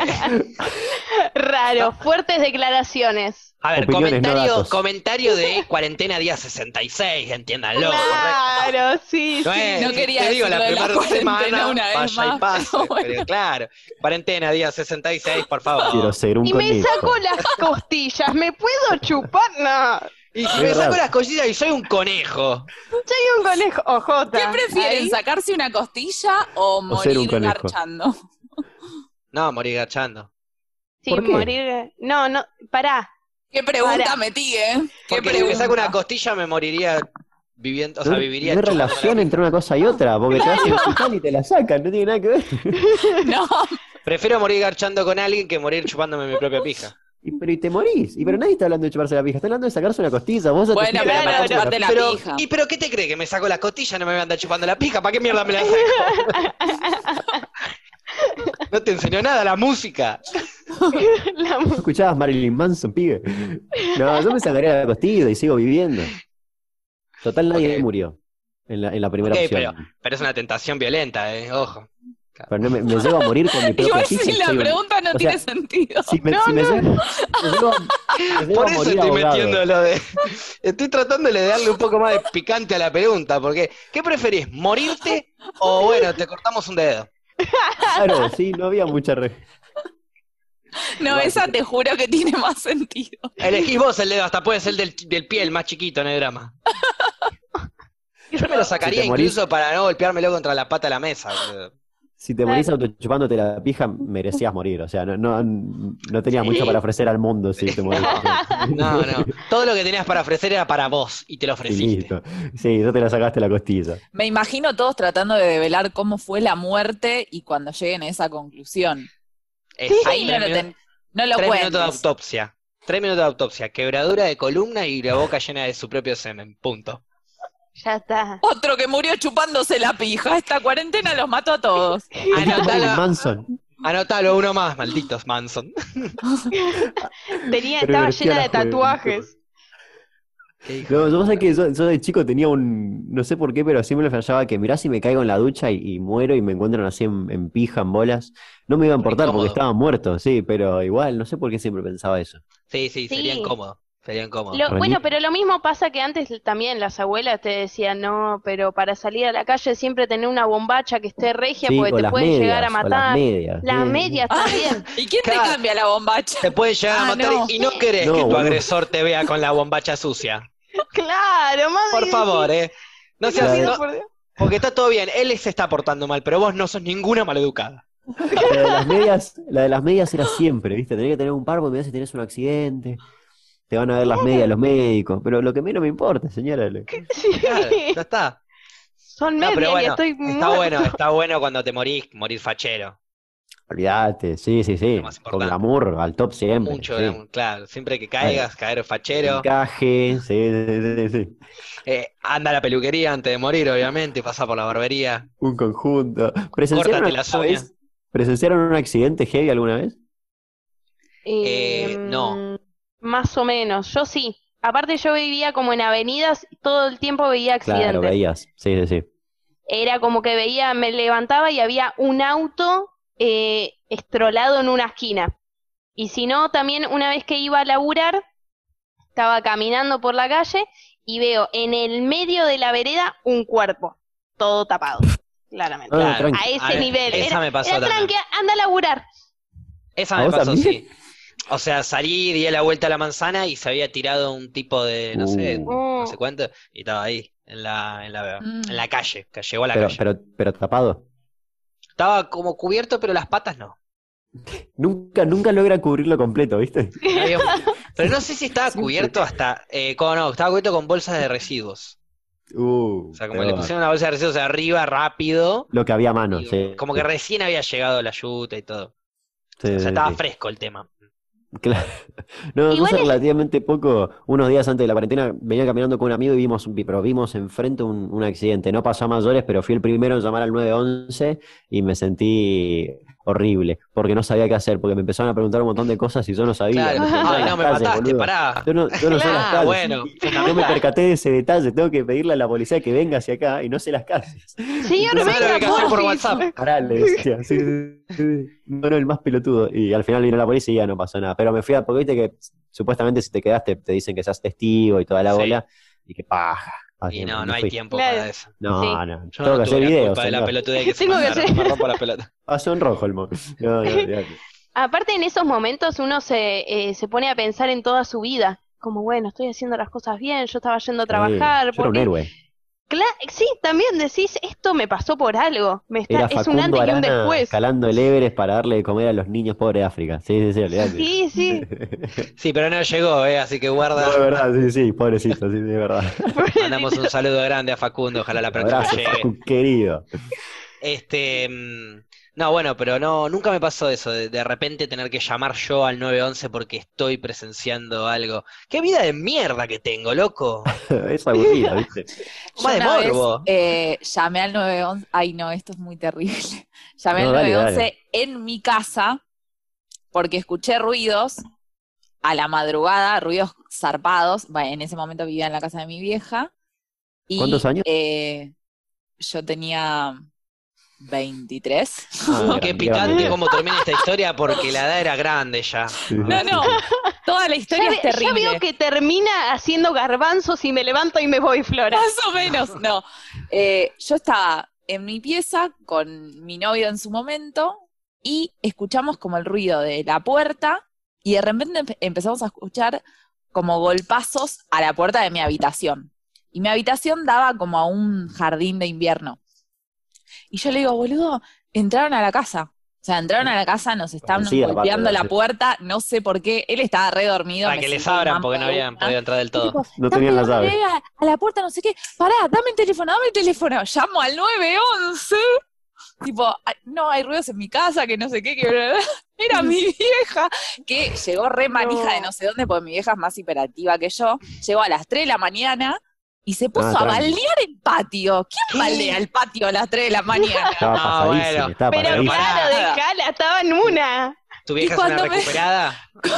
Speaker 5: (laughs) Raro, fuertes declaraciones.
Speaker 1: a ver,
Speaker 4: Opiniones, no
Speaker 1: comentario,
Speaker 4: datos.
Speaker 1: comentario de cuarentena día 66, entiéndanlo. correcto.
Speaker 5: claro, sí,
Speaker 1: No,
Speaker 5: sí.
Speaker 1: es,
Speaker 2: No quería
Speaker 1: te digo, la
Speaker 2: decirlo de la
Speaker 1: primera
Speaker 2: cuarentena
Speaker 1: semana
Speaker 2: una vez
Speaker 1: vaya y
Speaker 2: más, (laughs)
Speaker 1: pase,
Speaker 2: pero bueno.
Speaker 1: pero claro, cuarentena día 66, por
Speaker 4: Quiero
Speaker 1: favor.
Speaker 4: ser un
Speaker 5: Y me
Speaker 4: conejo.
Speaker 5: saco las costillas, ¿me puedo chupar? No,
Speaker 1: Y
Speaker 4: Es
Speaker 1: si me saco
Speaker 4: verdad.
Speaker 1: las costillas y soy un conejo.
Speaker 5: soy un conejo. Ojota.
Speaker 2: ¿Qué prefieren,
Speaker 5: Ahí.
Speaker 2: sacarse una costilla o
Speaker 4: ser un
Speaker 2: morir
Speaker 4: conejo.
Speaker 2: marchando?
Speaker 1: No, morí garchando.
Speaker 5: Sin
Speaker 4: ¿Por qué?
Speaker 5: morir. No, no, pará.
Speaker 2: Qué pregunta
Speaker 5: Pará.
Speaker 2: metí, ¿eh? (laughs) Qué
Speaker 1: Porque si me
Speaker 2: pregunta.
Speaker 1: saco una costilla me moriría viviendo, o sea,
Speaker 4: No-
Speaker 1: viviría
Speaker 4: no hay
Speaker 1: chupando la
Speaker 4: relación entre una cosa y otra, porque te hacen chutar y te la sacan, no tiene nada que ver.
Speaker 2: No,
Speaker 1: Prefiero morir garchando con alguien que morir chupándome mi propia pija.
Speaker 4: Y, pero y te morís. Y pero nadie está hablando de chuparse la pija, está hablando de sacarse una costilla. Vos ya te
Speaker 2: Bueno,
Speaker 4: fuiste
Speaker 5: pero
Speaker 4: a la
Speaker 5: para
Speaker 4: mierda.
Speaker 2: chuparte la-
Speaker 1: pero,
Speaker 2: pija.
Speaker 1: ¿Y pero qué te cree? ¿Que me saco las costillas no me voy a andar chupando la pija? ¿Para qué mierda me la
Speaker 2: (laughs)
Speaker 1: saco? no te enseñó nada la música.
Speaker 5: La
Speaker 4: ¿No
Speaker 5: mu-
Speaker 4: escuchabas Marilyn Manson, pibe? No, yo me sacaría la costilla y sigo viviendo. Total, nadie
Speaker 1: Ok.
Speaker 4: murió en la, en la primera
Speaker 1: Ok,
Speaker 4: opción. Pero,
Speaker 1: Pero es una tentación violenta, eh, ojo.
Speaker 4: no me, me llevo a morir con mi propia
Speaker 2: igual
Speaker 4: pija.
Speaker 2: si
Speaker 4: y
Speaker 2: la
Speaker 4: soy un-
Speaker 2: pregunta no
Speaker 4: o sea,
Speaker 2: tiene sentido.
Speaker 4: Si me, si me llevo- me llevo- me llevo
Speaker 1: Por
Speaker 4: a
Speaker 1: eso
Speaker 4: morir
Speaker 1: estoy
Speaker 4: ahogado.
Speaker 1: metiendo lo de. Estoy tratándole de darle un poco más de picante a la pregunta, porque ¿qué preferís? ¿Morirte o bueno, te cortamos un dedo?
Speaker 4: Claro, sí, no había mucha re...
Speaker 2: (laughs) No, esa te juro que tiene más sentido.
Speaker 1: Elegís vos el dedo, hasta puede ser del, del pie el más chiquito, no hay drama. Yo me lo sacaría
Speaker 4: Si te morís-
Speaker 1: incluso para no golpeármelo contra la pata de la mesa. boludo.
Speaker 4: Si te morís autochupándote la pija, merecías morir. O sea, no, no, no tenías
Speaker 1: Sí.
Speaker 4: mucho para ofrecer al mundo si te morís.
Speaker 1: No,
Speaker 4: (laughs)
Speaker 1: no. Todo lo que tenías para ofrecer era para vos y te lo
Speaker 4: Y
Speaker 1: ofreciste.
Speaker 4: listo. Sí, ya te la sacaste la costilla.
Speaker 2: Me imagino todos tratando de develar cómo fue la muerte y cuando lleguen a esa conclusión.
Speaker 1: Es
Speaker 2: Ahí no
Speaker 1: tres
Speaker 2: lo,
Speaker 1: minu-
Speaker 2: ten- no lo
Speaker 1: tres minutos de
Speaker 2: cuentes.
Speaker 1: autopsia. Tres minutos de autopsia. Quebradura de columna y la boca llena de su propio semen. Punto.
Speaker 5: Ya está.
Speaker 2: Otro que murió chupándose la pija. Esta cuarentena los mató a todos.
Speaker 4: (laughs) Es como Marilyn
Speaker 1: Anotalo,
Speaker 4: Manson.
Speaker 1: anotalo uno más, malditos Manson.
Speaker 5: Tenía,
Speaker 6: Pero
Speaker 5: estaba
Speaker 6: divertida
Speaker 5: llena
Speaker 6: la
Speaker 5: de
Speaker 6: juventud.
Speaker 5: tatuajes.
Speaker 1: ¿Qué dijo?
Speaker 4: No, yo sé que yo, yo de chico tenía un, no sé por qué, pero siempre me flashaba que mirá si me caigo en la ducha y, y muero y me encuentran así en, en pija, en bolas. No me iba a importar porque
Speaker 1: Incómodo.
Speaker 4: estaba muerto, sí, pero igual, no sé por qué siempre pensaba eso.
Speaker 1: Sí, sí, sería
Speaker 5: Sí.
Speaker 1: incómodo. Sería incómodo.
Speaker 5: Lo-
Speaker 4: Reñir.
Speaker 5: bueno, pero lo mismo pasa que antes también las abuelas te decían, no, pero para salir a la calle siempre tener una bombacha que esté regia
Speaker 4: Sí,
Speaker 5: porque
Speaker 4: o
Speaker 5: te
Speaker 4: las
Speaker 5: pueden
Speaker 4: medias,
Speaker 5: llegar a
Speaker 4: o las
Speaker 5: matar.
Speaker 4: medias.
Speaker 5: Las
Speaker 4: sí.
Speaker 5: medias también.
Speaker 2: ¿Y quién te
Speaker 1: Claro.
Speaker 2: cambia la bombacha?
Speaker 1: Te pueden llegar a
Speaker 2: Ah,
Speaker 1: matar
Speaker 2: no.
Speaker 1: y no querés
Speaker 4: No,
Speaker 1: que tu
Speaker 4: boludo.
Speaker 1: agresor te vea con la bombacha sucia.
Speaker 5: (laughs) claro, madre.
Speaker 1: Por favor, ¿eh? No
Speaker 5: Dios
Speaker 1: seas.
Speaker 5: mío,
Speaker 1: no-
Speaker 5: por Dios.
Speaker 1: porque está todo bien. Él se está portando mal, pero vos no sos ninguna maleducada.
Speaker 4: La de las medias, la de las medias era siempre, ¿viste? Tenés que tener un par porque mirá si tenés un accidente. Te van a ver las medias los médicos. Pero lo que a mí no me importa, señora. lo-
Speaker 5: Sí.
Speaker 2: (laughs)
Speaker 1: Claro, ya está.
Speaker 5: (laughs) Son
Speaker 1: No,
Speaker 5: medias
Speaker 1: pero
Speaker 5: y
Speaker 1: bueno,
Speaker 5: estoy
Speaker 1: está
Speaker 5: muy- (laughs)
Speaker 1: bueno, está bueno cuando te morís, morir fachero.
Speaker 4: Olvídate, sí, sí, sí.
Speaker 1: Lo más
Speaker 4: Con
Speaker 1: importante.
Speaker 4: glamour, al top siempre.
Speaker 1: Mucho,
Speaker 4: sí.
Speaker 1: digamos, claro. Siempre que caigas, caer fachero.
Speaker 4: Encaje, sí, sí, sí, sí.
Speaker 1: Eh, anda a la peluquería antes de morir, obviamente. Pasa por la barbería.
Speaker 4: Un conjunto. ¿Presenciaron
Speaker 1: Córtate las
Speaker 4: alguna
Speaker 1: uñas.
Speaker 4: vez- ¿Presenciaron un accidente heavy alguna vez?
Speaker 1: Eh, no.
Speaker 5: em, Más o menos, yo sí. Aparte yo vivía como en avenidas, todo el tiempo veía accidentes.
Speaker 4: Claro, veías. Sí, sí, sí.
Speaker 5: Era como que veía, me levantaba y había un auto eh, estrolado en una esquina. Y si no, también una vez que iba a laburar, estaba caminando por la calle y veo en el medio de la vereda un cuerpo, todo tapado, claramente.
Speaker 4: Ah,
Speaker 1: Claro.
Speaker 4: tranqui.
Speaker 5: A ese
Speaker 1: ver,
Speaker 5: nivel.
Speaker 1: eh, Esa
Speaker 5: Era,
Speaker 1: me pasó
Speaker 5: era
Speaker 1: también.
Speaker 5: tranqui, anda a laburar.
Speaker 1: Esa
Speaker 4: ¿A
Speaker 1: me
Speaker 4: vos
Speaker 1: pasó,
Speaker 4: también?
Speaker 1: sí. O sea, salí, di la vuelta a la manzana y se había tirado un tipo de, no sé,
Speaker 4: Uh.
Speaker 1: no sé cuánto, y estaba ahí, en la, en la,
Speaker 2: Mm.
Speaker 1: en la calle, que llegó a la
Speaker 4: Pero,
Speaker 1: calle.
Speaker 4: pero, pero tapado.
Speaker 1: Estaba como cubierto, pero las patas no.
Speaker 4: Nunca, nunca logra cubrirlo completo, ¿viste?
Speaker 1: Había un-
Speaker 5: (laughs)
Speaker 1: Pero no sé si estaba cubierto hasta, eh, con, no, estaba cubierto con bolsas de residuos.
Speaker 4: Uh,
Speaker 1: O sea, como
Speaker 4: qué
Speaker 1: le
Speaker 4: va.
Speaker 1: pusieron una bolsa de residuos arriba rápido,
Speaker 4: Lo que había a mano,
Speaker 1: y
Speaker 4: sí.
Speaker 1: como que recién había llegado la yuta y todo.
Speaker 4: Sí,
Speaker 1: O
Speaker 4: sí,
Speaker 1: sea, estaba
Speaker 4: sí.
Speaker 1: fresco el tema.
Speaker 4: Claro. No, yo
Speaker 5: Igual
Speaker 4: hace
Speaker 5: es-
Speaker 4: relativamente poco, unos días antes de la cuarentena, venía caminando con un amigo y vimos, un- pero vimos enfrente un, un accidente. No pasó a mayores, pero fui el primero en llamar al 911 y me sentí horrible, porque no sabía qué hacer, porque me empezaron a preguntar un montón de cosas y yo no sabía.
Speaker 1: Claro,
Speaker 4: Me preguntaron
Speaker 1: ay, no,
Speaker 4: las
Speaker 1: me
Speaker 4: calles,
Speaker 1: mataste,
Speaker 4: boludo.
Speaker 1: pará.
Speaker 4: Yo no, yo no sé las
Speaker 1: Ah,
Speaker 4: calles.
Speaker 1: bueno,
Speaker 4: No me percaté de ese detalle, tengo que pedirle a la policía que venga hacia acá y no sé las calles.
Speaker 5: Señor,
Speaker 1: Empezá a
Speaker 5: venga,
Speaker 1: navegar por
Speaker 5: porfis.
Speaker 1: WhatsApp.
Speaker 4: Pará, le decía, sí, sí, sí. No, no, el más pelotudo. Y al final vino la policía y ya no pasó nada. Pero me fui a, porque viste que supuestamente si te quedaste te dicen que seas testigo y toda la
Speaker 1: Sí.
Speaker 4: bola. Y que paja. Así
Speaker 1: Y
Speaker 4: que
Speaker 1: no,
Speaker 4: Ah, me
Speaker 1: no hay
Speaker 4: fui.
Speaker 1: tiempo
Speaker 5: Claro.
Speaker 1: para eso.
Speaker 4: No,
Speaker 5: Sí.
Speaker 1: Yo
Speaker 4: no. tengo
Speaker 1: no
Speaker 4: que hacer
Speaker 1: tuve la
Speaker 4: videos.
Speaker 1: culpa de la
Speaker 5: (laughs)
Speaker 4: señor.
Speaker 1: pelotudez que se
Speaker 5: Tengo que
Speaker 1: mandaron, (laughs)
Speaker 5: hacer-
Speaker 1: me rompo la pelota.
Speaker 4: Pasó en rojo el mo-
Speaker 1: (laughs)
Speaker 4: No, no, olvidate.
Speaker 5: Aparte, en esos momentos uno se, eh, se pone a pensar en toda su vida. Como, bueno, estoy haciendo las cosas bien, yo estaba yendo (laughs) a
Speaker 4: Sí,
Speaker 5: trabajar.
Speaker 4: yo era un
Speaker 5: porque-
Speaker 4: héroe.
Speaker 5: Cla- sí, también decís, esto me pasó por algo. Me está,
Speaker 4: Era
Speaker 5: es un
Speaker 4: Facundo
Speaker 5: antes y un
Speaker 4: Arana
Speaker 5: después.
Speaker 4: calando el Everest para darle de comer a los niños pobres de África. Sí, sí, sí, olvidate.
Speaker 5: Sí, (laughs) sí.
Speaker 1: Sí, pero no llegó, eh, así que
Speaker 5: (laughs)
Speaker 4: No,
Speaker 1: guarda.
Speaker 4: de verdad, sí, sí, pobrecito, sí, sí, de verdad.
Speaker 1: Mandamos un saludo grande a Facundo, ojalá la próxima
Speaker 4: Abrazo,
Speaker 1: llegue.
Speaker 4: Facu, querido. (laughs)
Speaker 1: Este, mm, no, bueno, pero no, nunca me pasó eso, de, de repente tener que llamar yo al 911 porque estoy presenciando algo. ¡Qué vida de mierda que tengo, loco!
Speaker 5: (laughs)
Speaker 4: Es aburrido, ¿viste?
Speaker 2: Yo
Speaker 1: Más de
Speaker 2: una vez,
Speaker 1: morbo.
Speaker 2: eh, llamé al 911. Ay, no, esto es muy terrible. (laughs) Llamé
Speaker 4: No,
Speaker 2: al
Speaker 4: dale,
Speaker 2: 911
Speaker 4: dale.
Speaker 2: en mi casa porque escuché ruidos a la madrugada, ruidos zarpados. Bueno, en ese momento vivía en la casa de mi vieja. Y,
Speaker 4: ¿Cuántos años?
Speaker 2: eh, yo tenía
Speaker 4: (laughs)
Speaker 2: 23.
Speaker 4: Ah,
Speaker 1: Qué
Speaker 4: grande,
Speaker 1: picante
Speaker 4: grande.
Speaker 1: cómo termina esta historia porque la edad era grande ya.
Speaker 4: Sí, sí,
Speaker 2: No,
Speaker 4: sí.
Speaker 2: no. Toda la historia
Speaker 5: Ya,
Speaker 2: es
Speaker 5: ve- ya
Speaker 2: terrible.
Speaker 5: veo que termina haciendo garbanzos y me levanto y me voy, Flora.
Speaker 2: Más o menos, no. Eh, yo estaba en mi pieza con mi novio en su momento y escuchamos como el ruido de la puerta y de repente empe- empezamos a escuchar como golpazos a la puerta de mi habitación. Y mi habitación daba como a un jardín de invierno. Y yo le digo, boludo, entraron a la casa. O sea, entraron a la casa, nos estaban
Speaker 4: Convencida,
Speaker 2: golpeando
Speaker 4: aparte,
Speaker 2: la
Speaker 4: sí.
Speaker 1: puerta,
Speaker 2: puerta, no sé por qué. Él estaba re dormido.
Speaker 1: Para
Speaker 2: me
Speaker 1: que les
Speaker 2: sentó un
Speaker 1: abran
Speaker 2: mambo
Speaker 1: porque no
Speaker 2: de
Speaker 1: habían
Speaker 2: una.
Speaker 1: podido entrar del todo.
Speaker 4: No tenían la llave.
Speaker 2: A, a la puerta, no sé qué. Pará, dame el teléfono, dame el teléfono. Llamo al 911. Tipo, "Ay, no, hay ruidos en mi casa, que no sé qué, que bla, bla, bla". Era
Speaker 4: (laughs)
Speaker 2: mi vieja, que llegó re manija
Speaker 5: No.
Speaker 2: de no sé dónde, porque mi vieja es más hiperativa que yo. Llegó a las 3 de la mañana y se puso
Speaker 4: Ah,
Speaker 2: a
Speaker 4: tranqui.
Speaker 2: baldear el patio. ¿Quién
Speaker 1: ¿Qué?
Speaker 2: baldea el patio a las 3 de la mañana?
Speaker 4: Estaba
Speaker 1: Ah,
Speaker 4: pasadísima,
Speaker 1: bueno.
Speaker 4: estaba
Speaker 5: Pero
Speaker 1: Para
Speaker 4: pasadísima.
Speaker 1: pará.
Speaker 5: claro,
Speaker 2: nada.
Speaker 5: dejala, estaba en una.
Speaker 1: ¿Tu
Speaker 2: Y
Speaker 1: vieja es una
Speaker 2: cuando me-
Speaker 1: (laughs) recuperada? Digo,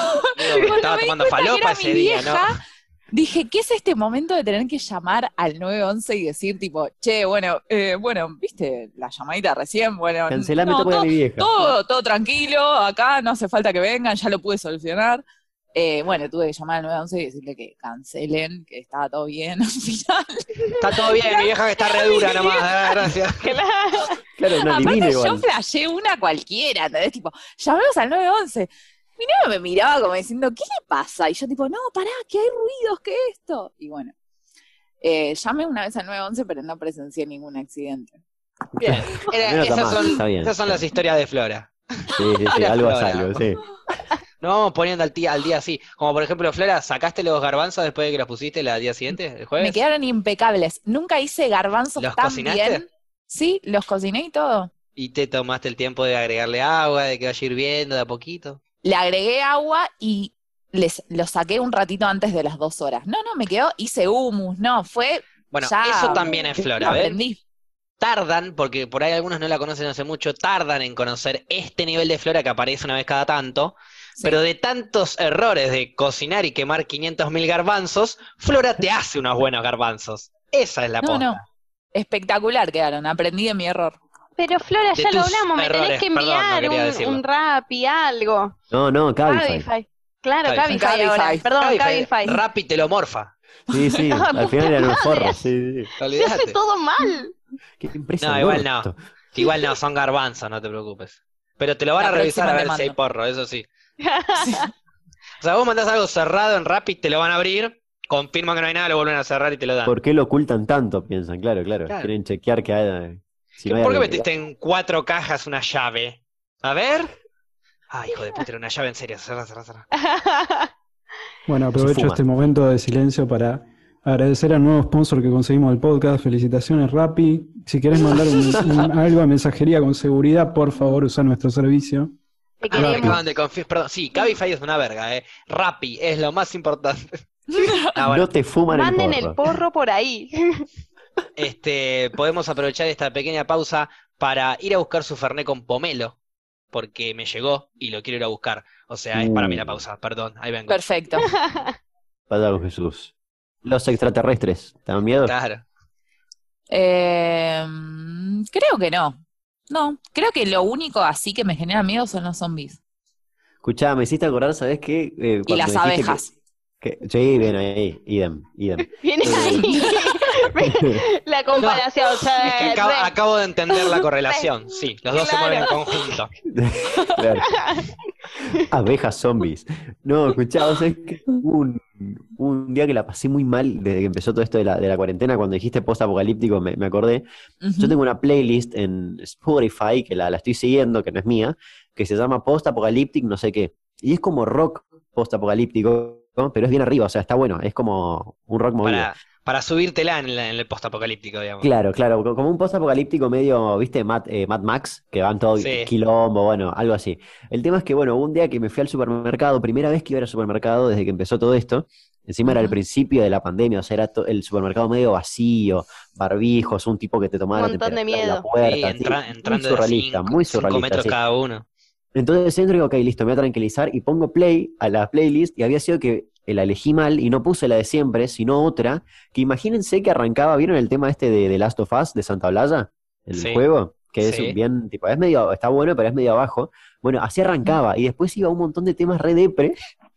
Speaker 2: Cuando
Speaker 1: estaba
Speaker 2: me
Speaker 1: tomando
Speaker 2: di cuenta que
Speaker 1: falopa
Speaker 2: era
Speaker 1: ese
Speaker 2: mi
Speaker 1: día, ¿no?
Speaker 2: vieja, Dije, ¿qué es este momento de tener que llamar al 911 y decir, tipo, che, bueno, eh, bueno, viste la llamadita recién, bueno,
Speaker 4: Cancelame
Speaker 2: no,
Speaker 4: todo para
Speaker 2: todo,
Speaker 4: mi vieja.
Speaker 2: todo, todo tranquilo, acá no hace falta que vengan, ya lo pude solucionar. Eh, bueno, tuve que llamar al 911 y decirle que cancelen, que estaba todo bien (laughs) al final.
Speaker 1: Está todo bien, mi vieja que está re dura nomás, ah, gracias.
Speaker 4: Claro, no adivina
Speaker 2: Aparte, yo
Speaker 4: igual.
Speaker 2: flashé una cualquiera, ¿entendés? Tipo, llamemos al 911. Mi novio me miraba como diciendo, ¿qué le pasa? Y yo tipo, no, pará, que hay ruidos, que esto. Y bueno, eh, llamé una vez al 911, pero no presencié ningún accidente.
Speaker 1: Bien, (laughs) era-
Speaker 4: Menos está
Speaker 1: esas,
Speaker 4: mal,
Speaker 1: son,
Speaker 4: está bien.
Speaker 1: esas son las historias de Flora.
Speaker 4: Sí, sí, sí, algo es algo, sí.
Speaker 1: Nos vamos poniendo al, día- al día así. Como por ejemplo, Flora, ¿sacaste los garbanzos después de que los pusiste el día siguiente, el
Speaker 2: Me
Speaker 1: jueves?
Speaker 2: quedaron impecables. Nunca hice garbanzos
Speaker 1: ¿Los
Speaker 2: tan
Speaker 1: cocinaste?
Speaker 2: bien. Sí, los cociné y todo.
Speaker 1: Y te tomaste el tiempo de agregarle agua, de que vaya hirviendo de a poquito.
Speaker 2: Le agregué agua y les, los saqué un ratito antes de las dos horas. No, no, me quedó, hice humus, no, fue,
Speaker 1: Bueno,
Speaker 2: Ya,
Speaker 1: eso también es Flora, ¿ves?
Speaker 2: aprendí.
Speaker 1: tardan, porque por ahí algunos no la conocen hace mucho, tardan en conocer este nivel de flora que aparece una vez cada tanto,
Speaker 2: Sí.
Speaker 1: pero de tantos errores de cocinar y quemar 500.000 garbanzos, Flora te hace unos buenos garbanzos. Esa es la
Speaker 2: No,
Speaker 1: posta.
Speaker 2: no. Espectacular quedaron, aprendí de mi (laughs) error.
Speaker 5: Pero Flora,
Speaker 1: De
Speaker 5: ya lo
Speaker 1: tus
Speaker 5: hablamos, me
Speaker 1: errores,
Speaker 5: tenés que
Speaker 1: perdón, no
Speaker 5: enviar
Speaker 1: quería
Speaker 5: un,
Speaker 1: decirlo.
Speaker 5: un rap y algo.
Speaker 4: No, no, Cabify.
Speaker 5: Cabify. Claro,
Speaker 1: Cabify.
Speaker 5: Cabify, ahora.
Speaker 2: Cabify.
Speaker 5: Perdón, Cabify.
Speaker 1: Rappi te lo morfa.
Speaker 4: Sí, sí,
Speaker 5: Ah,
Speaker 4: al final eran unos forros, sí, sí.
Speaker 5: Se hace
Speaker 1: Olvídate.
Speaker 5: todo mal.
Speaker 4: Qué empresa
Speaker 1: No,
Speaker 4: del
Speaker 1: igual no.
Speaker 4: orto.
Speaker 1: Igual no, son garbanzos, no te preocupes. Pero te lo van
Speaker 2: La
Speaker 1: a revisar a
Speaker 2: próxima
Speaker 1: ver
Speaker 2: te
Speaker 1: si hay
Speaker 2: mando.
Speaker 1: porro, eso sí. O sea, vos mandás algo cerrado en Rappi, te lo van a abrir, confirman que no hay nada, lo vuelven a cerrar y te lo dan.
Speaker 4: ¿Por qué lo ocultan tanto? Piensan, claro, claro.
Speaker 1: Claro.
Speaker 4: Quieren chequear que haya. Si no hay
Speaker 1: ¿Por qué
Speaker 4: algo-
Speaker 1: metiste en cuatro cajas una llave? A ver. Ay, hijo de puta, era una llave en serio. Cerra, cerra, cerra.
Speaker 6: Bueno,
Speaker 4: Se
Speaker 6: aprovecho
Speaker 4: fuma.
Speaker 6: este momento de silencio para agradecer al nuevo sponsor que conseguimos del podcast. Felicitaciones, Rappi. Si querés
Speaker 4: (laughs)
Speaker 6: mandar un- un- algo a mensajería con seguridad, por favor, usa nuestro servicio.
Speaker 5: Te
Speaker 1: Ah, me
Speaker 5: queremos.
Speaker 1: acaban de confiar. Perdón, sí, Cabify es una verga, eh. Rappi es lo más importante. (laughs) Ah, bueno,
Speaker 4: No te fuman
Speaker 5: Manden
Speaker 4: el
Speaker 5: el
Speaker 4: porro.
Speaker 5: porro por ahí.
Speaker 1: este, podemos aprovechar esta pequeña pausa para ir a buscar su Ferné con pomelo. Porque me llegó y lo quiero ir a buscar. O sea, es para mí la
Speaker 4: Uh.
Speaker 1: pausa, perdón, ahí vengo.
Speaker 2: Perfecto.
Speaker 4: Vaya con Jesús. Los extraterrestres, ¿te dan miedo?
Speaker 1: Claro.
Speaker 2: Eh, mm, creo que no. No, creo que lo único así que me genera miedo son los zombies
Speaker 4: Escuchá, me hiciste acordar, ¿sabés qué? Eh,
Speaker 2: y
Speaker 4: cuando
Speaker 2: las
Speaker 4: dijiste que-
Speaker 2: abejas.
Speaker 4: que- sí, bien ahí, idem, idem.
Speaker 5: Viene ahí.
Speaker 4: (laughs)
Speaker 5: La comparación. o sea,
Speaker 1: Es que acabo,
Speaker 5: re-
Speaker 1: acabo de entender la correlación. Sí, los dos se mueven en conjunto.
Speaker 4: Claro. Abejas zombies. No, escuchá, vos sabés que hubo un, un día que la pasé muy mal desde que empezó todo esto de la, de la cuarentena, cuando dijiste post apocalíptico, me, me acordé. Yo
Speaker 2: Ujú.
Speaker 4: tengo una playlist en Spotify que la, la estoy siguiendo, que no es mía, que se llama Post Apocalyptic, no sé qué. Y es como rock post apocalíptico, pero es bien arriba, o sea, está bueno, es como un rock movido.
Speaker 1: Para, para subírtela en, la- en el post apocalíptico, digamos.
Speaker 4: Claro, claro, co- como un post apocalíptico medio, viste, Mad, eh, Mad Max, que van todo
Speaker 1: Sí.
Speaker 4: quilombo, bueno, algo así. El tema es que, bueno, un día que me fui al supermercado, primera vez que iba al supermercado desde que empezó todo esto, encima era el
Speaker 2: Ujú.
Speaker 4: principio de la pandemia, o sea, era to- el supermercado medio vacío, barbijos, un tipo que te tomaba la
Speaker 5: Montón de
Speaker 4: temperatura en la
Speaker 5: miedo.
Speaker 1: Sí,
Speaker 4: puerta, así,
Speaker 1: entra-
Speaker 4: muy
Speaker 1: entrando de a
Speaker 4: surrealista,
Speaker 1: cinco-
Speaker 4: muy
Speaker 1: cinco
Speaker 4: surrealista.
Speaker 1: metros
Speaker 4: sí.
Speaker 1: cada uno.
Speaker 4: Entonces entro y digo, ok, listo, me voy a tranquilizar y pongo play a la playlist y había sido que eh, la elegí mal y no puse la de siempre, sino otra, que imagínense que arrancaba, ¿vieron el tema este de The Last of Us de Santa Blaya? El
Speaker 1: Sí.
Speaker 4: juego, que es
Speaker 1: Sí.
Speaker 4: un bien, tipo, es medio, está bueno, pero es medio abajo. Bueno, así arrancaba y después iba un montón de temas re depre
Speaker 2: (laughs)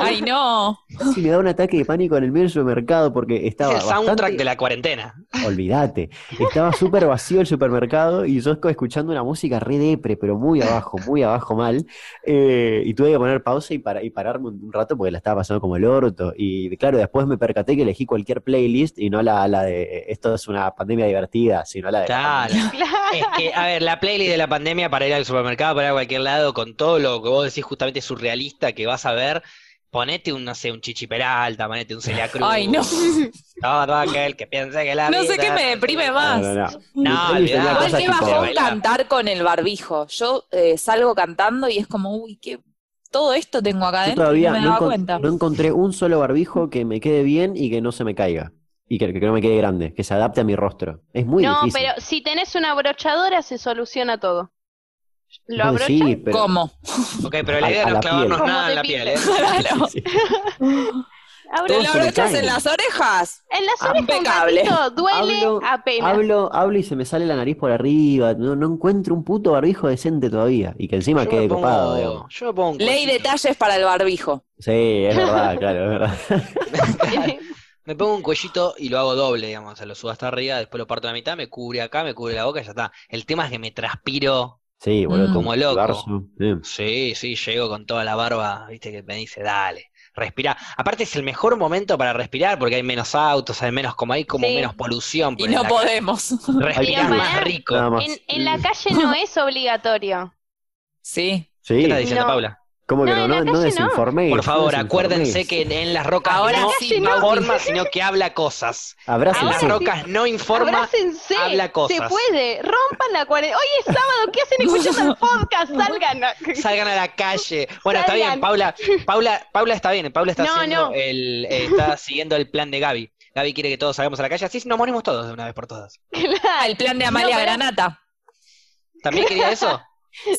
Speaker 2: Ay, no.
Speaker 4: y me daba un ataque de pánico en el medio del supermercado porque
Speaker 1: Es (laughs)
Speaker 4: estaba
Speaker 1: el soundtrack
Speaker 4: bastante-
Speaker 1: de la cuarentena.
Speaker 4: Olvídate. Estaba súper vacío el supermercado y yo esco- escuchando una música re depre, pero muy abajo, muy abajo mal. Eh, y tuve que poner pausa y, para, y pararme un, un rato porque la estaba pasando como el orto. Y claro, después me percaté que elegí cualquier playlist y no la, la de eh, esto es una pandemia divertida, sino la de.
Speaker 1: Claro. Es que, a ver, la playlist de la pandemia para ir al supermercado, para ir a cualquier lado, con todo lo que vos decís justamente surrealista que vas a ver, ponete un, no sé, un Chichi Peralta, ponete un Celia Cruz.
Speaker 2: Ay,
Speaker 4: (laughs)
Speaker 2: no.
Speaker 1: Todo aquel que piense que la
Speaker 2: No sé
Speaker 1: vida
Speaker 2: qué me
Speaker 1: es-
Speaker 2: deprime más.
Speaker 4: No, no, no.
Speaker 1: No,
Speaker 4: Mi playlist tenía
Speaker 1: olvidate.
Speaker 2: Igual
Speaker 4: cosas
Speaker 2: que
Speaker 4: tipo-
Speaker 2: bajón cantar con el barbijo. Yo eh, salgo cantando y es como, uy, que todo esto tengo acá
Speaker 4: Yo
Speaker 2: adentro y
Speaker 4: todavía
Speaker 2: no me
Speaker 4: no,
Speaker 2: daba
Speaker 4: encon-
Speaker 2: cuenta.
Speaker 4: no encontré un solo barbijo que me quede bien y que no se me caiga. Y que, que no me quede grande, que se adapte a mi rostro. Es muy
Speaker 5: no,
Speaker 4: difícil.
Speaker 5: pero si tenés una brochadora se soluciona todo. ¿Lo
Speaker 4: No,
Speaker 5: abrochas?
Speaker 4: sí, pero
Speaker 2: ¿Cómo?
Speaker 1: Ok, pero la
Speaker 4: A-
Speaker 1: idea
Speaker 4: a
Speaker 1: no es
Speaker 4: la
Speaker 1: clavarnos
Speaker 5: piel.
Speaker 1: nada en la
Speaker 5: Como te
Speaker 1: piel, ¿eh?
Speaker 5: pinten.
Speaker 2: Claro.
Speaker 4: (laughs) Sí, sí.
Speaker 5: Abro-
Speaker 2: ¿Te
Speaker 4: Todo
Speaker 2: lo
Speaker 4: se me
Speaker 2: abrochas
Speaker 4: cae.
Speaker 2: en las orejas?
Speaker 5: En las orejas un
Speaker 2: Impecable.
Speaker 5: ratito, duele
Speaker 4: Hablo-
Speaker 5: apenas. (laughs)
Speaker 4: Hablo, hablo y se me sale la nariz por arriba. No, no encuentro un puto barbijo decente todavía. Y que encima
Speaker 1: Yo me
Speaker 4: quede
Speaker 1: pongo-
Speaker 4: copado, digamos.
Speaker 1: Yo me pongo un
Speaker 2: Ley
Speaker 1: cuellito.
Speaker 2: detalles para el barbijo.
Speaker 4: Sí, es verdad, claro, es verdad.
Speaker 1: Me pongo un cuellito y lo hago doble, digamos. O sea, lo subo hasta arriba, después lo parto a la mitad, me cubre acá, me cubre la boca y ya está. El tema es que me transpiro.
Speaker 4: Sí, boludo.
Speaker 2: Mm.
Speaker 1: Como loco.
Speaker 4: garzo.
Speaker 1: Sí,
Speaker 4: Sí.
Speaker 1: sí, llego con toda la barba, viste, que me dice, dale, respira. Aparte es el mejor momento para respirar porque hay menos autos, hay menos, como hay como
Speaker 5: Sí.
Speaker 1: menos polución.
Speaker 2: Y
Speaker 1: por
Speaker 2: no
Speaker 1: la-
Speaker 2: podemos. (laughs)
Speaker 1: Respirás
Speaker 5: Bien,
Speaker 1: más
Speaker 5: pará.
Speaker 1: rico.
Speaker 4: Nada más.
Speaker 5: En, en la calle no es obligatorio.
Speaker 2: Sí.
Speaker 1: ¿Qué
Speaker 4: Sí,
Speaker 1: estás diciendo,
Speaker 5: No.
Speaker 1: Paula?
Speaker 4: ¿cómo que
Speaker 5: No,
Speaker 4: no?
Speaker 5: en la
Speaker 4: No, no
Speaker 5: calle no.
Speaker 4: desinformé.
Speaker 1: Por
Speaker 4: no
Speaker 1: favor,
Speaker 4: desinformé.
Speaker 1: acuérdense que en, en las rocas
Speaker 2: Ahora
Speaker 1: no
Speaker 2: sí,
Speaker 5: no.
Speaker 1: informa, sino que habla cosas.
Speaker 4: Abrácense.
Speaker 1: En las
Speaker 5: Ahora sí.
Speaker 1: rocas no informa.
Speaker 5: Abrácense,
Speaker 1: habla cosas.
Speaker 5: se puede, rompan la cuarentena. Hoy es sábado, ¿qué hacen escuchando
Speaker 1: (laughs)
Speaker 5: el podcast? Salgan. (laughs)
Speaker 1: Salgan a la calle. Bueno, está
Speaker 5: Salgan.
Speaker 1: bien, Paula. Paula, Paula está bien. Paula está,
Speaker 5: No,
Speaker 1: haciendo
Speaker 5: no.
Speaker 1: El, eh,
Speaker 5: (laughs)
Speaker 1: está siguiendo el plan de Gaby. Gaby quiere que todos salgamos a la calle. Así nos morimos todos de una vez por todas.
Speaker 2: Ah, el plan de Amalia
Speaker 5: No, pero-
Speaker 2: Granata.
Speaker 1: ¿También quería
Speaker 5: (laughs)
Speaker 1: eso?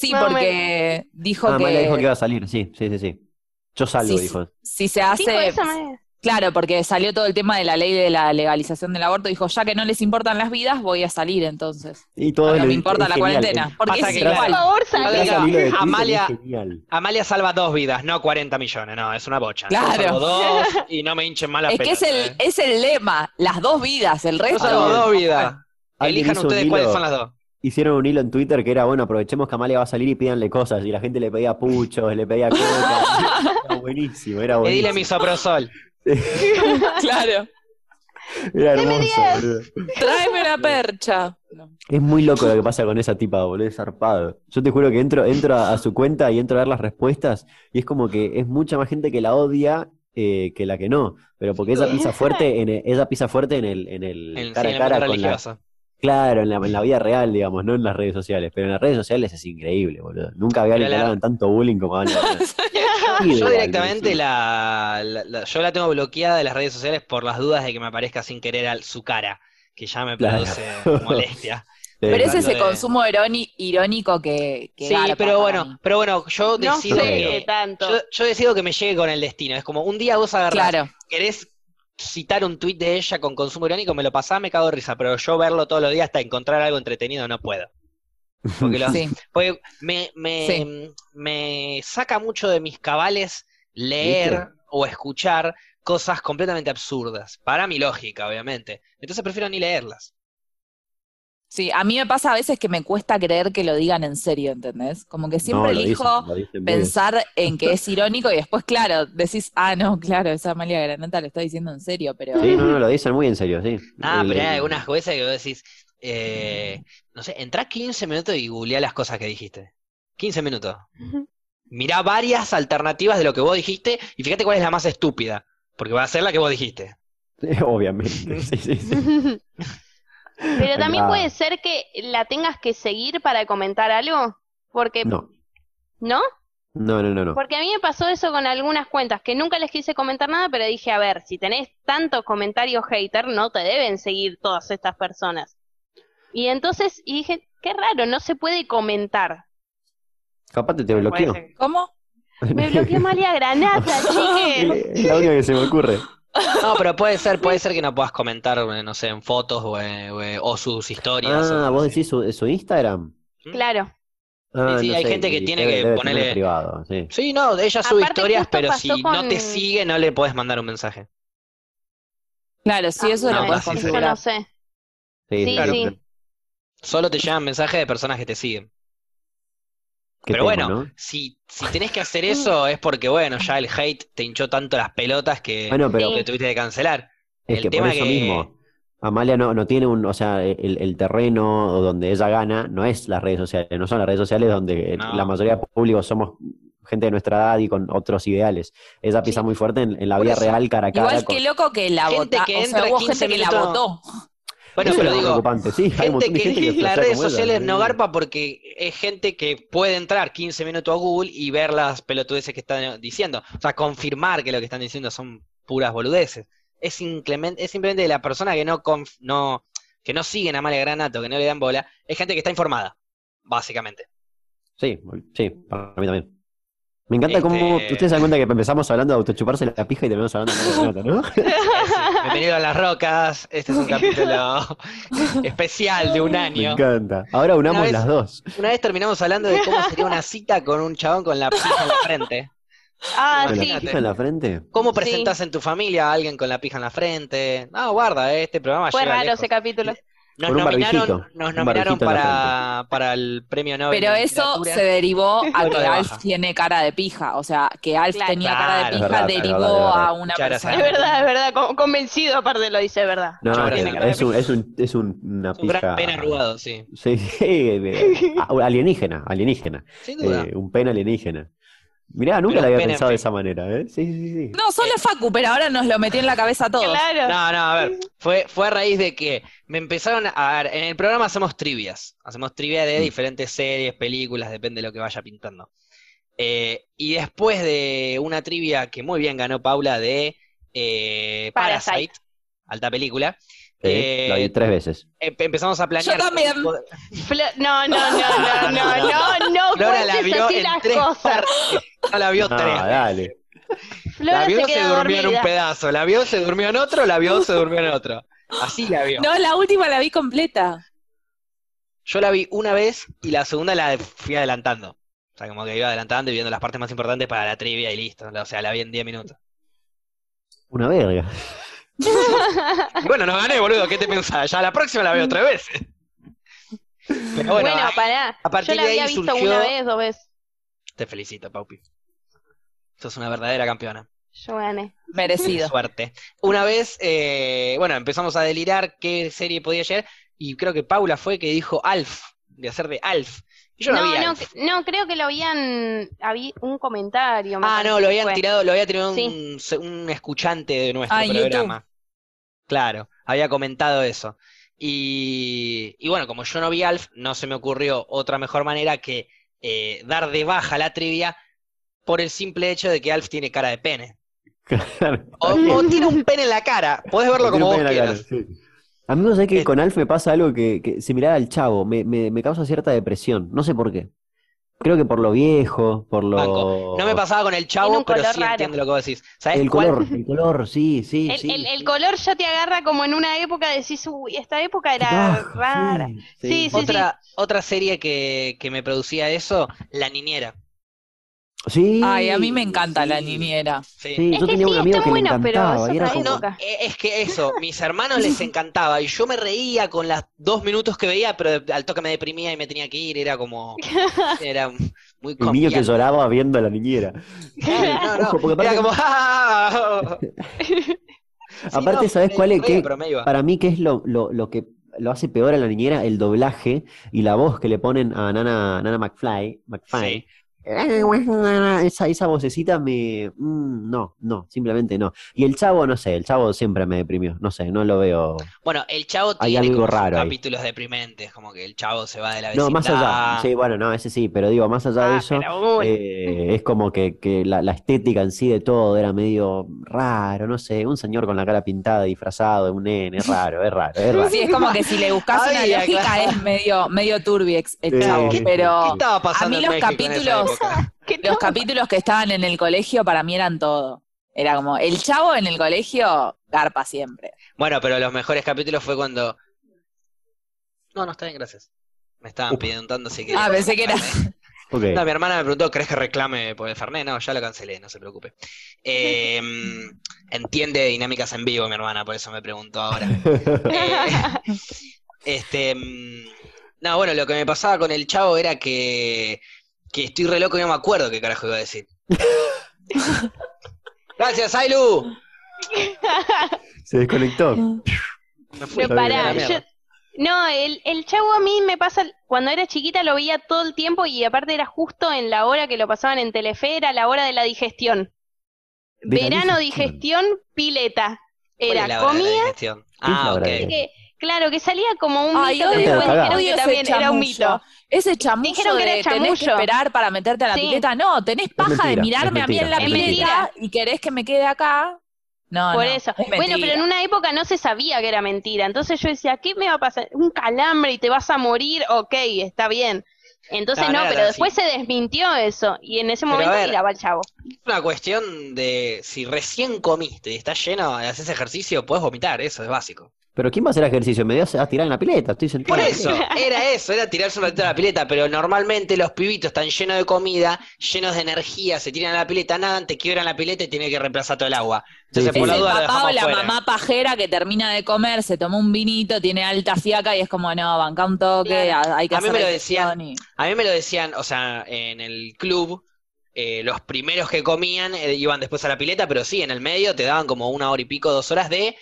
Speaker 2: Sí,
Speaker 5: Más o
Speaker 2: porque dijo
Speaker 4: Ah, Amalia dijo que
Speaker 2: que
Speaker 4: iba a salir, sí, sí, sí, sí. Yo salgo,
Speaker 2: Sí,
Speaker 4: dijo.
Speaker 2: si se
Speaker 5: Dijo
Speaker 2: hace
Speaker 5: esa manera.
Speaker 2: Claro, porque salió todo el tema de la ley de la legalización del aborto. Dijo, ya que no les importan las vidas, voy a salir entonces.
Speaker 4: Y todo
Speaker 2: no
Speaker 4: lo-
Speaker 2: me importa
Speaker 4: es
Speaker 2: la
Speaker 4: genial.
Speaker 2: cuarentena. Porque
Speaker 1: Pasa
Speaker 2: es
Speaker 1: que,
Speaker 2: igual.
Speaker 5: Por
Speaker 1: claro,
Speaker 5: favor,
Speaker 4: El-
Speaker 1: Salga.
Speaker 5: salgan.
Speaker 4: ese hilo de Twitter
Speaker 1: Amalia-
Speaker 4: es genial.
Speaker 1: Amalia salva dos vidas, no 40 millones. No, es una bocha. Yo
Speaker 2: Claro.
Speaker 1: Salvo dos y no me hinchen mal la
Speaker 2: Es que es el, es el lema, las dos vidas, el resto.
Speaker 1: Salvo dos vidas.
Speaker 4: Alguien
Speaker 1: Elijan
Speaker 4: hizo un
Speaker 1: ustedes cuáles
Speaker 4: hilo-
Speaker 1: son las dos.
Speaker 4: Hicieron un hilo en Twitter que era, bueno, aprovechemos que Amalia va a salir y pídanle cosas. Y la gente le pedía puchos, le pedía
Speaker 1: (laughs)
Speaker 4: cosas. era buenísimo, era
Speaker 1: Y dile
Speaker 4: buenísimo.
Speaker 1: misoprosol.
Speaker 2: (laughs) Claro.
Speaker 4: Era
Speaker 5: Deme
Speaker 4: hermoso,
Speaker 5: diez.
Speaker 4: boludo.
Speaker 2: Tráeme una percha. No.
Speaker 4: Es muy loco lo que pasa con esa tipa, boludo, es zarpado. Yo te juro que entro, entro a, a su cuenta y entro a ver las respuestas y es como que es mucha más gente que la odia eh, que la que no. Pero porque ella pisa fuerte en el- ella pisa fuerte en el, en el
Speaker 1: En,
Speaker 4: cara
Speaker 1: sí, en
Speaker 4: a
Speaker 1: el mundo
Speaker 4: cara con la,
Speaker 1: religioso.
Speaker 4: claro, en la, en la vida real, digamos, no en las redes sociales. Pero en las redes sociales es increíble, boludo. Nunca había
Speaker 1: Pero
Speaker 4: alguien que
Speaker 1: la-
Speaker 4: le hagan tanto bullying como a Ana.
Speaker 1: Yo directamente la, la- la- yo la tengo bloqueada de las redes sociales por las dudas de que me aparezca sin querer al- su cara, que ya me
Speaker 4: Claro.
Speaker 1: produce molestia.
Speaker 2: Pero es ese
Speaker 1: Hablando de-
Speaker 2: consumo ironi- irónico que, que
Speaker 1: Sí,
Speaker 2: garpa para
Speaker 1: pero bueno,
Speaker 2: mí.
Speaker 1: pero bueno, yo
Speaker 5: No
Speaker 1: decido
Speaker 5: sé
Speaker 4: que-
Speaker 5: qué tanto.
Speaker 1: yo, yo decido que me llegue con el destino. Es como un día vos agarrás,
Speaker 2: Claro.
Speaker 1: querés citar un tuit de ella con consumo irónico, me lo pasás, me cago de risa, pero yo verlo todos los días hasta encontrar algo entretenido no puedo. Porque,
Speaker 2: (laughs)
Speaker 1: lo-
Speaker 2: Sí.
Speaker 1: porque me, me,
Speaker 2: Sí.
Speaker 1: me saca mucho de mis cabales leer
Speaker 4: ¿Viste?
Speaker 1: o escuchar cosas completamente absurdas, para mi lógica, obviamente. Entonces prefiero ni leerlas.
Speaker 2: sí, a mí me pasa a veces que me cuesta creer que lo digan en serio, ¿entendés? Como que siempre elijo pensar en
Speaker 4: (laughs)
Speaker 2: que es irónico y después, claro, decís, ah, no, claro, esa Amalia Granata lo está diciendo en serio, pero...
Speaker 4: Sí, no, no, lo dicen muy en serio, sí.
Speaker 1: Ah,
Speaker 4: El-
Speaker 1: pero hay
Speaker 4: el-
Speaker 1: algunas veces que vos decís, eh, no sé, entrá 15 minutos y googleá las cosas que dijiste. 15 minutos. Mirá varias alternativas de lo que vos dijiste y fíjate cuál es la más estúpida, porque va a ser la que vos dijiste.
Speaker 4: (laughs)
Speaker 1: (laughs)
Speaker 4: Obviamente, sí, sí, sí.
Speaker 5: (laughs) Pero también
Speaker 4: Ah.
Speaker 5: puede ser que la tengas que seguir para comentar algo. Porque, ¿no?
Speaker 4: No. No, no, no, no.
Speaker 5: Porque a mí me pasó eso con algunas cuentas, que nunca les quise comentar nada, pero dije, a ver, si tenés tantos comentarios hater, no te deben seguir todas estas personas. Y entonces, y dije, qué raro, no se puede comentar.
Speaker 4: Capaz te bloqueó.
Speaker 5: Puede ser.
Speaker 2: ¿Cómo?
Speaker 5: Me
Speaker 4: (laughs)
Speaker 5: bloqueó María Granata, chiques.
Speaker 4: Es la única que se me ocurre.
Speaker 1: No, pero puede ser, puede ser que no puedas comentar, eh, no sé, en fotos o, eh, o, eh, o sus historias.
Speaker 4: Ah,
Speaker 1: o-
Speaker 4: vos
Speaker 1: sí.
Speaker 4: decís su, su Instagram.
Speaker 5: Claro.
Speaker 4: Ah,
Speaker 1: Sí, sí,
Speaker 4: no
Speaker 1: hay
Speaker 4: sé,
Speaker 1: gente que
Speaker 4: y
Speaker 1: tiene
Speaker 4: debe-
Speaker 1: que
Speaker 4: debe tener
Speaker 1: ponerle-
Speaker 4: privado, sí.
Speaker 1: Sí, no, ella sube
Speaker 5: Aparte,
Speaker 1: historias,
Speaker 5: justo
Speaker 1: pero
Speaker 5: pasó
Speaker 1: si no
Speaker 5: con-
Speaker 1: te sigue, no le podés mandar un mensaje.
Speaker 2: Claro, sí, eso
Speaker 1: Ah, no, pues,
Speaker 2: lo puedes
Speaker 1: sí, sí.
Speaker 5: eso
Speaker 2: configurar.
Speaker 5: Ah, no sé.
Speaker 4: Sí,
Speaker 5: Sí,
Speaker 1: claro.
Speaker 5: sí.
Speaker 1: Solo te llegan mensajes de personas que te siguen.
Speaker 4: Qué
Speaker 1: pero bueno,
Speaker 4: tema,
Speaker 1: eh,
Speaker 4: ¿no?
Speaker 1: si, si tenés que
Speaker 5: (laughs)
Speaker 1: hacer eso es porque, bueno, ya el hate te hinchó tanto las pelotas que
Speaker 4: Bueno, Ah, pero
Speaker 5: Sí.
Speaker 1: te tuviste que cancelar.
Speaker 4: es
Speaker 1: el
Speaker 4: que por
Speaker 1: tema
Speaker 4: eso
Speaker 1: que-
Speaker 4: mismo. Amalia no, no tiene un, o sea, e, el, el terreno donde ella gana no es las redes sociales, no son las redes sociales donde eh,
Speaker 1: No.
Speaker 4: la mayoría del público somos gente de nuestra edad y con otros ideales. Ella pisa
Speaker 1: Sí.
Speaker 4: muy fuerte en, en la
Speaker 1: Por
Speaker 4: vida
Speaker 1: eso.
Speaker 4: real cara a cara.
Speaker 2: Igual
Speaker 4: con-
Speaker 2: que loco que la
Speaker 1: Gente
Speaker 2: vota,
Speaker 1: que
Speaker 2: o sea,
Speaker 1: entra
Speaker 2: hubo
Speaker 1: 15
Speaker 2: gente que la
Speaker 1: minutos-
Speaker 2: votó.
Speaker 1: Bueno, pero
Speaker 4: Eso es lo
Speaker 1: digo,
Speaker 4: preocupante, sí, hay un
Speaker 1: gente
Speaker 4: montón de
Speaker 1: que,
Speaker 4: gente
Speaker 1: las
Speaker 4: flashea
Speaker 1: redes
Speaker 4: como ella,
Speaker 1: sociales
Speaker 4: sí.
Speaker 1: no garpa porque es gente que puede entrar 15 minutos a Google y ver las pelotudeces que están diciendo. O sea, confirmar que lo que están diciendo son puras boludeces. Es simplemente, es simplemente la persona que no, conf- no que no siguen a Amalia Granato, que no le dan bola, es gente que está informada, básicamente.
Speaker 4: Sí, sí, para mí también. Me encanta cómo
Speaker 1: Este-
Speaker 4: ustedes se dan cuenta que empezamos hablando de autochuparse la pija y terminamos hablando
Speaker 1: (laughs)
Speaker 4: de la nota, ¿no?
Speaker 1: Bienvenido a las rocas. Este es un capítulo especial de un
Speaker 4: Me
Speaker 1: año.
Speaker 4: encanta. Ahora unamos
Speaker 1: Una vez-
Speaker 4: las dos.
Speaker 1: Una vez terminamos hablando de cómo sería una cita con un chabón con la pija en la frente.
Speaker 5: Ah,
Speaker 4: ¿Con
Speaker 5: sí.
Speaker 4: la pija en la frente?
Speaker 1: ¿Cómo
Speaker 5: Sí.
Speaker 1: presentas en tu familia a alguien con la pija en la frente? No, guarda, eh, este programa
Speaker 5: Fue
Speaker 1: llega
Speaker 5: raro
Speaker 1: lejos.
Speaker 5: ese capítulo.
Speaker 1: Nos
Speaker 4: Con un
Speaker 1: nominaron,
Speaker 4: barbijito,
Speaker 1: nos
Speaker 4: un
Speaker 1: nominaron
Speaker 4: barbijito en la
Speaker 1: para, para el premio Nobel.
Speaker 2: Pero
Speaker 1: de
Speaker 2: eso
Speaker 1: Literatura.
Speaker 2: se derivó a
Speaker 1: Uno
Speaker 2: que
Speaker 1: de
Speaker 2: Alf
Speaker 1: baja.
Speaker 2: tiene cara de pija. O sea, que Alf
Speaker 5: Claro.
Speaker 2: tenía cara de
Speaker 1: Claro,
Speaker 4: es
Speaker 2: pija
Speaker 4: verdad, es
Speaker 2: derivó
Speaker 4: verdad, es verdad.
Speaker 2: a una
Speaker 1: Muchas
Speaker 2: persona.
Speaker 1: Ah.
Speaker 5: Es verdad, es verdad. con- Convencido, aparte lo dice, es verdad.
Speaker 4: No,
Speaker 1: Yo
Speaker 4: que
Speaker 1: creo que-
Speaker 4: es, un, es, un, es un- una
Speaker 1: Es un gran
Speaker 4: pija-
Speaker 1: pene arrugado, sí.
Speaker 4: Sí, (laughs) de- a- alienígena, alienígena.
Speaker 1: Sin duda.
Speaker 4: Eh, un pene alienígena. Mirá, nunca
Speaker 1: Pero
Speaker 4: la
Speaker 1: un
Speaker 4: había
Speaker 1: pene,
Speaker 4: pensado de
Speaker 1: en fin.
Speaker 4: esa manera, ¿eh? Sí, sí, sí.
Speaker 2: No, solo Facu, pero ahora nos lo metió en la cabeza a todos.
Speaker 5: Claro.
Speaker 1: No, no, a ver, fue, fue a raíz de que me empezaron a, a ver, en el programa hacemos trivias, hacemos trivia de
Speaker 4: Mm.
Speaker 1: diferentes series, películas, depende de lo que vaya pintando. Eh, y después de una trivia que muy bien ganó Paula de eh, Parasite,
Speaker 5: Parasite.
Speaker 1: alta película,
Speaker 4: Sí,
Speaker 1: eh,
Speaker 4: la vi tres veces.
Speaker 1: em- empezamos a planear.
Speaker 2: Yo también.
Speaker 5: Flo- no, no, no,
Speaker 1: (laughs)
Speaker 5: no, no, no, no,
Speaker 1: Flora
Speaker 5: (laughs)
Speaker 1: la
Speaker 5: cuentes
Speaker 1: vio
Speaker 5: así
Speaker 1: en
Speaker 5: las
Speaker 1: tres
Speaker 5: cosas.
Speaker 1: partes. No la vio
Speaker 4: No,
Speaker 1: tres.
Speaker 4: Ah, dale.
Speaker 5: Flora
Speaker 1: la vio,
Speaker 5: se
Speaker 1: se,
Speaker 5: quedó
Speaker 1: durmió en un
Speaker 5: dormida.
Speaker 1: pedazo. La vio, se durmió en otro. La vio,
Speaker 5: (laughs)
Speaker 1: se durmió en otro. Así la vio.
Speaker 2: No, la última la vi completa.
Speaker 1: Yo la vi una vez y la segunda la fui adelantando. O sea, como que iba adelantando y viendo las partes más importantes para la trivia y listo. O sea, la vi en 10 minutos.
Speaker 4: Una verga. (laughs)
Speaker 1: Y Bueno, no gané, boludo. ¿Qué te pensás? Ya la próxima la veo tres veces. Pero bueno,
Speaker 5: Bueno,
Speaker 1: ahí-
Speaker 5: pará.
Speaker 1: a partir
Speaker 5: Yo la
Speaker 1: de
Speaker 5: había
Speaker 1: ahí
Speaker 5: visto
Speaker 1: surgió-
Speaker 5: una vez, dos veces.
Speaker 1: te felicito, Paupi. Sos una verdadera campeona.
Speaker 5: Yo gané.
Speaker 1: Qué
Speaker 2: Merecido.
Speaker 1: (laughs) Suerte. Una vez, eh, bueno, empezamos a delirar qué serie podía llegar y creo que Paula fue que dijo Alf, de hacer de Alf. Y yo no, vi
Speaker 5: No, no,
Speaker 1: Alf.
Speaker 5: cre- no, creo que lo habían. Había un comentario. me
Speaker 1: Ah,
Speaker 5: parece
Speaker 1: no, lo
Speaker 5: que
Speaker 1: habían
Speaker 5: fue.
Speaker 1: tirado, lo había tirado
Speaker 5: Sí.
Speaker 1: un, se- un escuchante de nuestro
Speaker 2: Ah, en YouTube.
Speaker 1: programa. Claro, había comentado eso. Y, y bueno, como yo no vi Alf, no se me ocurrió otra mejor manera que eh, dar de baja la trivia por el simple hecho de que Alf tiene cara de pene. O, o tiene un pene en la cara. Podés verlo como vos
Speaker 4: Tiene pena,
Speaker 1: quieras.
Speaker 4: claro, sí. A mí me pasa que
Speaker 1: Eh.
Speaker 4: con Alf me pasa algo que, que similar al chavo, me, me, me causa cierta depresión, no sé por qué. Creo que por lo viejo, por lo...
Speaker 1: Banco. No me pasaba con el
Speaker 5: Tiene
Speaker 1: chavo,
Speaker 5: un
Speaker 1: pero
Speaker 5: color
Speaker 1: sí
Speaker 5: raro.
Speaker 1: entiendo lo que vos decís. ¿Sabés
Speaker 4: El
Speaker 1: cuál?
Speaker 4: color, el color, sí, sí,
Speaker 5: (laughs) El,
Speaker 4: sí.
Speaker 5: el- el color ya te agarra como en una época, decís, uy, esta época era
Speaker 4: Ah,
Speaker 5: rara.
Speaker 4: sí,
Speaker 5: Sí, sí, sí.
Speaker 1: Otra, otra serie que, que me producía eso, La Niñera.
Speaker 4: Sí,
Speaker 2: Ay, a mí me encanta la
Speaker 4: sí.
Speaker 2: niñera.
Speaker 1: Sí.
Speaker 4: Sí,
Speaker 5: Es
Speaker 4: yo
Speaker 5: que
Speaker 4: tenía
Speaker 5: sí,
Speaker 4: un amigo
Speaker 5: está
Speaker 4: que le
Speaker 5: bueno, pero
Speaker 4: encantaba,
Speaker 5: es
Speaker 4: y era
Speaker 5: otra
Speaker 4: como...
Speaker 1: No,
Speaker 5: época.
Speaker 1: eh, es que eso, mis hermanos les encantaba y yo me reía con las dos minutos que veía, pero de- al toque me deprimía y me tenía que ir, era
Speaker 5: (laughs)
Speaker 1: como, era muy
Speaker 4: El niño que
Speaker 1: complicado.
Speaker 4: lloraba viendo a la niñera.
Speaker 1: No, no,
Speaker 4: Ojo, porque
Speaker 1: era
Speaker 4: aparte-
Speaker 1: como, (laughs) "Ah". Sí,
Speaker 4: Aparte,
Speaker 1: no,
Speaker 4: ¿sabes
Speaker 1: me
Speaker 4: cuál es?
Speaker 1: reía,
Speaker 4: Que-
Speaker 1: pero me iba.
Speaker 4: Para mí, ¿qué es lo, lo, lo que lo hace peor a la niñera? El doblaje y la voz que le ponen a Nana, Nana McFly. McFly.
Speaker 1: Sí.
Speaker 4: Esa, esa vocecita me... mm, no, no, simplemente no. Y el chavo, no sé, el chavo siempre me deprimió. No sé, no lo veo.
Speaker 1: Bueno, el chavo
Speaker 4: Hay
Speaker 1: tiene
Speaker 4: algo
Speaker 1: como sus
Speaker 4: raro ahí.
Speaker 1: capítulos deprimentes, como que el chavo se va de la
Speaker 4: No, más
Speaker 1: vecindad.
Speaker 4: allá. Sí, bueno, no, ese sí, pero digo, más allá de
Speaker 5: Ah,
Speaker 4: eso,
Speaker 5: pero uy.
Speaker 4: eh, es como que, que la, la estética en sí de todo era medio raro, no sé, un señor con la cara pintada, disfrazado, un nene, es raro, es raro,
Speaker 1: (laughs)
Speaker 4: es raro.
Speaker 2: Pues Sí, es como que si le buscas una
Speaker 1: Ay,
Speaker 2: lógica
Speaker 1: claro.
Speaker 2: es medio, medio turbio, ex- ex-
Speaker 4: Sí.
Speaker 2: chavo,
Speaker 4: ¿Qué-
Speaker 1: ¿Qué
Speaker 2: pero
Speaker 1: estaba pasando
Speaker 2: mí
Speaker 1: en
Speaker 2: los
Speaker 1: México en esa
Speaker 2: capítulos-
Speaker 1: época?
Speaker 5: Que no.
Speaker 2: los capítulos que estaban en el colegio para mí eran todo. Era como, el chavo en el colegio garpa siempre.
Speaker 1: (laughs) Bueno, pero los mejores capítulos fue cuando... No, no, está bien, gracias. Me estaban
Speaker 4: Upa.
Speaker 1: preguntando si
Speaker 2: Ah,
Speaker 1: quería
Speaker 2: pensé
Speaker 4: (laughs)
Speaker 2: que era... (laughs)
Speaker 1: (laughs)
Speaker 4: Ok.
Speaker 1: No, mi hermana me preguntó, ¿crees que reclame por el Fernet? No, ya lo cancelé, no se preocupe. Eh, (laughs) entiende dinámicas en vivo, mi hermana, por eso me preguntó (laughs) ahora. Eh, este, mm, no, bueno, lo que me pasaba con el chavo era que, que estoy re loco y no me acuerdo qué carajo iba a (laughs) decir. Gracias, Ailu.
Speaker 4: Se desconectó.
Speaker 1: Me fui.
Speaker 5: Pero
Speaker 4: Está bien,
Speaker 5: pará,
Speaker 1: Pues, la
Speaker 5: yo-
Speaker 1: mierda.
Speaker 5: No, el, el chavo a mí me pasa, cuando era chiquita lo veía todo el tiempo y aparte era justo en la hora que lo pasaban en Telefe, era la hora de la digestión.
Speaker 4: De la
Speaker 5: Verano
Speaker 4: digestión.
Speaker 5: digestión, pileta.
Speaker 1: ¿Cuál es la hora
Speaker 5: Era
Speaker 1: de la
Speaker 5: comida,
Speaker 1: digestión?
Speaker 4: es la
Speaker 1: Ah,
Speaker 4: hora
Speaker 1: ok.
Speaker 4: de la
Speaker 5: que, claro, que salía como un
Speaker 2: Ay, odio,
Speaker 5: mito, pero
Speaker 4: Te
Speaker 5: después
Speaker 4: la
Speaker 5: dijeron
Speaker 4: cagás.
Speaker 5: que
Speaker 2: odio
Speaker 5: también
Speaker 2: ese
Speaker 5: era
Speaker 2: chamullo.
Speaker 5: un mito.
Speaker 2: Ese chamullo
Speaker 5: Dijeron que era
Speaker 2: de tenés que
Speaker 5: chamullo.
Speaker 2: esperar para meterte a la
Speaker 5: Sí.
Speaker 2: pileta. No, tenés paja
Speaker 4: mentira,
Speaker 2: de mirarme
Speaker 4: es
Speaker 2: a mí en la
Speaker 4: mentira,
Speaker 5: es
Speaker 2: pileta
Speaker 5: mentira.
Speaker 2: y querés que me quede acá. No,
Speaker 5: Por
Speaker 2: no,
Speaker 5: eso.
Speaker 2: es
Speaker 5: bueno,
Speaker 2: mentira.
Speaker 5: pero en una época no se sabía que era mentira. Entonces yo decía, ¿qué me va a pasar? Un calambre y te vas a morir. Ok, está bien. Entonces
Speaker 1: No,
Speaker 5: no,
Speaker 1: no era
Speaker 5: pero
Speaker 1: tan
Speaker 5: después se desmintió eso y en ese
Speaker 1: Pero a
Speaker 5: momento
Speaker 1: ver.
Speaker 5: tiraba el chavo.
Speaker 1: una cuestión de si recién comiste y estás lleno, haces ejercicio, puedes vomitar, eso es básico.
Speaker 4: Pero ¿quién va a hacer ejercicio? Me vas a tirar en la pileta, estoy sentado.
Speaker 1: Por
Speaker 4: en la
Speaker 1: eso,
Speaker 4: pileta.
Speaker 1: (laughs) era eso, era tirarse un ratito a la pileta, pero normalmente los pibitos están llenos de comida, llenos de energía, se tiran a la pileta, nadan, te quiebran la pileta y tienen que reemplazar todo el agua. Entonces,
Speaker 4: Sí,
Speaker 1: por
Speaker 2: Es
Speaker 1: la
Speaker 2: el
Speaker 1: duda lo
Speaker 2: papá o
Speaker 1: dejamos
Speaker 2: la
Speaker 1: fuera.
Speaker 2: mamá pajera que termina de comer, se tomó un vinito, tiene alta fiaca y es como, no, banca un toque,
Speaker 5: Claro.
Speaker 2: a- hay que
Speaker 1: A mí
Speaker 2: hacer
Speaker 1: me lo
Speaker 2: digestión y-
Speaker 1: A mí me lo decían, o sea, en el club, eh, los primeros que comían eh, iban después a la pileta, pero sí, en el medio te daban como una hora y pico, dos horas de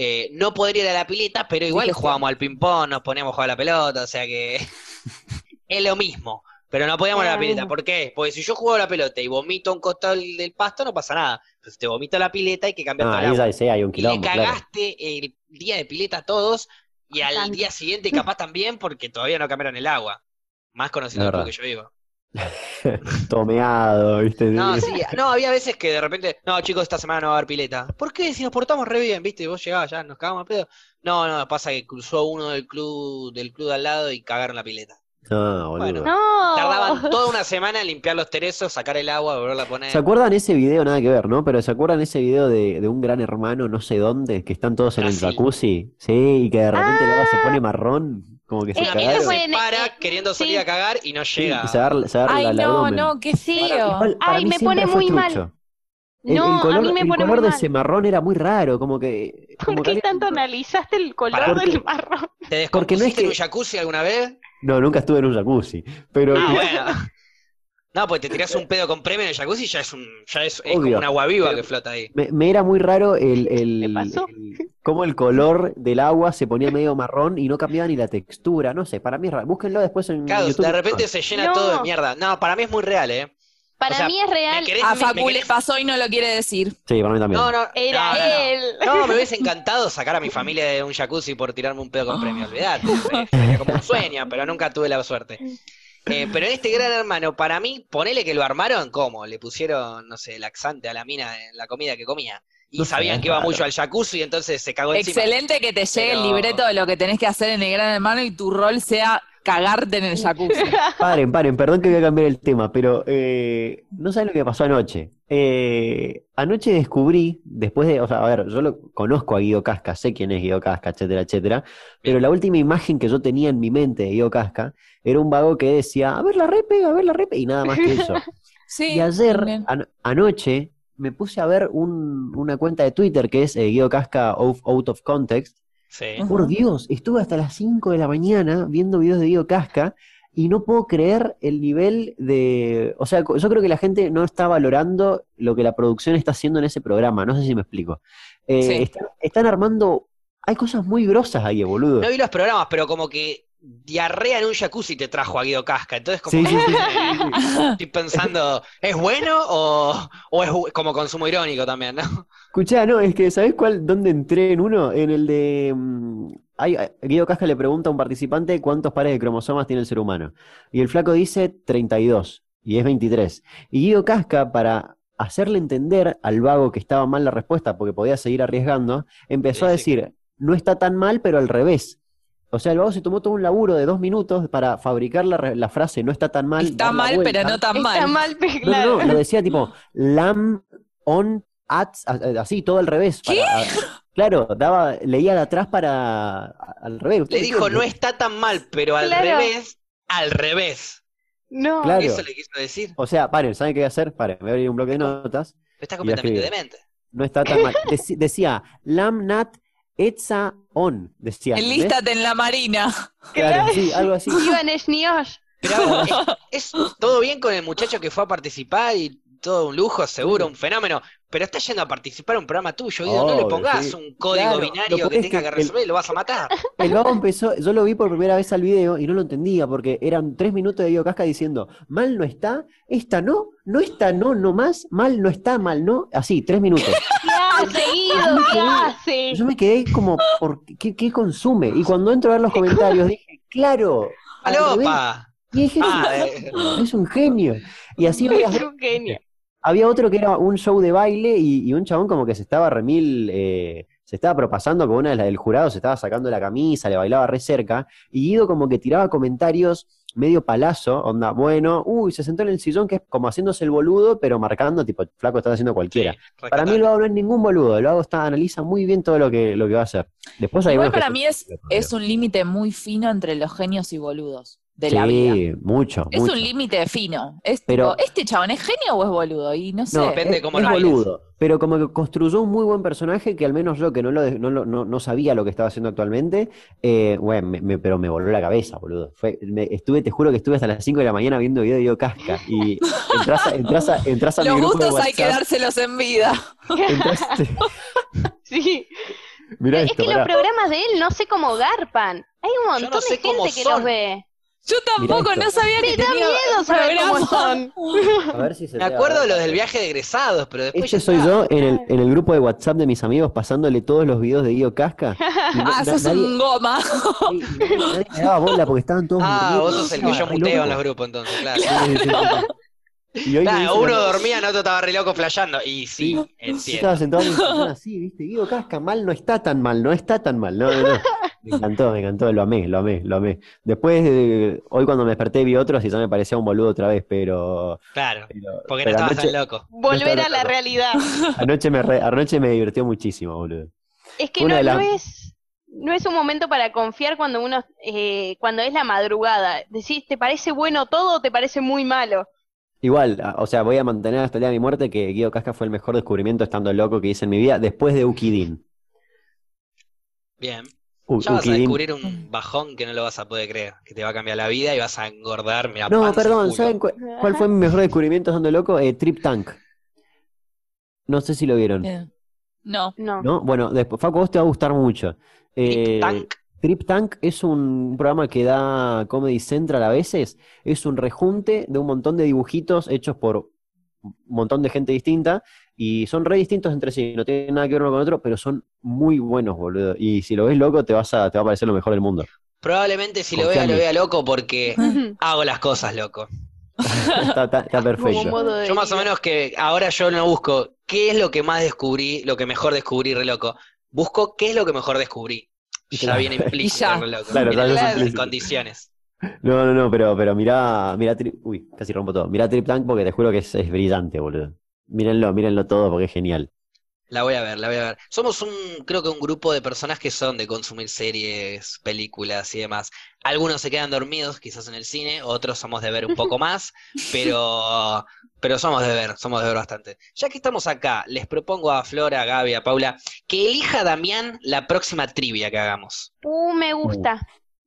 Speaker 1: eh, no poder ir a la pileta, pero igual
Speaker 2: Digestión.
Speaker 1: jugábamos al ping-pong, nos poníamos a jugar a la pelota, o sea que (laughs) es lo mismo. Pero no podíamos ir a la
Speaker 5: Era lo
Speaker 1: pileta.
Speaker 5: mismo.
Speaker 1: ¿Por qué? Porque si yo juego a la pelota y vomito a un costado del del pasto, no pasa nada. Pero si te vomito a la pileta, hay que cambiar
Speaker 4: Ah,
Speaker 1: todo el
Speaker 4: ahí
Speaker 1: agua.
Speaker 4: ya sé, hay un
Speaker 1: Y
Speaker 4: quilombo,
Speaker 1: le
Speaker 4: claro.
Speaker 1: cagaste el día de pileta a todos y al
Speaker 5: Bastante.
Speaker 1: día siguiente capaz también porque todavía no cambiaron el agua. Más conocido
Speaker 4: La
Speaker 1: el club
Speaker 4: verdad.
Speaker 1: que yo vivo.
Speaker 4: Tomeado, ¿viste?
Speaker 1: No, sí, no, había veces que de repente, no, chicos, esta semana no va a haber pileta. ¿Por qué? Si nos portamos re bien, ¿viste? Y vos llegabas ya, nos cagamos a pedo. No, no, pasa que cruzó uno del club del club de al lado y cagaron la pileta.
Speaker 4: No,
Speaker 1: Bueno.
Speaker 4: boludo.
Speaker 5: No.
Speaker 1: Tardaban toda una semana en limpiar los teresos, sacar el agua, volverla a poner.
Speaker 4: ¿Se acuerdan ese video? Nada que ver, ¿no? Pero ¿se acuerdan ese video de, de un gran hermano, no sé dónde, que están todos en el
Speaker 1: Brasil.
Speaker 4: jacuzzi? Sí, y que de repente el agua se
Speaker 5: Ah.
Speaker 4: pone marrón, como que se
Speaker 5: Eh,
Speaker 1: Una
Speaker 5: eso
Speaker 4: cagaron.
Speaker 1: mina
Speaker 5: fue
Speaker 1: se
Speaker 5: en-
Speaker 1: para
Speaker 5: eh,
Speaker 1: queriendo salir
Speaker 5: sí.
Speaker 1: a cagar y no
Speaker 4: Sí,
Speaker 1: llega.
Speaker 4: y se agarra, se agarra
Speaker 2: Ay,
Speaker 4: el
Speaker 2: no,
Speaker 4: abdomen.
Speaker 2: no, qué feo.
Speaker 4: Igual, para
Speaker 5: Ay,
Speaker 4: mí
Speaker 5: me
Speaker 4: siempre
Speaker 5: pone
Speaker 4: fue
Speaker 5: muy mal.
Speaker 4: trucho. El, el
Speaker 5: No,
Speaker 4: color,
Speaker 5: a mí me
Speaker 4: el
Speaker 5: pone
Speaker 4: color
Speaker 5: muy
Speaker 4: de
Speaker 5: mal.
Speaker 4: ese marrón era muy raro,
Speaker 5: (laughs)
Speaker 4: como que... como
Speaker 5: ¿Por qué
Speaker 4: que
Speaker 5: tanto
Speaker 4: había-
Speaker 5: analizaste el color
Speaker 1: Pará.
Speaker 5: del marrón?
Speaker 1: ¿Te
Speaker 4: Porque no es
Speaker 1: descompusiste en un
Speaker 4: que-
Speaker 1: jacuzzi alguna vez?
Speaker 4: No, nunca estuve en un jacuzzi, pero...
Speaker 1: Ah, bueno. No, pues te tirás un pedo con premio en el jacuzzi y ya es un, ya es, es como
Speaker 4: Obvio.
Speaker 1: un agua viva
Speaker 4: Pero-
Speaker 1: que flota ahí.
Speaker 4: Me, me era muy raro el, el,
Speaker 5: ¿Qué pasó?
Speaker 4: el- cómo el color del agua se ponía medio marrón y no cambiaba ni la textura, no sé, para mí es raro. Búsquenlo después en
Speaker 1: Claro,
Speaker 4: YouTube. Ah,
Speaker 1: de repente se llena
Speaker 5: No.
Speaker 1: todo de mierda. No, para mí es muy real, ¿eh?
Speaker 5: Para
Speaker 1: O sea,
Speaker 5: mí es
Speaker 1: ¿Me
Speaker 5: real.
Speaker 1: querés,
Speaker 2: A
Speaker 1: me-
Speaker 2: Facu
Speaker 1: me
Speaker 2: le
Speaker 1: querés-
Speaker 2: pasó y no lo quiere decir.
Speaker 4: Sí, para mí también.
Speaker 1: No, no, no,
Speaker 5: Era
Speaker 1: no, no.
Speaker 5: él.
Speaker 1: No, me hubiese encantado sacar a mi familia de un jacuzzi por tirarme un pedo con premio,
Speaker 4: Ah.
Speaker 1: olvidate. eh, Sería como un sueño, pero nunca tuve la suerte. Eh, pero en este gran hermano, para mí, ponele que lo armaron, ¿cómo? Le pusieron, no sé, laxante a la mina en la comida que comía. Y
Speaker 4: No sé,
Speaker 1: sabían
Speaker 4: es
Speaker 1: que iba
Speaker 4: raro.
Speaker 1: mucho al jacuzzi, entonces se cagó encima.
Speaker 2: Excelente que te llegue el
Speaker 1: Pero-
Speaker 2: libreto de lo que tenés que hacer en el Gran Hermano y tu rol sea cagarte en el
Speaker 1: (laughs)
Speaker 2: jacuzzi.
Speaker 4: Paren, paren, perdón que voy a cambiar el tema, pero eh, no saben lo que pasó anoche. Eh, anoche descubrí, después de, o sea, a ver, yo lo conozco a Guido Casca, sé quién es Guido Casca, etcétera, etcétera, pero la última imagen que yo tenía en mi mente de Guido Casca era un vago que decía, a ver la repe, a ver la repe, y nada más que eso.
Speaker 2: (laughs) Sí,
Speaker 4: Y ayer,
Speaker 2: también.
Speaker 4: an- anoche, me puse a ver un- una cuenta de Twitter que es eh, Guido Casca Out, Out of Context.
Speaker 1: Sí.
Speaker 2: Ujú.
Speaker 4: Por Dios, estuve hasta las 5 de la mañana viendo videos de Guido Casca y no puedo creer el nivel de... O sea, co- yo creo que la gente no está valorando lo que la producción está haciendo en ese programa. No sé si me explico. Eh,
Speaker 2: Sí.
Speaker 4: están, están armando... Hay cosas muy grosas ahí, boludo.
Speaker 1: No vi los programas, pero como que diarrea en un jacuzzi te trajo a Guido Casca. Entonces, como
Speaker 4: Sí,
Speaker 1: que
Speaker 4: sí, sí, sí, (laughs) sí.
Speaker 1: estoy pensando, ¿es bueno o, o es bu- como consumo irónico también, no?
Speaker 4: Escuchá, no, es que ¿sabés cuál? ¿Dónde entré en uno? En el de... mm, hay- Guido Casca le pregunta a un participante cuántos pares de cromosomas tiene el ser humano. Y el flaco dice 32, y es 23. Y Guido Casca, para hacerle entender al vago que estaba mal la respuesta, porque podía seguir arriesgando, empezó a
Speaker 1: Sí, sí.
Speaker 4: decir, no está tan mal, pero al revés. O sea, el vago se tomó todo un laburo de dos minutos para fabricar la, re- la frase, no está tan mal.
Speaker 2: Está
Speaker 4: dar la
Speaker 2: mal, pero
Speaker 4: vuelta.
Speaker 2: no tan
Speaker 5: Está
Speaker 2: mal.
Speaker 5: mal, pe-
Speaker 4: No,
Speaker 5: claro.
Speaker 4: no, no, lo decía tipo lam on at, a- a- así todo al revés.
Speaker 2: ¿Qué?
Speaker 4: para- claro, daba, leía de atrás para a- al revés.
Speaker 1: Le dijo, no está tan mal, pero al
Speaker 5: Claro.
Speaker 1: revés, al revés.
Speaker 5: No.
Speaker 4: Claro.
Speaker 1: Eso le quiso decir.
Speaker 4: O sea, paren, ¿saben qué voy a hacer? Paren, me voy a abrir un bloque de notas.
Speaker 1: Está completamente demente.
Speaker 4: No está tan mal. Deci- decía lam nat etza on. Decía. ¿entendés?
Speaker 2: Enlístate en la marina.
Speaker 4: Claro, sí, algo así.
Speaker 5: Iban Eshniosh.
Speaker 1: Pero a ver,
Speaker 4: (laughs)
Speaker 1: es, es todo bien con el muchacho que fue a participar y todo un lujo, seguro, un fenómeno. Pero está yendo a participar a un programa tuyo, Guido. no le
Speaker 4: Obvio,
Speaker 1: pongas
Speaker 4: sí.
Speaker 1: un código
Speaker 4: Claro,
Speaker 1: binario
Speaker 4: lo
Speaker 1: que
Speaker 4: ponés
Speaker 1: tenga
Speaker 4: que
Speaker 1: que
Speaker 4: el-
Speaker 1: resolver y lo vas a matar.
Speaker 4: El vago empezó, yo lo vi por primera vez al video y no lo entendía porque eran tres minutos de Guido Casca diciendo, mal no está, esta no, no está no, no más, mal no está, mal no, así, tres minutos. (laughs)
Speaker 5: ¿Qué hace, Guido? ¿Qué hace?
Speaker 4: Yo me quedé como, ¿por qué, qué consume? Y cuando entro a
Speaker 1: (laughs)
Speaker 4: ver los comentarios dije, claro, (laughs) al revés". (laughs)
Speaker 1: ¡Palopa!
Speaker 4: y dije,
Speaker 1: Ah,
Speaker 4: "Es
Speaker 1: eh.
Speaker 4: un- es un genio. Y así
Speaker 1: (laughs)
Speaker 4: varias
Speaker 5: Es un genio.
Speaker 4: había otro que era un show de baile y, y un chabón como que se estaba remil eh, se estaba propasando con una de las del jurado, se estaba sacando la camisa, le bailaba re cerca, y Guido como que tiraba comentarios medio palazo, onda, bueno, uy, se sentó en el sillón que es como haciéndose el boludo, pero marcando, tipo, flaco, estás haciendo cualquiera. Para mí el vago no es ningún boludo, el vago está, analiza muy bien todo lo que, lo que va a hacer. Después hay
Speaker 2: Igual
Speaker 4: unos que
Speaker 2: para
Speaker 4: son-
Speaker 2: mí es, es un límite muy fino entre los genios y boludos de la vida.
Speaker 4: Sí, mucho,
Speaker 2: Es
Speaker 4: mucho.
Speaker 2: un límite fino. Es
Speaker 4: Pero-
Speaker 2: tipo, ¿este chabón es genio o es boludo? Y no sé.
Speaker 4: No,
Speaker 1: Depende
Speaker 4: es,
Speaker 1: cómo
Speaker 4: es
Speaker 1: lo bailes.
Speaker 4: boludo, pero como que construyó un muy buen personaje que al menos yo que no lo de- no, lo- no, no sabía lo que estaba haciendo actualmente, eh, bueno, me- me- pero me voló la cabeza, boludo. Fue, me- estuve, te juro que estuve hasta las 5 de la mañana viendo video de Yo Casca
Speaker 2: (laughs)
Speaker 4: y entras a, entras a- entras a mi
Speaker 2: los
Speaker 4: grupo de
Speaker 2: gustos hay que
Speaker 4: WhatsApp,
Speaker 2: dárselos en vida. (laughs)
Speaker 4: entras- (laughs)
Speaker 5: Sí.
Speaker 4: mirá
Speaker 5: es
Speaker 4: esto,
Speaker 5: que los
Speaker 4: pará.
Speaker 5: programas de él no sé cómo garpan. Hay un montón
Speaker 1: no sé
Speaker 5: de
Speaker 1: cómo
Speaker 5: gente que
Speaker 1: son.
Speaker 5: los ve.
Speaker 2: Yo tampoco,
Speaker 4: esto.
Speaker 2: no sabía que
Speaker 5: Me da
Speaker 2: tenía
Speaker 5: miedo saber cómo
Speaker 2: programa.
Speaker 5: son.
Speaker 4: A ver si se
Speaker 1: Me
Speaker 4: te-
Speaker 1: acuerdo
Speaker 4: a
Speaker 1: de
Speaker 4: ver.
Speaker 1: los del viaje de egresados, pero después
Speaker 4: Este
Speaker 1: ya
Speaker 4: soy
Speaker 1: está.
Speaker 4: yo en el, en el grupo de WhatsApp de mis amigos pasándole todos los videos de Guido Casca. y no-
Speaker 2: (laughs) Ah,
Speaker 4: na-
Speaker 2: sos
Speaker 4: nadie-
Speaker 2: un goma.
Speaker 4: Sí, nadie me daba bola porque estaban todos
Speaker 1: Ah,
Speaker 4: muriendo.
Speaker 1: vos sos el que yo
Speaker 4: Estaba re
Speaker 1: muteo en
Speaker 4: loco.
Speaker 1: los grupos, entonces, claro.
Speaker 4: Sí, sí,
Speaker 6: (laughs)
Speaker 4: sí. Y hoy me
Speaker 1: Claro,
Speaker 4: dicen
Speaker 1: uno
Speaker 4: la-
Speaker 1: dormía, el otro estaba re loco flasheando. Y sí,
Speaker 4: Yo estaba
Speaker 1: entiendo.
Speaker 4: sentado en el sillón así, viste, Guido Casca, mal no está tan mal, no está tan mal, no, no, no. Me encantó, me encantó, lo amé, lo amé, lo amé. Después, eh, hoy cuando me desperté vi otros y ya me parecía un boludo otra vez, pero...
Speaker 1: Claro,
Speaker 4: pero-
Speaker 1: porque no
Speaker 4: pero
Speaker 1: estabas
Speaker 4: anoche,
Speaker 1: tan loco.
Speaker 5: Volver a
Speaker 4: No está
Speaker 5: la
Speaker 4: loco.
Speaker 5: realidad.
Speaker 4: anoche me re- anoche me divirtió muchísimo, boludo.
Speaker 5: Es que
Speaker 4: Una
Speaker 5: no,
Speaker 4: de las-
Speaker 5: no es no es un momento para confiar cuando uno eh, cuando es la madrugada. Decís, ¿te parece bueno todo o te parece muy malo?
Speaker 4: Igual, a- o sea, voy a mantener hasta el día de mi muerte que Guido Casca fue el mejor descubrimiento estando loco que hice en mi vida después de Ukidin.
Speaker 1: Bien.
Speaker 4: U-
Speaker 1: Ya vas a
Speaker 4: Ukidin.
Speaker 1: descubrir un bajón que no lo vas a poder creer, que te va a cambiar la vida y vas a engordar, mira,
Speaker 4: No,
Speaker 1: panza,
Speaker 4: perdón,
Speaker 1: culo.
Speaker 4: ¿saben cu- cuál fue mi mejor descubrimiento estando loco? Eh, Trip Tank. No sé si lo vieron.
Speaker 2: Eh,
Speaker 5: Eh.
Speaker 2: No.
Speaker 5: No. (laughs)
Speaker 4: ¿No? Bueno, después, Facu, a vos te va a gustar mucho. Eh,
Speaker 1: Tic Tank.
Speaker 4: Trip Tank es un programa que da Comedy Central a veces. Es un rejunte de un montón de dibujitos hechos por un montón de gente distinta y son re distintos entre sí. No tienen nada que ver uno con otro, pero son muy buenos, boludo. Y si lo ves loco, te, vas a, te va a parecer lo mejor
Speaker 5: (laughs)
Speaker 4: del mundo.
Speaker 1: Probablemente si lo vea,
Speaker 4: Confiame.
Speaker 1: lo vea loco porque hago las cosas, loco.
Speaker 4: Está, está- está
Speaker 5: Como
Speaker 4: perfecto.
Speaker 5: modo de
Speaker 1: Yo más o
Speaker 5: vida.
Speaker 1: menos que ahora yo no busco qué es lo que más descubrí, lo que mejor descubrí, re loco. Busco qué es lo que mejor descubrí. Ya
Speaker 4: Claro. (laughs)
Speaker 1: viene implícito,
Speaker 2: Y ya.
Speaker 1: re loco.
Speaker 4: Claro,
Speaker 1: Viene
Speaker 4: claro,
Speaker 1: en
Speaker 4: es
Speaker 1: las
Speaker 4: implícito.
Speaker 1: condiciones.
Speaker 4: No, no, no, pero, pero mirá, mirá Trip. Uy, casi rompo todo. Mirá Trip Tank porque te juro que es, es brillante, boludo. Mírenlo, mírenlo todo porque es genial.
Speaker 1: La voy a ver, la voy a ver. Somos un, creo que un grupo de personas que son de consumir series, películas y demás. Algunos se quedan dormidos, quizás en el cine, otros somos de ver un poco
Speaker 4: (laughs)
Speaker 1: más, pero, pero somos de ver, somos de ver bastante. Ya que estamos acá, les propongo a Flora, a Gaby, a Paula, que elija Damián la próxima trivia que hagamos.
Speaker 5: Uh, me gusta. me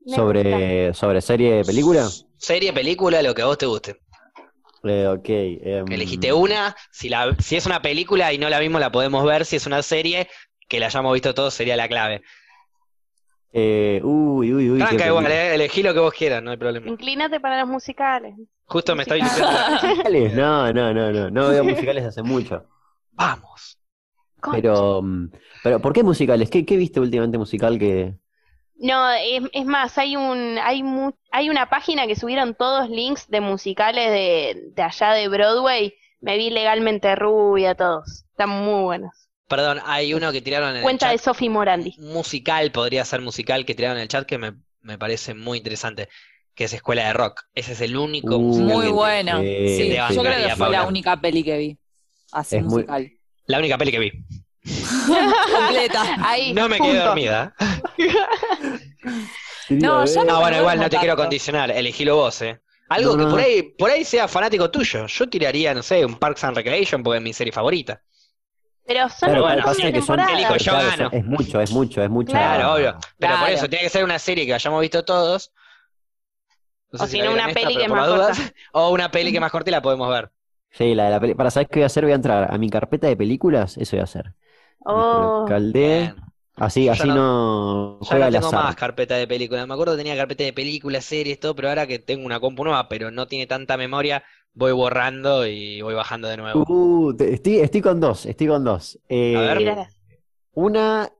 Speaker 5: gusta.
Speaker 4: Sobre, sobre serie de película.
Speaker 1: Serie, película, lo que a vos te guste.
Speaker 4: Eh, ok. em,
Speaker 1: Elegiste una, si, la, si es una película y no la vimos, la podemos ver, si es una serie, que la hayamos visto todos sería la clave.
Speaker 4: eh, uy, uy, uy. qué
Speaker 1: Tranca igual,
Speaker 4: película.
Speaker 1: eh, elegí lo que vos quieras, no hay problema.
Speaker 5: Inclínate para los musicales.
Speaker 1: Justo me estoy
Speaker 5: Musical.
Speaker 1: diciendo,
Speaker 2: (laughs)
Speaker 4: Musicales, No, no, no, no. No veo musicales hace mucho.
Speaker 1: vamos.
Speaker 4: Pero, mm, pero ¿por qué musicales? ¿Qué, qué viste últimamente musical que.
Speaker 5: No, es, es más, hay un, hay mu- hay una página que subieron todos links de musicales de, de allá de Broadway. Me vi legalmente rubia, todos. Están muy buenos.
Speaker 1: Perdón, hay uno que tiraron en
Speaker 5: Cuenta
Speaker 1: el
Speaker 5: de
Speaker 1: chat.
Speaker 5: Sophie Morandi.
Speaker 1: Musical, podría ser musical, que tiraron en el chat, que me, me parece muy interesante, que es Escuela de Rock. Ese es el único
Speaker 4: Uh,
Speaker 1: musical que-
Speaker 2: Muy bueno.
Speaker 4: sí,
Speaker 2: Sí,
Speaker 1: te
Speaker 2: yo
Speaker 1: bancaría,
Speaker 2: creo que fue
Speaker 1: Paula.
Speaker 2: la única peli que vi. Así
Speaker 4: Es muy-
Speaker 2: musical. (laughs)
Speaker 1: La única peli que vi.
Speaker 2: Completa.
Speaker 5: Ahí,
Speaker 1: No me quedé
Speaker 5: punto.
Speaker 1: dormida.
Speaker 2: No,
Speaker 4: eh,
Speaker 2: yo
Speaker 1: No, Ah, bueno, igual no
Speaker 2: Como
Speaker 1: te quiero
Speaker 2: tanto.
Speaker 1: condicionar, elegilo vos, eh. Algo
Speaker 4: No,
Speaker 1: que
Speaker 4: no,
Speaker 1: por
Speaker 4: no.
Speaker 1: ahí, por ahí sea fanático tuyo. Yo tiraría, no sé, un Parks and Recreation porque es mi serie favorita.
Speaker 5: Pero son
Speaker 4: Claro,
Speaker 1: bueno,
Speaker 4: pasa
Speaker 5: una
Speaker 4: que son-
Speaker 5: temporada.
Speaker 1: Elijo yo
Speaker 4: claro,
Speaker 1: gano.
Speaker 4: Es mucho, es mucho, es mucho.
Speaker 1: Claro, obvio. Pero por
Speaker 2: Claro.
Speaker 1: eso tiene que ser una serie que hayamos visto todos. No sé
Speaker 5: O si
Speaker 1: la
Speaker 5: no,
Speaker 1: vieron
Speaker 5: una peli
Speaker 1: pero
Speaker 5: que
Speaker 1: por
Speaker 5: más
Speaker 1: las dudas.
Speaker 5: corta.
Speaker 1: (laughs) O una peli que más corta y la podemos ver.
Speaker 4: Sí, la de la peli. Para saber qué voy a hacer, voy a entrar a mi carpeta de películas. Eso voy a hacer.
Speaker 5: Oh,
Speaker 4: Calde.
Speaker 1: Bien.
Speaker 4: Así,
Speaker 1: Yo
Speaker 4: así
Speaker 1: ya
Speaker 4: no,
Speaker 1: Ya
Speaker 4: juega
Speaker 1: no
Speaker 4: al
Speaker 1: tengo
Speaker 4: azar.
Speaker 1: más carpeta de películas. Me acuerdo que tenía carpeta de películas, series, todo, pero ahora que tengo una compu nueva, pero no tiene tanta memoria, voy borrando y voy bajando de nuevo.
Speaker 4: Uh, te- estoy, estoy con dos, estoy con dos. Eh,
Speaker 1: ver.
Speaker 5: mírala.
Speaker 4: una,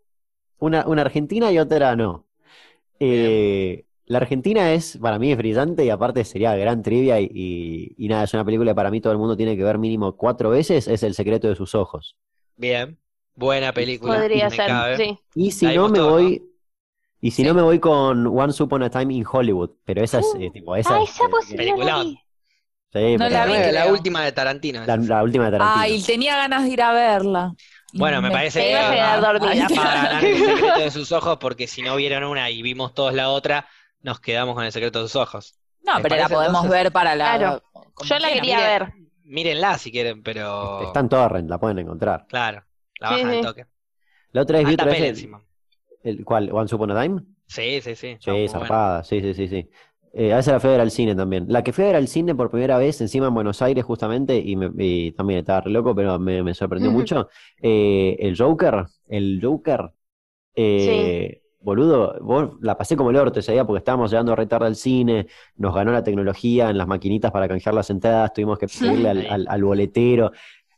Speaker 4: una, una argentina y otra no. Eh, la argentina es, para mí es brillante y aparte sería gran trivia y, y- y nada, es una película que para mí todo el mundo tiene que ver mínimo cuatro veces, es El secreto de sus ojos.
Speaker 1: Bien. Buena película.
Speaker 5: Podría
Speaker 1: me
Speaker 5: ser,
Speaker 1: cabe.
Speaker 5: sí.
Speaker 4: Y si
Speaker 1: Ahí
Speaker 4: no
Speaker 1: vos
Speaker 4: me
Speaker 1: todo,
Speaker 4: voy. Y si
Speaker 1: Sí.
Speaker 4: no me voy con Once Upon a Time in Hollywood, pero esa es
Speaker 5: Uh,
Speaker 4: eh, tipo esa.
Speaker 5: ah,
Speaker 4: es,
Speaker 5: esa
Speaker 4: eh,
Speaker 5: posibilidad.
Speaker 1: Peliculón.
Speaker 4: sí,
Speaker 2: No
Speaker 4: pero-
Speaker 1: La,
Speaker 2: vi,
Speaker 1: nueva, la
Speaker 2: creo.
Speaker 1: última de Tarantino.
Speaker 4: la, la última de Tarantino.
Speaker 2: Ay, tenía ganas de ir a verla. Y
Speaker 1: Bueno, me parece
Speaker 5: Te
Speaker 1: que
Speaker 5: iba a quedar
Speaker 1: va-
Speaker 5: dormida.
Speaker 1: va (laughs)
Speaker 4: (laughs)
Speaker 1: a ganar el secreto de sus ojos porque si no vieron una y vimos todos la otra, nos quedamos con el secreto de sus ojos.
Speaker 2: No,
Speaker 1: ¿Te
Speaker 2: pero la
Speaker 1: parece,
Speaker 2: podemos
Speaker 1: entonces?
Speaker 2: ver para la.
Speaker 5: Claro.
Speaker 2: como
Speaker 5: Yo la
Speaker 2: quieran.
Speaker 5: quería
Speaker 1: mira.
Speaker 5: ver.
Speaker 1: Mírenla si quieren, pero
Speaker 4: Está en Torrent, la pueden encontrar.
Speaker 1: claro, la
Speaker 5: Sí,
Speaker 1: bajan al
Speaker 5: sí.
Speaker 1: toque.
Speaker 4: La otra vez vi
Speaker 1: Alta
Speaker 4: otra vez
Speaker 1: peli
Speaker 4: el-
Speaker 1: encima.
Speaker 4: el- ¿Cuál? ¿Once Upon a Time?
Speaker 1: Sí, sí, sí. está
Speaker 4: Sí,
Speaker 1: muy buena.
Speaker 4: zarpada, sí, sí, sí, sí. Eh, a esa la fui a ver al cine también. La que fui a ver al cine por primera vez, encima en Buenos Aires justamente, y, me- y también estaba re loco, pero me, me sorprendió
Speaker 5: Ujú.
Speaker 4: mucho. Eh, el Joker, el Joker, eh, boludo, vos la pasé como el orto ese día porque estábamos llegando re tarde al cine, nos ganó la tecnología en las maquinitas para canjear las entradas, tuvimos
Speaker 2: (laughs)
Speaker 4: que pedirle al, al- al boletero.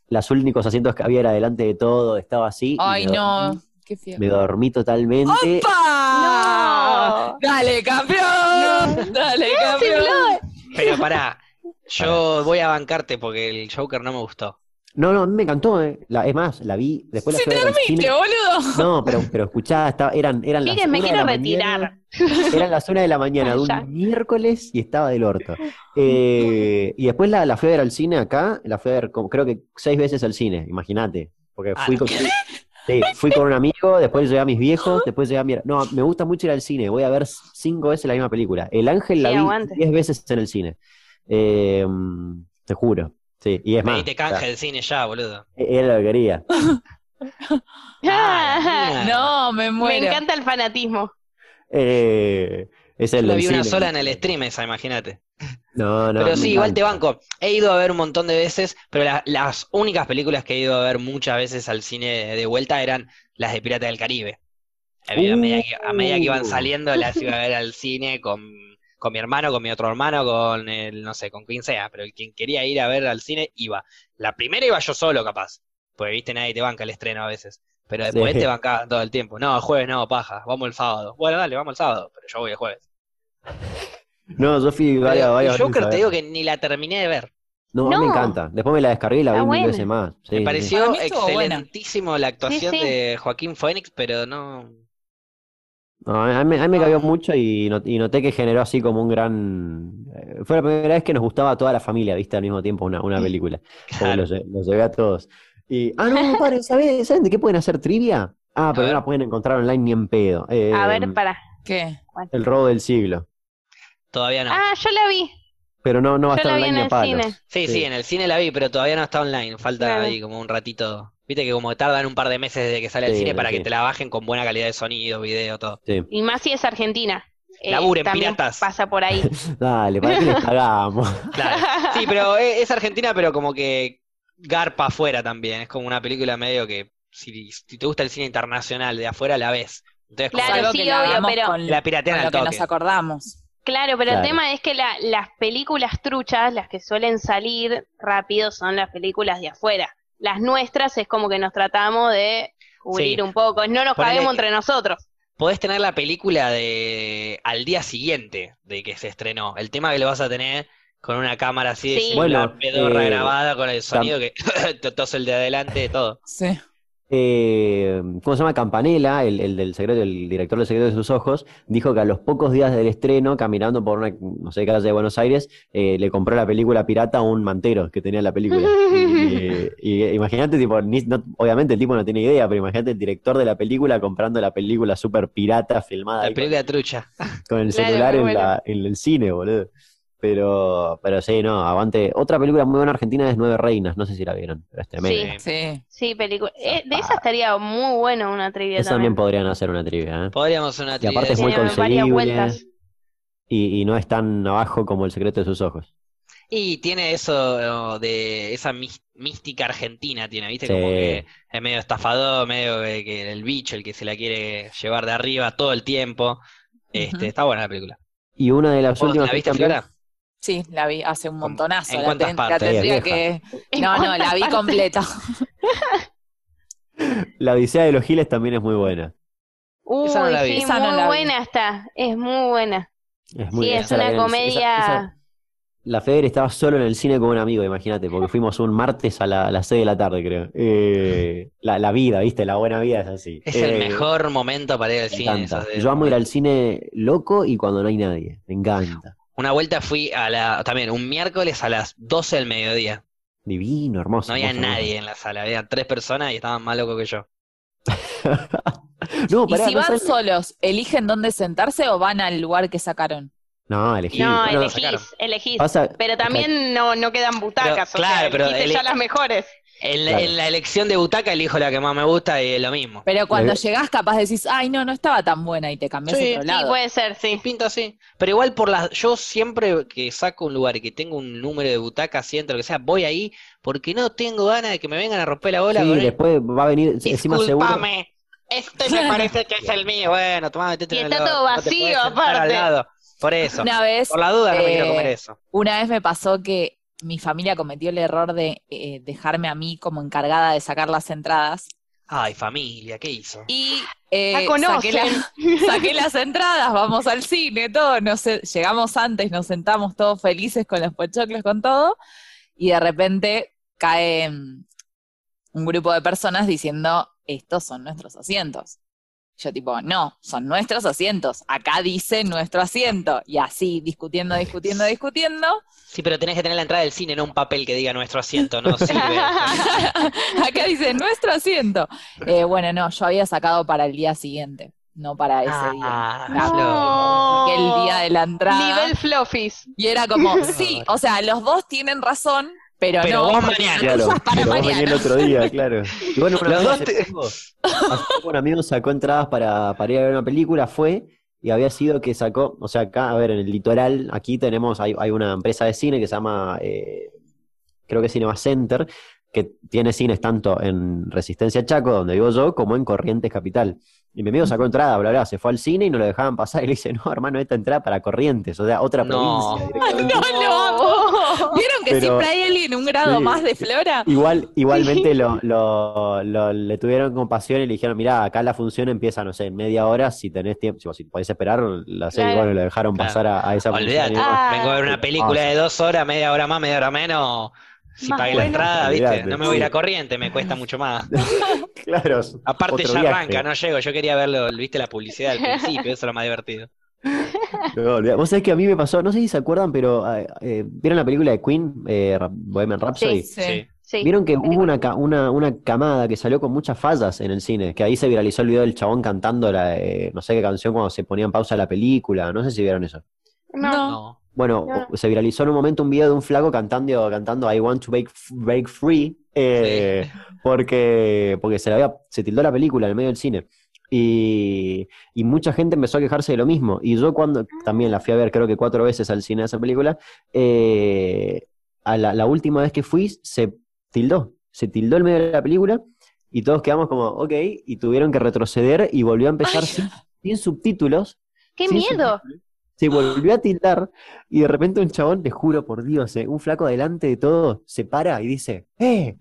Speaker 4: Los únicos asientos que había era delante de todo, estaba así. y
Speaker 2: Ay,
Speaker 4: me,
Speaker 2: no. Qué fiel.
Speaker 4: Me dormí totalmente.
Speaker 2: ¡Opa!
Speaker 4: Ah,
Speaker 5: No.
Speaker 2: ¡Dale, campeón! ¡Dale, campeón!
Speaker 1: Pero
Speaker 4: (laughs)
Speaker 1: pará, yo voy a bancarte porque el Joker no me gustó.
Speaker 4: No, no, a mí me encantó, eh. La, es más, la vi, después la
Speaker 2: ¡Se
Speaker 4: fui a ver al
Speaker 2: dormiste,
Speaker 4: cine.
Speaker 2: boludo!
Speaker 4: No, pero, pero escuchá, estaba- eran, eran las
Speaker 5: Chiques, me
Speaker 4: una de
Speaker 5: quiero
Speaker 4: la
Speaker 5: retirar. (laughs)
Speaker 4: mañana- eran las una de la mañana de
Speaker 5: Ya.
Speaker 4: un miércoles y estaba del orto. Eh, y después la, la fui a ver al cine acá, la fui a ver como- creo que seis veces al cine, imagínate. Porque
Speaker 1: Ah,
Speaker 4: fui
Speaker 1: no.
Speaker 4: con, sí, fui con un amigo, después llegué a mis viejos, después llegué a mi... No, me gusta mucho ir al cine, voy a ver cinco veces la misma película. El Ángel la
Speaker 5: Sí,
Speaker 4: vi
Speaker 5: aguante.
Speaker 4: diez veces en el cine. Eh, te juro. Sí, y es más.
Speaker 1: Ahí te
Speaker 4: o sea,
Speaker 1: canje el cine ya,
Speaker 2: (laughs)
Speaker 1: boludo.
Speaker 4: era lo que quería.
Speaker 5: Ah,
Speaker 1: Ah,
Speaker 2: No, me
Speaker 5: me
Speaker 2: muero.
Speaker 5: encanta el fanatismo.
Speaker 4: Eh, es el
Speaker 1: Yo la
Speaker 4: del
Speaker 1: vi una
Speaker 4: cine.
Speaker 1: sola en el stream esa, imagínate.
Speaker 4: No, no.
Speaker 1: Pero
Speaker 4: me
Speaker 1: sí, igual te
Speaker 4: encanta.
Speaker 1: banco. He ido a ver un montón de veces, pero la- las únicas películas que he ido a ver muchas veces al cine de, de vuelta eran las de Pirata del Caribe. A medida, a medida que, a medida que iban
Speaker 4: Uh.
Speaker 1: saliendo, las iba a ver
Speaker 4: (laughs)
Speaker 1: al cine con, con mi hermano, con mi otro hermano, con el, no sé, con quien sea, pero quien quería ir a ver al cine iba. La primera iba yo solo, capaz. Porque viste, nadie te banca el estreno a veces. Pero después
Speaker 4: Sí.
Speaker 1: te bancaban todo el tiempo. No, el jueves no, paja. Vamos el sábado. Bueno, dale, vamos el sábado. Pero yo voy el jueves.
Speaker 4: No, yo fui
Speaker 1: Pero
Speaker 4: varias, varias
Speaker 1: el Joker
Speaker 4: veces a
Speaker 1: te digo
Speaker 4: ver.
Speaker 1: que ni la terminé de ver.
Speaker 4: No, a mí me
Speaker 5: No.
Speaker 4: encanta. Después me la descargué y la vi
Speaker 5: Está
Speaker 4: mil
Speaker 5: buena.
Speaker 4: veces más. Sí,
Speaker 1: Me
Speaker 4: sí, sí.
Speaker 1: pareció
Speaker 2: Para mí estuvo buena.
Speaker 1: excelentísimo la actuación
Speaker 5: Sí, sí.
Speaker 1: de Joaquín Phoenix, pero no.
Speaker 4: No, a, mí, a mí- a mí me
Speaker 5: Ah.
Speaker 4: cayó mucho y, not- y noté que generó así como un gran. eh, Fue la primera vez que nos gustaba a toda la familia, viste, al mismo tiempo una, una
Speaker 1: (laughs)
Speaker 4: película. Porque
Speaker 1: Claro.
Speaker 4: los, lle- los llevé a todos. Y, ah,
Speaker 5: (laughs)
Speaker 4: no, paren, ¿sabés- ¿saben de qué pueden hacer trivia? Ah, pero
Speaker 1: ver.
Speaker 4: no la pueden encontrar online ni en pedo.
Speaker 5: A
Speaker 4: Eh,
Speaker 5: ver, para.
Speaker 2: ¿Qué?
Speaker 4: El robo del siglo.
Speaker 1: Todavía no.
Speaker 5: Ah, yo la vi.
Speaker 4: Pero no, no va a
Speaker 5: Yo
Speaker 4: estar
Speaker 5: la vi
Speaker 4: online
Speaker 5: en
Speaker 4: ni a
Speaker 5: el
Speaker 4: palos.
Speaker 5: cine.
Speaker 1: sí, sí,
Speaker 4: sí.
Speaker 1: en el cine la vi, pero todavía no está online. Falta
Speaker 5: Claro.
Speaker 1: ahí como un ratito. Viste que como tardan un par de meses desde que sale al
Speaker 4: Sí,
Speaker 1: cine para
Speaker 4: sí.
Speaker 1: que te la bajen con buena calidad de sonido, video,
Speaker 4: (laughs)
Speaker 1: todo.
Speaker 4: Sí.
Speaker 5: Y más si es Argentina. Eh,
Speaker 1: Laburen,
Speaker 5: también
Speaker 1: piratas.
Speaker 5: Pasa por
Speaker 4: (laughs)
Speaker 5: ahí.
Speaker 4: Dale, ¿para
Speaker 5: (laughs)
Speaker 4: qué les pagamos?
Speaker 1: Claro. Sí, pero e- es Argentina, pero como que garpa afuera también. Es como una película medio que si, si te gusta el cine internacional de afuera la ves. Entonces, como
Speaker 5: Claro,
Speaker 2: Salvo
Speaker 5: sí,
Speaker 2: que la
Speaker 5: obvio,
Speaker 2: hagamos
Speaker 5: pero-
Speaker 2: con,
Speaker 1: que la piratean
Speaker 2: con
Speaker 1: al
Speaker 2: lo que
Speaker 1: toque.
Speaker 2: nos acordamos.
Speaker 5: Claro, pero
Speaker 4: Claro.
Speaker 5: el tema es que la- las películas truchas, las que suelen salir rápido, son las películas de afuera. Las nuestras es como que nos tratamos de cubrir
Speaker 1: Sí.
Speaker 5: un poco, no nos
Speaker 1: Ponele
Speaker 5: caguemos
Speaker 1: que-
Speaker 5: entre nosotros.
Speaker 1: podés tener la película de al día siguiente de que se estrenó. El tema que lo vas a tener con una cámara así de
Speaker 5: Sí.
Speaker 1: celular,
Speaker 4: Bueno,
Speaker 1: pedorra
Speaker 4: eh,
Speaker 1: grabada con el sonido que (laughs) te tos el de adelante, todo.
Speaker 2: Sí.
Speaker 4: Eh, ¿Cómo se llama? Campanella, el, el del secreto, el director del secreto de sus ojos, dijo que a los pocos días del estreno, caminando por una, no sé, calle de Buenos Aires, eh, le compró la película pirata a un mantero que tenía la película. Y, y- y imagínate, tipo, ni- no- obviamente el tipo no tiene idea, pero imagínate el director de la película comprando la película super pirata filmada
Speaker 1: La
Speaker 4: ahí con,
Speaker 1: película trucha.
Speaker 4: con el
Speaker 5: Claro,
Speaker 4: celular
Speaker 5: muy
Speaker 4: en,
Speaker 5: bueno.
Speaker 4: la- en el cine, boludo. Pero, pero sí, no, aguante. Otra película muy buena argentina es Nueve Reinas, no sé si la vieron, pero este, es tremenda.
Speaker 5: Sí.
Speaker 2: Sí.
Speaker 5: Sí, película. eh, de
Speaker 4: Zarpada.
Speaker 5: esa estaría muy bueno una trivia
Speaker 4: Eso también
Speaker 5: también.
Speaker 4: podrían hacer una trivia, ¿eh?
Speaker 1: Podríamos una
Speaker 4: Y aparte es
Speaker 1: trivia
Speaker 4: muy
Speaker 1: de-
Speaker 5: Tiene varias
Speaker 4: conseguible
Speaker 5: vueltas.
Speaker 4: y, y no es tan abajo como el secreto de sus ojos.
Speaker 1: Y tiene eso oh, de esa mis- mística argentina, tiene, ¿viste? Como
Speaker 4: Sí.
Speaker 1: que es medio estafador, medio que, que el bicho, el que se la quiere llevar de arriba todo el tiempo. Este,
Speaker 2: Ujú.
Speaker 1: Está buena la película.
Speaker 4: Y una de las
Speaker 1: ¿Vos
Speaker 4: últimas
Speaker 1: la viste,
Speaker 4: que también-
Speaker 1: Flora?
Speaker 2: Sí, la vi hace un montonazo.
Speaker 1: ¿En
Speaker 2: la
Speaker 1: cuántas
Speaker 2: ten-
Speaker 1: partes?
Speaker 2: La tendría
Speaker 4: Ella
Speaker 2: que...
Speaker 5: (laughs)
Speaker 2: No, no, la vi completa.
Speaker 4: La Odisea de los Giles también es muy buena.
Speaker 5: Uy,
Speaker 1: Esa no la vi.
Speaker 5: sí,
Speaker 2: Esa no la
Speaker 5: muy
Speaker 2: vi.
Speaker 5: buena está. Es muy buena.
Speaker 4: Es muy
Speaker 5: Sí,
Speaker 4: esa
Speaker 5: es
Speaker 4: la
Speaker 5: una
Speaker 4: vieron- esa-
Speaker 5: comedia.
Speaker 4: esa- La Feder estaba solo en el cine con un amigo, imagínate, porque fuimos un martes a, la- a las 6 de la tarde, creo. Eh, la, la vida, ¿viste? La buena vida es así.
Speaker 1: Es
Speaker 4: Eh,
Speaker 1: el mejor momento para ir al
Speaker 4: me
Speaker 1: cine.
Speaker 4: encanta.
Speaker 1: esos de-
Speaker 4: Yo amo ir al cine loco y cuando no hay nadie. Me encanta.
Speaker 1: Una vuelta fui a la, también un miércoles a las 12 del mediodía.
Speaker 4: Divino, hermoso.
Speaker 1: No había
Speaker 4: hermoso, hermoso.
Speaker 1: nadie en la sala, había tres personas y estaban más locos que yo.
Speaker 4: no,
Speaker 2: ¿Y
Speaker 4: pará,
Speaker 2: si
Speaker 4: no,
Speaker 2: van
Speaker 4: sabes-
Speaker 2: solos, eligen dónde sentarse o van al lugar que sacaron?
Speaker 4: No, elegí.
Speaker 5: No,
Speaker 4: Bueno,
Speaker 5: elegís,
Speaker 1: sacaron.
Speaker 5: elegís.
Speaker 4: pasa-
Speaker 5: Pero también no, no quedan butacas,
Speaker 1: Pero,
Speaker 5: o sea,
Speaker 1: claro, pero
Speaker 5: elegiste
Speaker 1: ele-
Speaker 5: ya las mejores.
Speaker 1: En la,
Speaker 4: Claro.
Speaker 1: en la elección de butaca elijo la que más me gusta y es lo mismo.
Speaker 2: Pero cuando
Speaker 4: Eh,
Speaker 2: llegás capaz decís, ay no, no estaba tan buena y te cambiás
Speaker 1: Sí,
Speaker 2: a otro
Speaker 1: sí,
Speaker 5: Sí,
Speaker 2: lado.
Speaker 5: puede ser, sí.
Speaker 1: Pinta así. Pero igual por las, yo siempre que saco un lugar y que tengo un número de butacas, siento lo que sea, voy ahí porque no tengo ganas de que me vengan a romper la bola
Speaker 4: sí,
Speaker 1: con el-
Speaker 4: después va a venir, encima seguro.
Speaker 1: Disculpame, este (laughs) me parece que es el mío. Bueno, tomá, metete
Speaker 5: Y
Speaker 1: en el
Speaker 5: está
Speaker 1: lado.
Speaker 5: todo
Speaker 1: No te podés
Speaker 5: vacío,
Speaker 1: sentar al
Speaker 5: aparte.
Speaker 1: lado. Por eso.
Speaker 2: Una vez,
Speaker 1: Por la duda no me quiero
Speaker 2: eh,
Speaker 1: comer eso.
Speaker 2: una vez me pasó que mi familia cometió el error de eh, dejarme a mí como encargada de sacar las entradas
Speaker 1: Ay, familia, ¿qué hizo?
Speaker 2: y eh,
Speaker 5: La conocen.
Speaker 2: saqué, la- saqué las entradas, vamos al cine, todo, no sé, llegamos antes, nos sentamos todos felices con los pochoclos, con todo, y de repente cae mm, un grupo de personas diciendo, estos son nuestros asientos. Yo tipo, no, son nuestros asientos, acá dice nuestro asiento, y así, discutiendo, discutiendo, discutiendo,
Speaker 1: Sí, pero tenés que tener la entrada del cine, no un papel que diga nuestro asiento, no
Speaker 5: (laughs)
Speaker 1: sirve.
Speaker 2: Acá dice nuestro asiento. Eh, bueno, no, yo había sacado para el día siguiente, no para ese día.
Speaker 1: Ah,
Speaker 2: La-
Speaker 1: Flor.
Speaker 2: Saqué el día de la entrada.
Speaker 5: Nivel floffies.
Speaker 2: Y era como, sí, o sea, los dos tienen razón, pero,
Speaker 1: Pero
Speaker 2: no.
Speaker 1: vos
Speaker 2: porque
Speaker 1: mañana.
Speaker 2: la
Speaker 4: Claro,
Speaker 2: tuya es para
Speaker 4: pero vos
Speaker 2: Mariano.
Speaker 4: venía el otro
Speaker 1: (laughs)
Speaker 4: día, claro. Y bueno, un
Speaker 1: Los
Speaker 4: amigo
Speaker 1: dos
Speaker 4: hace
Speaker 1: te-
Speaker 4: poco- hace poco un amigo sacó entradas para, para ir a ver una película, fue, y había sido que sacó, o sea, acá, a ver, en el litoral, aquí tenemos, hay, hay una empresa de cine que se llama, eh, creo que Cinema Center, que tiene cines tanto en Resistencia Chaco, donde vivo yo, como en Corrientes Capital. Y mi amigo sacó entrada, bla, bla, se fue al cine y no lo dejaban pasar. Y le dice, no, hermano, esta entrada para Corrientes, o sea, otra
Speaker 1: No.
Speaker 4: provincia.
Speaker 2: Ay, (laughs)
Speaker 4: directamente.
Speaker 2: no, lo amo. ¿Vieron que
Speaker 4: Pero-
Speaker 2: siempre hay alguien un grado
Speaker 4: Sí.
Speaker 2: más de flora?
Speaker 5: (laughs)
Speaker 4: Igual, igualmente lo, lo- lo- le tuvieron compasión y le dijeron, mirá, acá la función empieza, no sé, en media hora, si tenés tiempo, si, si podés esperar, la serie,
Speaker 5: Claro.
Speaker 4: bueno, le dejaron
Speaker 1: Claro.
Speaker 4: pasar a, a esa función.
Speaker 1: Olvídate,
Speaker 4: Y bueno,
Speaker 5: Ah.
Speaker 1: vengo a ver una película de dos horas, media hora más, media hora menos. Si
Speaker 5: Más
Speaker 1: pagué la
Speaker 5: bueno.
Speaker 1: entrada, ¿viste?
Speaker 4: Olvídate,
Speaker 1: No me voy a ir a
Speaker 4: sí.
Speaker 1: corriente, me cuesta mucho
Speaker 4: (laughs)
Speaker 1: más.
Speaker 4: claro.
Speaker 1: Aparte,
Speaker 4: otro
Speaker 1: ya
Speaker 4: viaje.
Speaker 1: arranca, no llego. Yo quería verlo, viste la publicidad al principio, eso es lo más divertido.
Speaker 4: No, olvidate. Vos sabés que a mí me pasó, no sé si se acuerdan, pero eh, eh, ¿vieron la película de Queen, eh, Ra- Bohemian Rhapsody?
Speaker 5: Sí.
Speaker 1: Sí.
Speaker 5: Sí.
Speaker 4: Vieron que hubo una, ca- una, una camada que salió con muchas fallas en el cine, que ahí se viralizó el video del chabón cantando la, eh, no sé qué canción cuando se ponía en pausa la película, no sé si vieron eso.
Speaker 5: No.
Speaker 1: No.
Speaker 4: Bueno,
Speaker 5: Claro.
Speaker 4: o- se viralizó en un momento un video de un flaco cantando, cantando I want to break, f- break free, eh, porque, porque se, le había, se tildó la película en el medio del cine. Y, y mucha gente empezó a quejarse de lo mismo. Y yo cuando también la fui a ver, creo que cuatro veces al cine esa película, eh, a la, la última vez que fui se tildó, se tildó el medio de la película y todos quedamos como, ok, y tuvieron que retroceder y volvió a empezar sin- sin subtítulos
Speaker 5: ¡Qué
Speaker 4: Sí,
Speaker 5: miedo!
Speaker 4: se volvió a tildar y de repente un chabón, te juro por Dios, eh, un flaco delante de todo, se para y dice, ¡eh!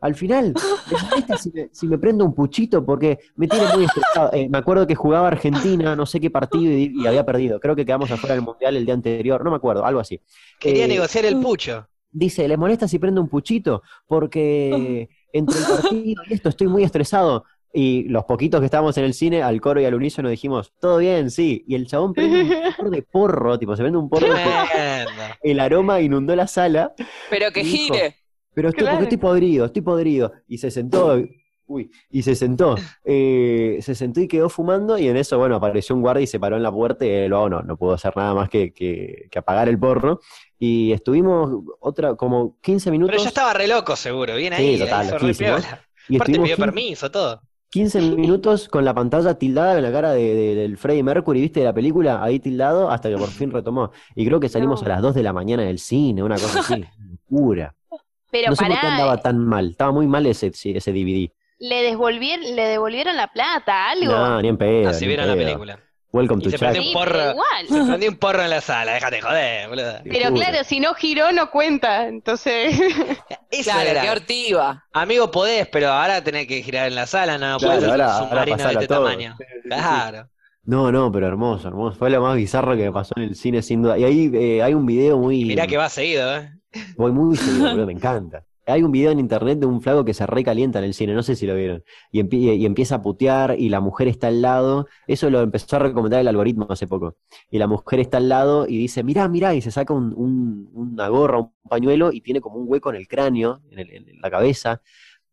Speaker 4: Al final, ¿me molesta si me, si me prendo un puchito porque me tiene muy estresado. Eh, me acuerdo que jugaba Argentina, no sé qué partido, y, y había perdido. Creo que quedamos afuera del Mundial el día anterior, no me acuerdo, algo así.
Speaker 1: Quería
Speaker 4: Eh,
Speaker 1: negociar el
Speaker 4: (laughs)
Speaker 1: pucho.
Speaker 4: Dice, ¿le molesta si prendo un puchito? Porque entre el partido y esto estoy muy estresado. Y los poquitos que estábamos en el cine, al coro y al unísono, dijimos, todo bien, sí. Y el chabón prende un por de porro, tipo, se vende un porro,
Speaker 1: Tremendo.
Speaker 4: el aroma inundó la sala,
Speaker 2: Pero que
Speaker 4: Hijo.
Speaker 2: gire.
Speaker 4: pero estoy,
Speaker 5: Claro.
Speaker 4: porque estoy podrido, estoy podrido. Y se sentó, uy, y se sentó, eh, se sentó y quedó fumando, y en eso, bueno, apareció un guardia y se paró en la puerta, y luego no, no pudo hacer nada más que, que- que apagar el porro. Y estuvimos otra, como 15 minutos.
Speaker 1: Pero ya estaba re loco, seguro. Bien
Speaker 4: Sí,
Speaker 1: ahí, la
Speaker 4: total,
Speaker 1: hizo re
Speaker 4: loquísimo.
Speaker 1: piola.
Speaker 4: y
Speaker 1: Aparte
Speaker 4: estuvimos
Speaker 1: pidió
Speaker 4: 15
Speaker 1: permiso, todo.
Speaker 4: 15 minutos con la pantalla tildada en la cara de- de- del Freddie Mercury, ¿viste? De la película, ahí tildado, hasta que por fin retomó. Y creo que salimos
Speaker 5: No.
Speaker 4: a las 2 de la mañana del cine, una
Speaker 1: (laughs)
Speaker 4: cosa así. Locura.
Speaker 5: (laughs) Pero
Speaker 4: No sé por qué andaba
Speaker 5: pará, eh.
Speaker 4: tan mal. Estaba muy mal ese, ese DVD.
Speaker 5: le, devolvieron, le devolvieron la plata, algo.
Speaker 4: No, ni en pedo.
Speaker 1: Así
Speaker 4: ni en
Speaker 1: Ah, vieron la
Speaker 4: pedo.
Speaker 1: película.
Speaker 4: Welcome
Speaker 1: Y
Speaker 4: to
Speaker 1: se
Speaker 4: Chaco.
Speaker 1: prendió
Speaker 5: Sí,
Speaker 1: Porra.
Speaker 5: pero igual.
Speaker 1: Se prendió un porro en la sala, déjate joder, boludo.
Speaker 5: Pero
Speaker 4: Locura.
Speaker 5: claro, si no giró, no cuenta. Entonces, (laughs)
Speaker 1: Eso
Speaker 2: Claro,
Speaker 1: era.
Speaker 2: que ortiva.
Speaker 1: Amigo, podés, pero ahora tenés que girar en la sala, no
Speaker 4: Claro,
Speaker 1: podés hacer
Speaker 4: ahora-
Speaker 1: un submarino
Speaker 4: ahora
Speaker 1: de este
Speaker 4: pasala todo.
Speaker 1: tamaño. Claro.
Speaker 4: No, no, pero hermoso, hermoso. Fue lo más bizarro que me pasó en el cine, sin duda. Y ahí eh, hay un video muy.
Speaker 1: Mirá que va seguido, ¿eh?
Speaker 4: Voy muy seguido,
Speaker 1: (laughs)
Speaker 4: boludo, me encanta. Hay un video en internet de un flaco que se recalienta en el cine, no sé si lo vieron. Y, empie- y empieza a putear y la mujer está al lado. Eso lo empezó a recomendar el algoritmo hace poco. Y la mujer está al lado y dice, mirá, mirá, y se saca un- un- una gorra, un pañuelo y tiene como un hueco en el cráneo, en, el- en la cabeza.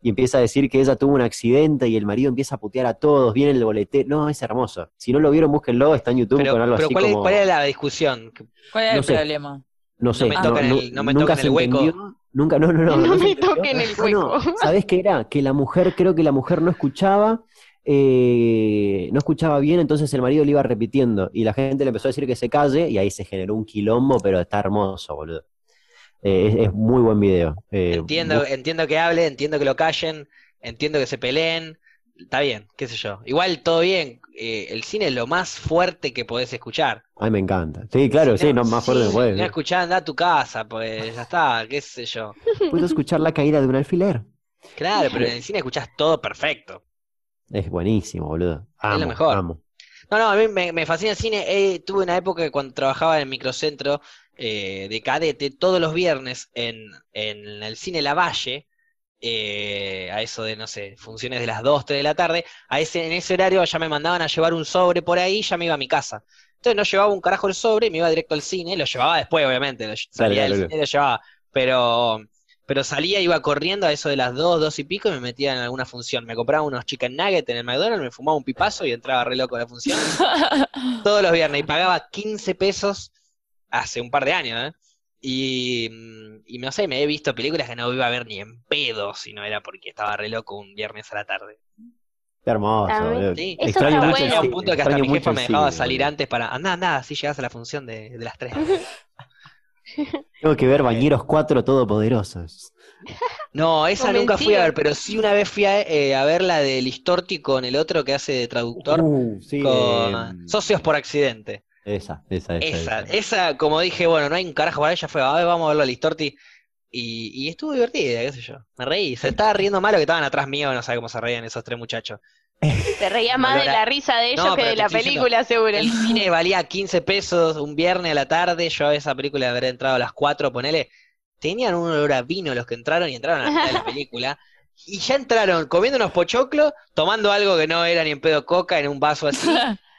Speaker 4: Y empieza a decir que ella tuvo un accidente y el marido empieza a putear a todos, viene el boletín. No, es hermoso. Si no lo vieron, búsquenlo, está en YouTube
Speaker 1: Pero,
Speaker 4: con algo
Speaker 1: pero
Speaker 4: así
Speaker 1: ¿cuál, es,
Speaker 4: como...
Speaker 1: cuál es la discusión?
Speaker 2: ¿Cuál es
Speaker 4: No
Speaker 2: el
Speaker 4: sé.
Speaker 2: problema?
Speaker 4: No sé,
Speaker 1: me toquen el- no me
Speaker 4: nunca
Speaker 1: toquen
Speaker 4: se
Speaker 1: el hueco.
Speaker 4: entendió, Nunca, no, no, no.
Speaker 5: (laughs) No
Speaker 4: se
Speaker 5: me
Speaker 4: entendió.
Speaker 5: toquen el
Speaker 4: No, no,
Speaker 5: hueco. (laughs)
Speaker 4: ¿Sabés qué era? Que la mujer, creo que la mujer no escuchaba, eh, no escuchaba bien, entonces el marido le iba repitiendo. Y la gente le empezó a decir que se calle, y ahí se generó un quilombo, pero está hermoso, boludo. Eh, es, es muy buen video. Eh,
Speaker 1: Entiendo, entiendo que hable, entiendo que lo callen, entiendo que se peleen. Está bien, qué sé yo. Igual todo bien. eh, el cine es lo más fuerte que podés escuchar.
Speaker 4: Ay, me encanta. Sí, claro, sí, no, más fuerte no puede.
Speaker 1: No escuchás, andá a tu casa, pues ya está, qué sé yo.
Speaker 4: Puedo escuchar la caída de un alfiler.
Speaker 1: Claro, pero en el cine escuchás todo perfecto.
Speaker 4: Es buenísimo, boludo. Amo,
Speaker 1: lo mejor.
Speaker 4: amo.
Speaker 1: No, no, a mí me, me fascina el cine. Eh, tuve una época que cuando trabajaba en el microcentro eh, de cadete, todos los viernes en, en el cine La Valle, eh, a eso de, no sé, funciones de las 2, 3 de la tarde, a ese, en ese horario ya me mandaban a llevar un sobre por ahí y ya me iba a mi casa. Entonces no llevaba un carajo el sobre, me iba directo al cine, lo llevaba después, obviamente, lo, lle- salía
Speaker 4: claro,
Speaker 1: del
Speaker 4: claro.
Speaker 1: cine y lo llevaba, pero... Pero salía, iba corriendo a eso de las 2, 2 y pico y me metía en alguna función. Me compraba unos chicken nuggets en el McDonald's, me fumaba un pipazo y entraba re loco a la función todos los viernes y pagaba 15 pesos hace un par de años, ¿eh? Y, mm, y no sé, me he visto películas que no iba a ver ni en pedo si no era porque estaba re loco un viernes a la tarde.
Speaker 4: Está hermoso,
Speaker 5: También.
Speaker 4: boludo.
Speaker 1: Sí.
Speaker 5: Eso
Speaker 4: Extraño
Speaker 5: está
Speaker 4: mucho el
Speaker 5: Ah, bueno.
Speaker 1: Era un
Speaker 4: cine,
Speaker 1: punto que hasta
Speaker 4: extraño
Speaker 1: mi jefa
Speaker 4: mucho el
Speaker 1: me dejaba
Speaker 4: cine,
Speaker 1: salir
Speaker 4: boludo.
Speaker 1: antes para. Andá, andá, así llegás a la función de, de las
Speaker 5: (laughs)
Speaker 1: 3.
Speaker 4: Tengo que ver Bañeros 4 Todopoderosos.
Speaker 1: No, esa
Speaker 5: No,
Speaker 1: nunca fui a
Speaker 5: mentira.
Speaker 1: ver, pero sí una vez fui a, eh, a ver la de Listorti con el otro que hace de traductor.
Speaker 4: Uh, sí,
Speaker 1: Con
Speaker 4: eh,
Speaker 1: Socios por Accidente.
Speaker 4: Esa, esa, esa.
Speaker 1: Esa,
Speaker 4: esa.
Speaker 1: esa, como dije, bueno, no hay un carajo para ella, fue, a ver, vamos a verlo a Listorti. Y, y estuvo divertida, qué sé yo. Me reí, se estaba riendo malo que estaban atrás mío, no sabe cómo se reían esos tres muchachos.
Speaker 5: Te reías más de
Speaker 1: Valora-
Speaker 5: la risa de ellos
Speaker 1: No,
Speaker 5: que
Speaker 1: pero
Speaker 5: de
Speaker 1: te
Speaker 5: la
Speaker 1: estoy diciendo-
Speaker 5: película, seguro.
Speaker 1: El cine valía 15 pesos un viernes a la tarde, yo a esa película habré entrado a las 4, ponele. Tenían un olor a vino los que entraron y entraron a la mitad de la película. Y ya entraron comiendo unos pochoclos, tomando algo que no era ni en pedo coca, en un vaso así.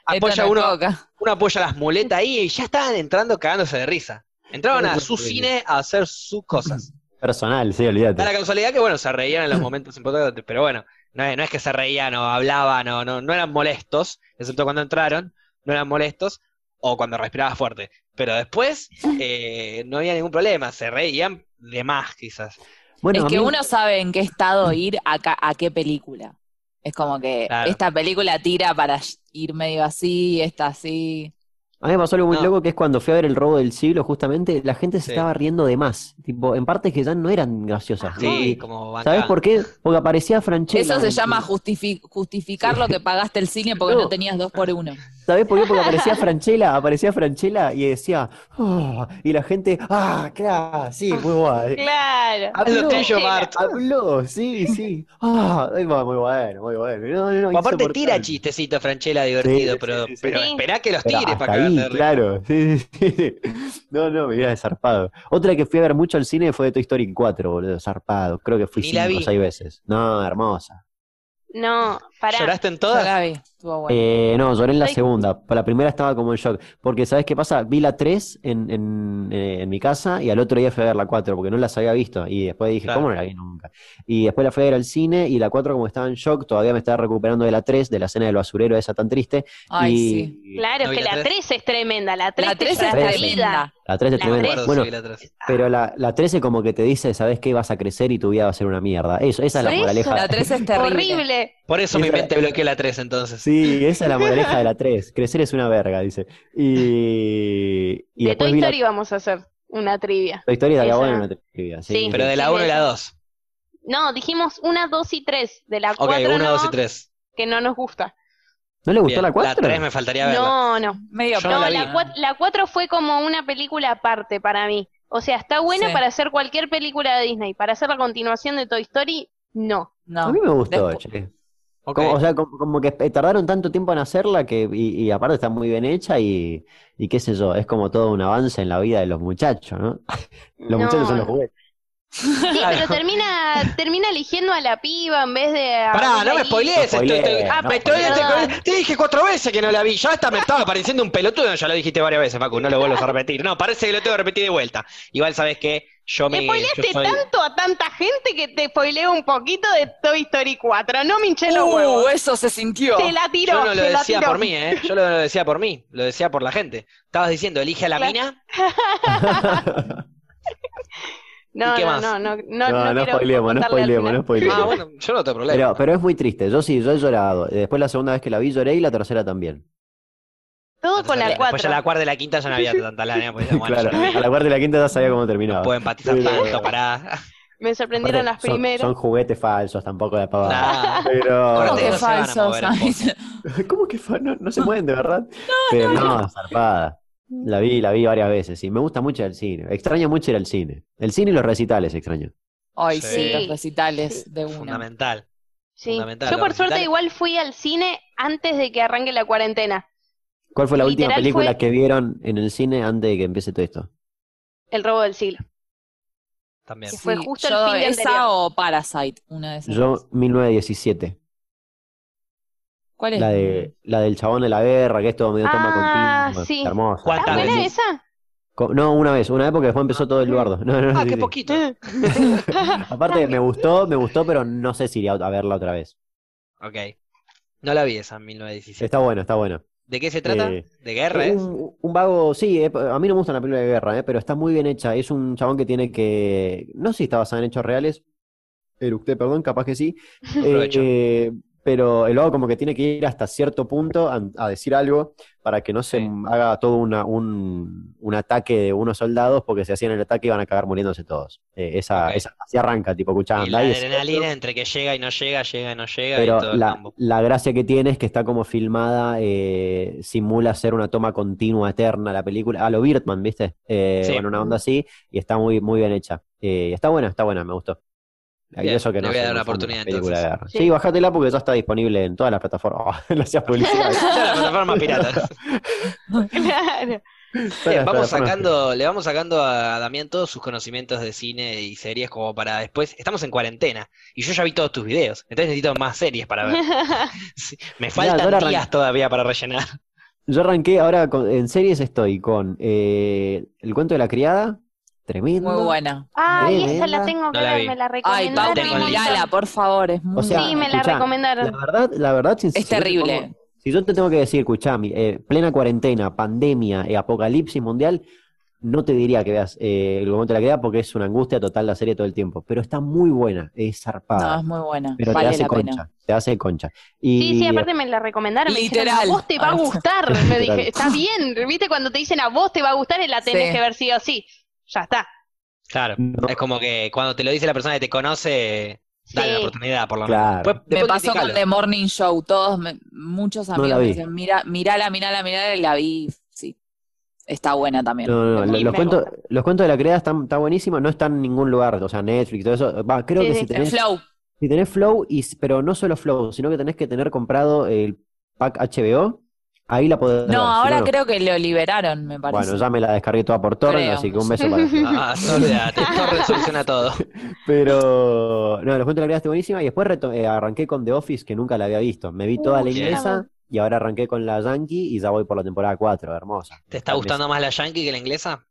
Speaker 1: Apoya uno, uno apoya las muletas ahí y ya estaban entrando cagándose de risa. Entraban a su cine a hacer sus
Speaker 4: (laughs)
Speaker 1: cosas.
Speaker 4: Personal, sí,
Speaker 1: Da la
Speaker 4: olvídate.
Speaker 1: casualidad que, bueno, se reían en los momentos importantes, pero bueno, no es, no es que se reían o hablaban o no, no eran molestos, excepto cuando entraron, no eran molestos o cuando respirabas fuerte. Pero
Speaker 4: (laughs)
Speaker 1: después eh, no había ningún problema, se reían de más quizás.
Speaker 4: Bueno,
Speaker 2: es
Speaker 4: a
Speaker 2: que
Speaker 4: mí-
Speaker 2: uno sabe en qué estado ir a, ca- a qué película. Es como que
Speaker 1: Claro.
Speaker 2: esta película tira para ir medio así, esta así.
Speaker 4: a mí me pasó algo muy
Speaker 1: No.
Speaker 4: loco que es cuando fui a ver el robo del siglo, justamente la gente se
Speaker 1: Sí.
Speaker 4: estaba riendo de más. Tipo, en partes que ya no eran graciosas.
Speaker 1: Sí,
Speaker 4: Y-
Speaker 1: como bancaban.
Speaker 4: ¿Sabes por qué? Porque aparecía Franchella.
Speaker 2: Eso se llama justifi- justificar lo que pagaste el cine porque no, tenías dos por uno.
Speaker 4: ¿Sabés por qué? Porque
Speaker 2: (laughs)
Speaker 4: aparecía Franchella, aparecía Franchella y decía, "Ah", y la gente, ah, claro, sí,
Speaker 2: (laughs)
Speaker 4: muy guay.
Speaker 5: (laughs) Claro.
Speaker 1: Haz lo
Speaker 4: Habló,
Speaker 1: tuyo, Bart.
Speaker 4: habló, sí, sí. Ah, muy bueno, muy bueno. No, no, no,
Speaker 1: Aparte tira
Speaker 4: insoportable.
Speaker 1: chistecitos, Franchella, divertido,
Speaker 4: Sí, sí,
Speaker 1: pero,
Speaker 4: sí, sí.
Speaker 1: pero
Speaker 5: Sí.
Speaker 1: esperá que los
Speaker 4: Pero
Speaker 1: tire
Speaker 4: hasta
Speaker 1: para
Speaker 4: ahí,
Speaker 1: cagarte de risa.
Speaker 4: claro. (laughs) Sí, sí, sí, sí. No, no, me hubiera zarpado. Otra que fui a ver mucho al cine fue de Toy Story 4, boludo, zarpado. Creo que fui
Speaker 1: Ni la
Speaker 4: cinco o
Speaker 1: vi.
Speaker 4: seis veces. No, hermosa.
Speaker 5: No, pará.
Speaker 1: ¿Lloraste en
Speaker 2: Yo
Speaker 1: todas?
Speaker 2: la vi, estuvo bueno.
Speaker 4: Eh, no, lloré en la
Speaker 5: Toy-
Speaker 4: segunda. Para la primera estaba como en shock. Porque, ¿sabes qué pasa? Vi la 3 en, en, eh, en mi casa y al otro día fui a ver la 4 porque no las había visto. Y después dije,
Speaker 1: Claro.
Speaker 4: ¿cómo no la vi nunca? Y después la fui a ver al cine y la 4, como estaba en shock, todavía me estaba recuperando de la 3, de la escena del basurero esa tan triste.
Speaker 2: Eh, Ay,
Speaker 4: y
Speaker 2: sí.
Speaker 5: Claro,
Speaker 1: No,
Speaker 5: es
Speaker 1: y
Speaker 5: que
Speaker 1: la
Speaker 5: la
Speaker 1: tres.
Speaker 5: 3 es tremenda. La 3
Speaker 2: La 3 es
Speaker 4: tremenda.
Speaker 2: tremenda.
Speaker 4: La 3 es
Speaker 5: La
Speaker 4: tremenda.
Speaker 5: tres.
Speaker 1: Recuerdo,
Speaker 4: Bueno,
Speaker 1: sí, la tres.
Speaker 4: Pero la, la 13 como que te dice, ¿sabes qué? Vas a crecer y tu vida va a ser una mierda. Eso, esa es la
Speaker 5: Por eso.
Speaker 4: moraleja.
Speaker 2: La 3 es terrible.
Speaker 5: Horrible.
Speaker 1: Por eso mi
Speaker 4: Esa-
Speaker 1: mente bloqueó la 3 entonces.
Speaker 4: (laughs) eh, Sí, esa es la moraleja de la 3. Crecer es una verga, dice. Y, y
Speaker 5: De
Speaker 4: después
Speaker 5: Toy
Speaker 4: vi la
Speaker 5: Story vamos a hacer una trivia.
Speaker 4: Toy Story estaría
Speaker 5: Esa.
Speaker 4: bueno en una trivia, Sí,
Speaker 5: Sí,
Speaker 1: Pero de la
Speaker 5: Sí,
Speaker 1: 1 y la
Speaker 5: esa.
Speaker 1: 2.
Speaker 5: No, dijimos una, dos y tres. De la
Speaker 1: Ok,
Speaker 5: cuatro
Speaker 1: 1,
Speaker 5: no,
Speaker 1: 2 y 3.
Speaker 5: que no nos gusta.
Speaker 4: ¿No le gustó la 4?
Speaker 1: 3 me faltaría verla.
Speaker 5: No, no.
Speaker 2: Medio
Speaker 1: Yo
Speaker 5: No,
Speaker 1: la
Speaker 5: la,
Speaker 1: vi.
Speaker 5: cua- la 4 fue como una película aparte para mí. O sea, está buena
Speaker 2: Sí.
Speaker 5: para hacer cualquier película de Disney. Para hacer la continuación de Toy Story, no.
Speaker 2: No.
Speaker 4: A mí me gustó,
Speaker 2: Despu-
Speaker 4: che.
Speaker 1: Ok.
Speaker 4: Como- o sea, como, como que eh, tardaron tanto tiempo en hacerla que, y, y aparte está muy bien hecha y, y qué sé yo, es como todo un avance en la vida de los muchachos, ¿no? Los
Speaker 5: No,
Speaker 4: muchachos son los
Speaker 5: no.
Speaker 4: juguetes.
Speaker 5: Sí, pero
Speaker 1: Claro.
Speaker 5: termina, termina eligiendo a la piba en vez de. a
Speaker 1: Pará,
Speaker 5: un
Speaker 1: no me
Speaker 5: marido.
Speaker 1: spoilees.
Speaker 4: No
Speaker 1: estoy- estoy-
Speaker 4: spoilees,
Speaker 1: ah,
Speaker 4: no
Speaker 1: me estoy-
Speaker 5: spoilees.
Speaker 1: te- te dije cuatro veces que no la vi. Ya esta me estaba pareciendo un pelotudo. Ya lo dijiste varias veces, Facu. No lo vuelvas a repetir. No, parece que lo tengo que repetir de vuelta. Igual sabes que yo me.
Speaker 5: Te
Speaker 1: yo
Speaker 5: spoileaste
Speaker 1: soy-
Speaker 5: tanto a tanta gente que te spoileo un poquito de Toy Story 4. No me hinché los
Speaker 2: Uh,
Speaker 5: huevos.
Speaker 2: eso se sintió.
Speaker 5: Te la tiró.
Speaker 1: Yo no lo
Speaker 5: te la
Speaker 1: decía
Speaker 5: tiró.
Speaker 1: por mí, ¿eh? Yo no lo decía por mí. Lo decía por la gente. Estabas diciendo, elige a la
Speaker 5: Claro.
Speaker 1: mina.
Speaker 5: (laughs) No,
Speaker 1: ¿Y qué
Speaker 5: no,
Speaker 1: más?
Speaker 5: no, no, no,
Speaker 4: (laughs) No, no,
Speaker 5: no quiero
Speaker 4: spoileemos, no
Speaker 5: contarle al
Speaker 4: spoileemos, no
Speaker 5: final.
Speaker 4: spoileemos.
Speaker 1: Ah, bueno, yo no tengo problema.
Speaker 4: Pero, pero es muy triste, yo sí, yo he llorado. Eh, Después la segunda vez que la vi lloré y la tercera también.
Speaker 5: Todo con la
Speaker 1: Después ya
Speaker 5: 4.
Speaker 1: la cuarta y la quinta ya no había tanta lana. Pues, bueno,
Speaker 4: (laughs) claro,
Speaker 1: ya no
Speaker 4: a la cuarta y la quinta ya sabía cómo terminaba.
Speaker 1: puedo empatizar
Speaker 4: Sí,
Speaker 1: tanto,
Speaker 4: claro.
Speaker 1: pará.
Speaker 5: Me sorprendieron las
Speaker 4: Aparte, son,
Speaker 5: primeras.
Speaker 4: son juguetes falsos, tampoco de pavada.
Speaker 1: Nah.
Speaker 4: Pero...
Speaker 2: ¿Cómo
Speaker 1: Corte,
Speaker 2: que
Speaker 1: no se van a
Speaker 2: falsos?
Speaker 1: mover, posta.
Speaker 4: (laughs) ¿Cómo que fa- no, no se mueven de verdad? Pero no, zarpada. La vi, la vi varias veces y me gusta mucho el cine. Extraño mucho ir al cine. El cine y los recitales extraño.
Speaker 2: Ay,
Speaker 1: Sí.
Speaker 2: sí, los recitales de una.
Speaker 1: Fundamental.
Speaker 5: Sí.
Speaker 1: fundamental,
Speaker 5: Yo por
Speaker 1: los
Speaker 5: suerte
Speaker 1: recitales.
Speaker 5: igual fui al cine antes de que arranque la cuarentena.
Speaker 4: ¿Cuál fue la última
Speaker 5: Literal
Speaker 4: película
Speaker 5: fue-
Speaker 4: que vieron en el cine antes de que empiece todo esto?
Speaker 5: El robo del siglo.
Speaker 1: También.
Speaker 5: Que fue justo el
Speaker 2: yo
Speaker 5: fin de
Speaker 2: esa
Speaker 5: anterior.
Speaker 2: o Parasite, una de esas.
Speaker 4: Yo, 1917.
Speaker 2: ¿Cuál es?
Speaker 4: La, de, la del chabón de la guerra, que es todo medio toma
Speaker 5: Ah,
Speaker 4: continua.
Speaker 5: sí.
Speaker 4: Hermosa. Ah,
Speaker 1: ¿Cuántas
Speaker 5: ¿Está buena
Speaker 1: veces?
Speaker 5: esa?
Speaker 4: Co- No, una vez, una vez porque después empezó todo el bardo. No, no,
Speaker 1: Ah,
Speaker 4: sí,
Speaker 1: qué
Speaker 4: sí.
Speaker 1: poquito.
Speaker 4: Aparte, me gustó, me gustó, pero no sé si iría a verla otra vez.
Speaker 1: (laughs) Ok. No la vi esa en 1917.
Speaker 4: Está bueno, está bueno.
Speaker 1: ¿De qué se trata?
Speaker 4: Eh,
Speaker 1: ¿De guerra? es?
Speaker 4: Un, un vago, sí, eh, a mí no me gusta la película de guerra, eh, pero está muy bien hecha. Es un chabón que tiene que. No sé si está basada en hechos reales. Eructé, perdón, capaz que sí.
Speaker 1: (laughs) Aprovecho.
Speaker 4: Eh, pero el vago como que tiene que ir hasta cierto punto a, a decir algo para que no se
Speaker 1: Sí.
Speaker 4: haga todo una- un, un ataque de unos soldados, porque si hacían el ataque iban a acabar muriéndose todos. Eh, esa,
Speaker 1: Ok.
Speaker 4: esa- así arranca, tipo, escuchá,
Speaker 1: y la
Speaker 4: andá y decilo.
Speaker 1: adrenalina entre que llega y no llega, llega y no llega, y todo
Speaker 4: Pero
Speaker 1: el
Speaker 4: la,
Speaker 1: mambo.
Speaker 4: la gracia que tiene es que está como filmada, eh, simula ser una toma continua, eterna, la película, a lo Birdman, ¿viste? Eh,
Speaker 1: Sí.
Speaker 4: Con una onda así, y está muy, muy bien hecha. Eh, y está buena, está buena, me gustó. Y
Speaker 1: Bien,
Speaker 4: eso que
Speaker 1: le
Speaker 4: no
Speaker 1: voy a
Speaker 4: soy
Speaker 1: dar
Speaker 4: muy
Speaker 1: una
Speaker 4: fan de
Speaker 1: oportunidad,
Speaker 4: las películas de guerra.
Speaker 5: Sí.
Speaker 4: Sí. bájatela porque ya está disponible en todas las plataformas. (laughs) Oh, no
Speaker 1: (laughs)
Speaker 4: seas publicidad.
Speaker 1: Ya la
Speaker 4: (laughs)
Speaker 1: plataforma pirata.
Speaker 5: (laughs) Claro.
Speaker 4: Todas
Speaker 1: Bien,
Speaker 4: las
Speaker 1: vamos
Speaker 4: plataformas.
Speaker 1: sacando, le vamos sacando a Damián todos sus conocimientos de cine y series como para después. Estamos en cuarentena y yo ya vi todos tus videos, entonces necesito más series para
Speaker 4: (laughs)
Speaker 1: ver. Sí, Me faltan
Speaker 4: ahora arran-
Speaker 1: días todavía para rellenar.
Speaker 4: Yo arranqué ahora con- en series estoy con eh, El cuento de la criada, tremendo.
Speaker 2: Muy buena.
Speaker 5: Ay,
Speaker 4: Tremenda.
Speaker 5: esa la tengo que
Speaker 1: No la
Speaker 5: ver,
Speaker 1: vi.
Speaker 5: me la
Speaker 2: Ay,
Speaker 5: recomendaron.
Speaker 2: Pau,
Speaker 1: tengo el
Speaker 2: mirala, por favor, es muy
Speaker 4: O sea,
Speaker 5: sí, me la
Speaker 4: escuchá,
Speaker 5: recomendaron.
Speaker 4: La verdad, la verdad, sin-
Speaker 2: Es
Speaker 4: si yo te
Speaker 2: terrible.
Speaker 4: pongo- Si yo te tengo que decir, escuchame, eh, plena cuarentena, pandemia, eh, apocalipsis mundial, no te diría que veas eh, el momento de la queda porque es una angustia total la serie todo el tiempo. Pero está muy buena, es zarpada.
Speaker 2: No, es muy buena.
Speaker 4: Ah, pero
Speaker 2: vale
Speaker 4: te hace
Speaker 2: la
Speaker 4: concha,
Speaker 2: pena.
Speaker 4: te hace concha. Y,
Speaker 5: Sí, sí, aparte me la recomendaron. Me dijeron,
Speaker 2: Literal.
Speaker 5: a vos te va a
Speaker 2: Ah.
Speaker 5: gustar.
Speaker 1: (laughs)
Speaker 5: Me
Speaker 4: Literal.
Speaker 5: dije, está bien. ¿Viste? Cuando te dicen a vos te va a gustar, la tenés
Speaker 2: Sí.
Speaker 5: que ver sí o sí. Ya está.
Speaker 1: Claro,
Speaker 4: No.
Speaker 1: es como que cuando te lo dice la persona que te conoce, dale la
Speaker 5: Sí.
Speaker 1: oportunidad por lo menos.
Speaker 4: Claro.
Speaker 1: Después-
Speaker 2: Me
Speaker 1: después
Speaker 2: pasó
Speaker 1: criticalo.
Speaker 2: con The Morning Show, todos, me- muchos
Speaker 4: No
Speaker 2: amigos
Speaker 4: la
Speaker 2: me
Speaker 4: vi.
Speaker 2: dicen, mira, mirala, mirala, mirala, y la vi, sí. Está buena también.
Speaker 4: No, no,
Speaker 5: A
Speaker 4: no,
Speaker 5: mí
Speaker 4: lo- los
Speaker 5: me
Speaker 4: cuentos,
Speaker 5: gusta.
Speaker 4: los cuentos de la creada están, está buenísimos, no están en ningún lugar, o sea, Netflix, todo eso. Va, creo
Speaker 5: Sí,
Speaker 4: que
Speaker 5: sí.
Speaker 4: si
Speaker 2: El
Speaker 4: tenés,
Speaker 2: Flow,
Speaker 4: si tenés Flow, y, s- pero no solo Flow, sino que tenés que tener comprado el pack HBO, ahí la podés ver, si
Speaker 2: no, ahora
Speaker 4: no.
Speaker 2: creo que lo liberaron, me parece.
Speaker 4: Bueno, ya me la descargué toda por Torrent,
Speaker 2: Creo.
Speaker 4: así que
Speaker 2: (laughs)
Speaker 4: un beso para ti.
Speaker 1: Ah, soledad, te soluciona todo.
Speaker 4: Pero, no, los cuentos de la creada está buenísima. Y después reto- eh, arranqué con The Office, que nunca la había visto. Me vi toda
Speaker 5: Uh,
Speaker 4: la
Speaker 1: bien.
Speaker 4: inglesa y ahora arranqué con la Yankee y ya voy por la temporada 4, hermosa.
Speaker 1: ¿Te está gustando más la yankee que la inglesa?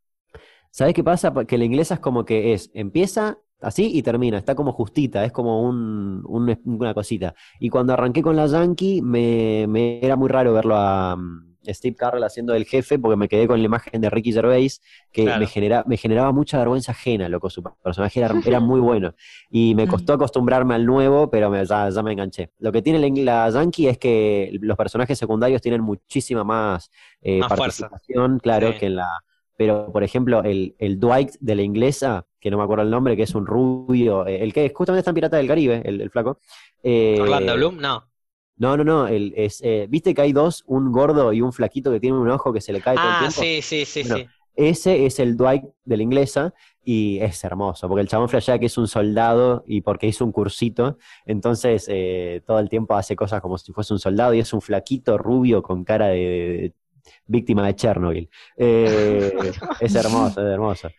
Speaker 4: ¿Sabés qué pasa? Que la inglesa es como que es, empieza así y termina, está como justita, es como un, un- una cosita. Y cuando arranqué con la Yankee, me, me era muy raro verlo a um, Steve Carrell haciendo el jefe, porque me quedé con la imagen de Ricky Gervais, que
Speaker 1: Claro.
Speaker 4: me, genera, me generaba mucha vergüenza ajena, loco, su personaje era,
Speaker 1: (laughs)
Speaker 4: era muy bueno. Y me costó acostumbrarme al nuevo, pero me- ya, ya me enganché. Lo que tiene la, ing- la Yankee es que los personajes secundarios tienen muchísima más, eh,
Speaker 1: Más fuerza.
Speaker 4: participación, claro,
Speaker 1: Sí.
Speaker 4: que en la... Pero, por ejemplo, el, el Dwight de la inglesa, que no me acuerdo el nombre, que es un rubio, eh, el que es- justamente está en Pirata del Caribe, el, el flaco. eh,
Speaker 1: Orlando Bloom, no.
Speaker 4: No, no, no. el- es, eh, ¿Viste que hay dos, un gordo y un flaquito que tiene un ojo que se le cae todo el
Speaker 1: Ah,
Speaker 4: tiempo?
Speaker 1: sí, sí, sí,
Speaker 4: Bueno,
Speaker 1: sí.
Speaker 4: Ese es el Dwight de la inglesa, Y es hermoso, porque el chabón flashea que es un soldado y porque hizo un cursito, entonces eh, todo el tiempo hace cosas como si fuese un soldado y es un flaquito rubio con cara de, de- víctima de Chernobyl.
Speaker 5: (laughs)
Speaker 4: Eh, es hermoso, es hermoso.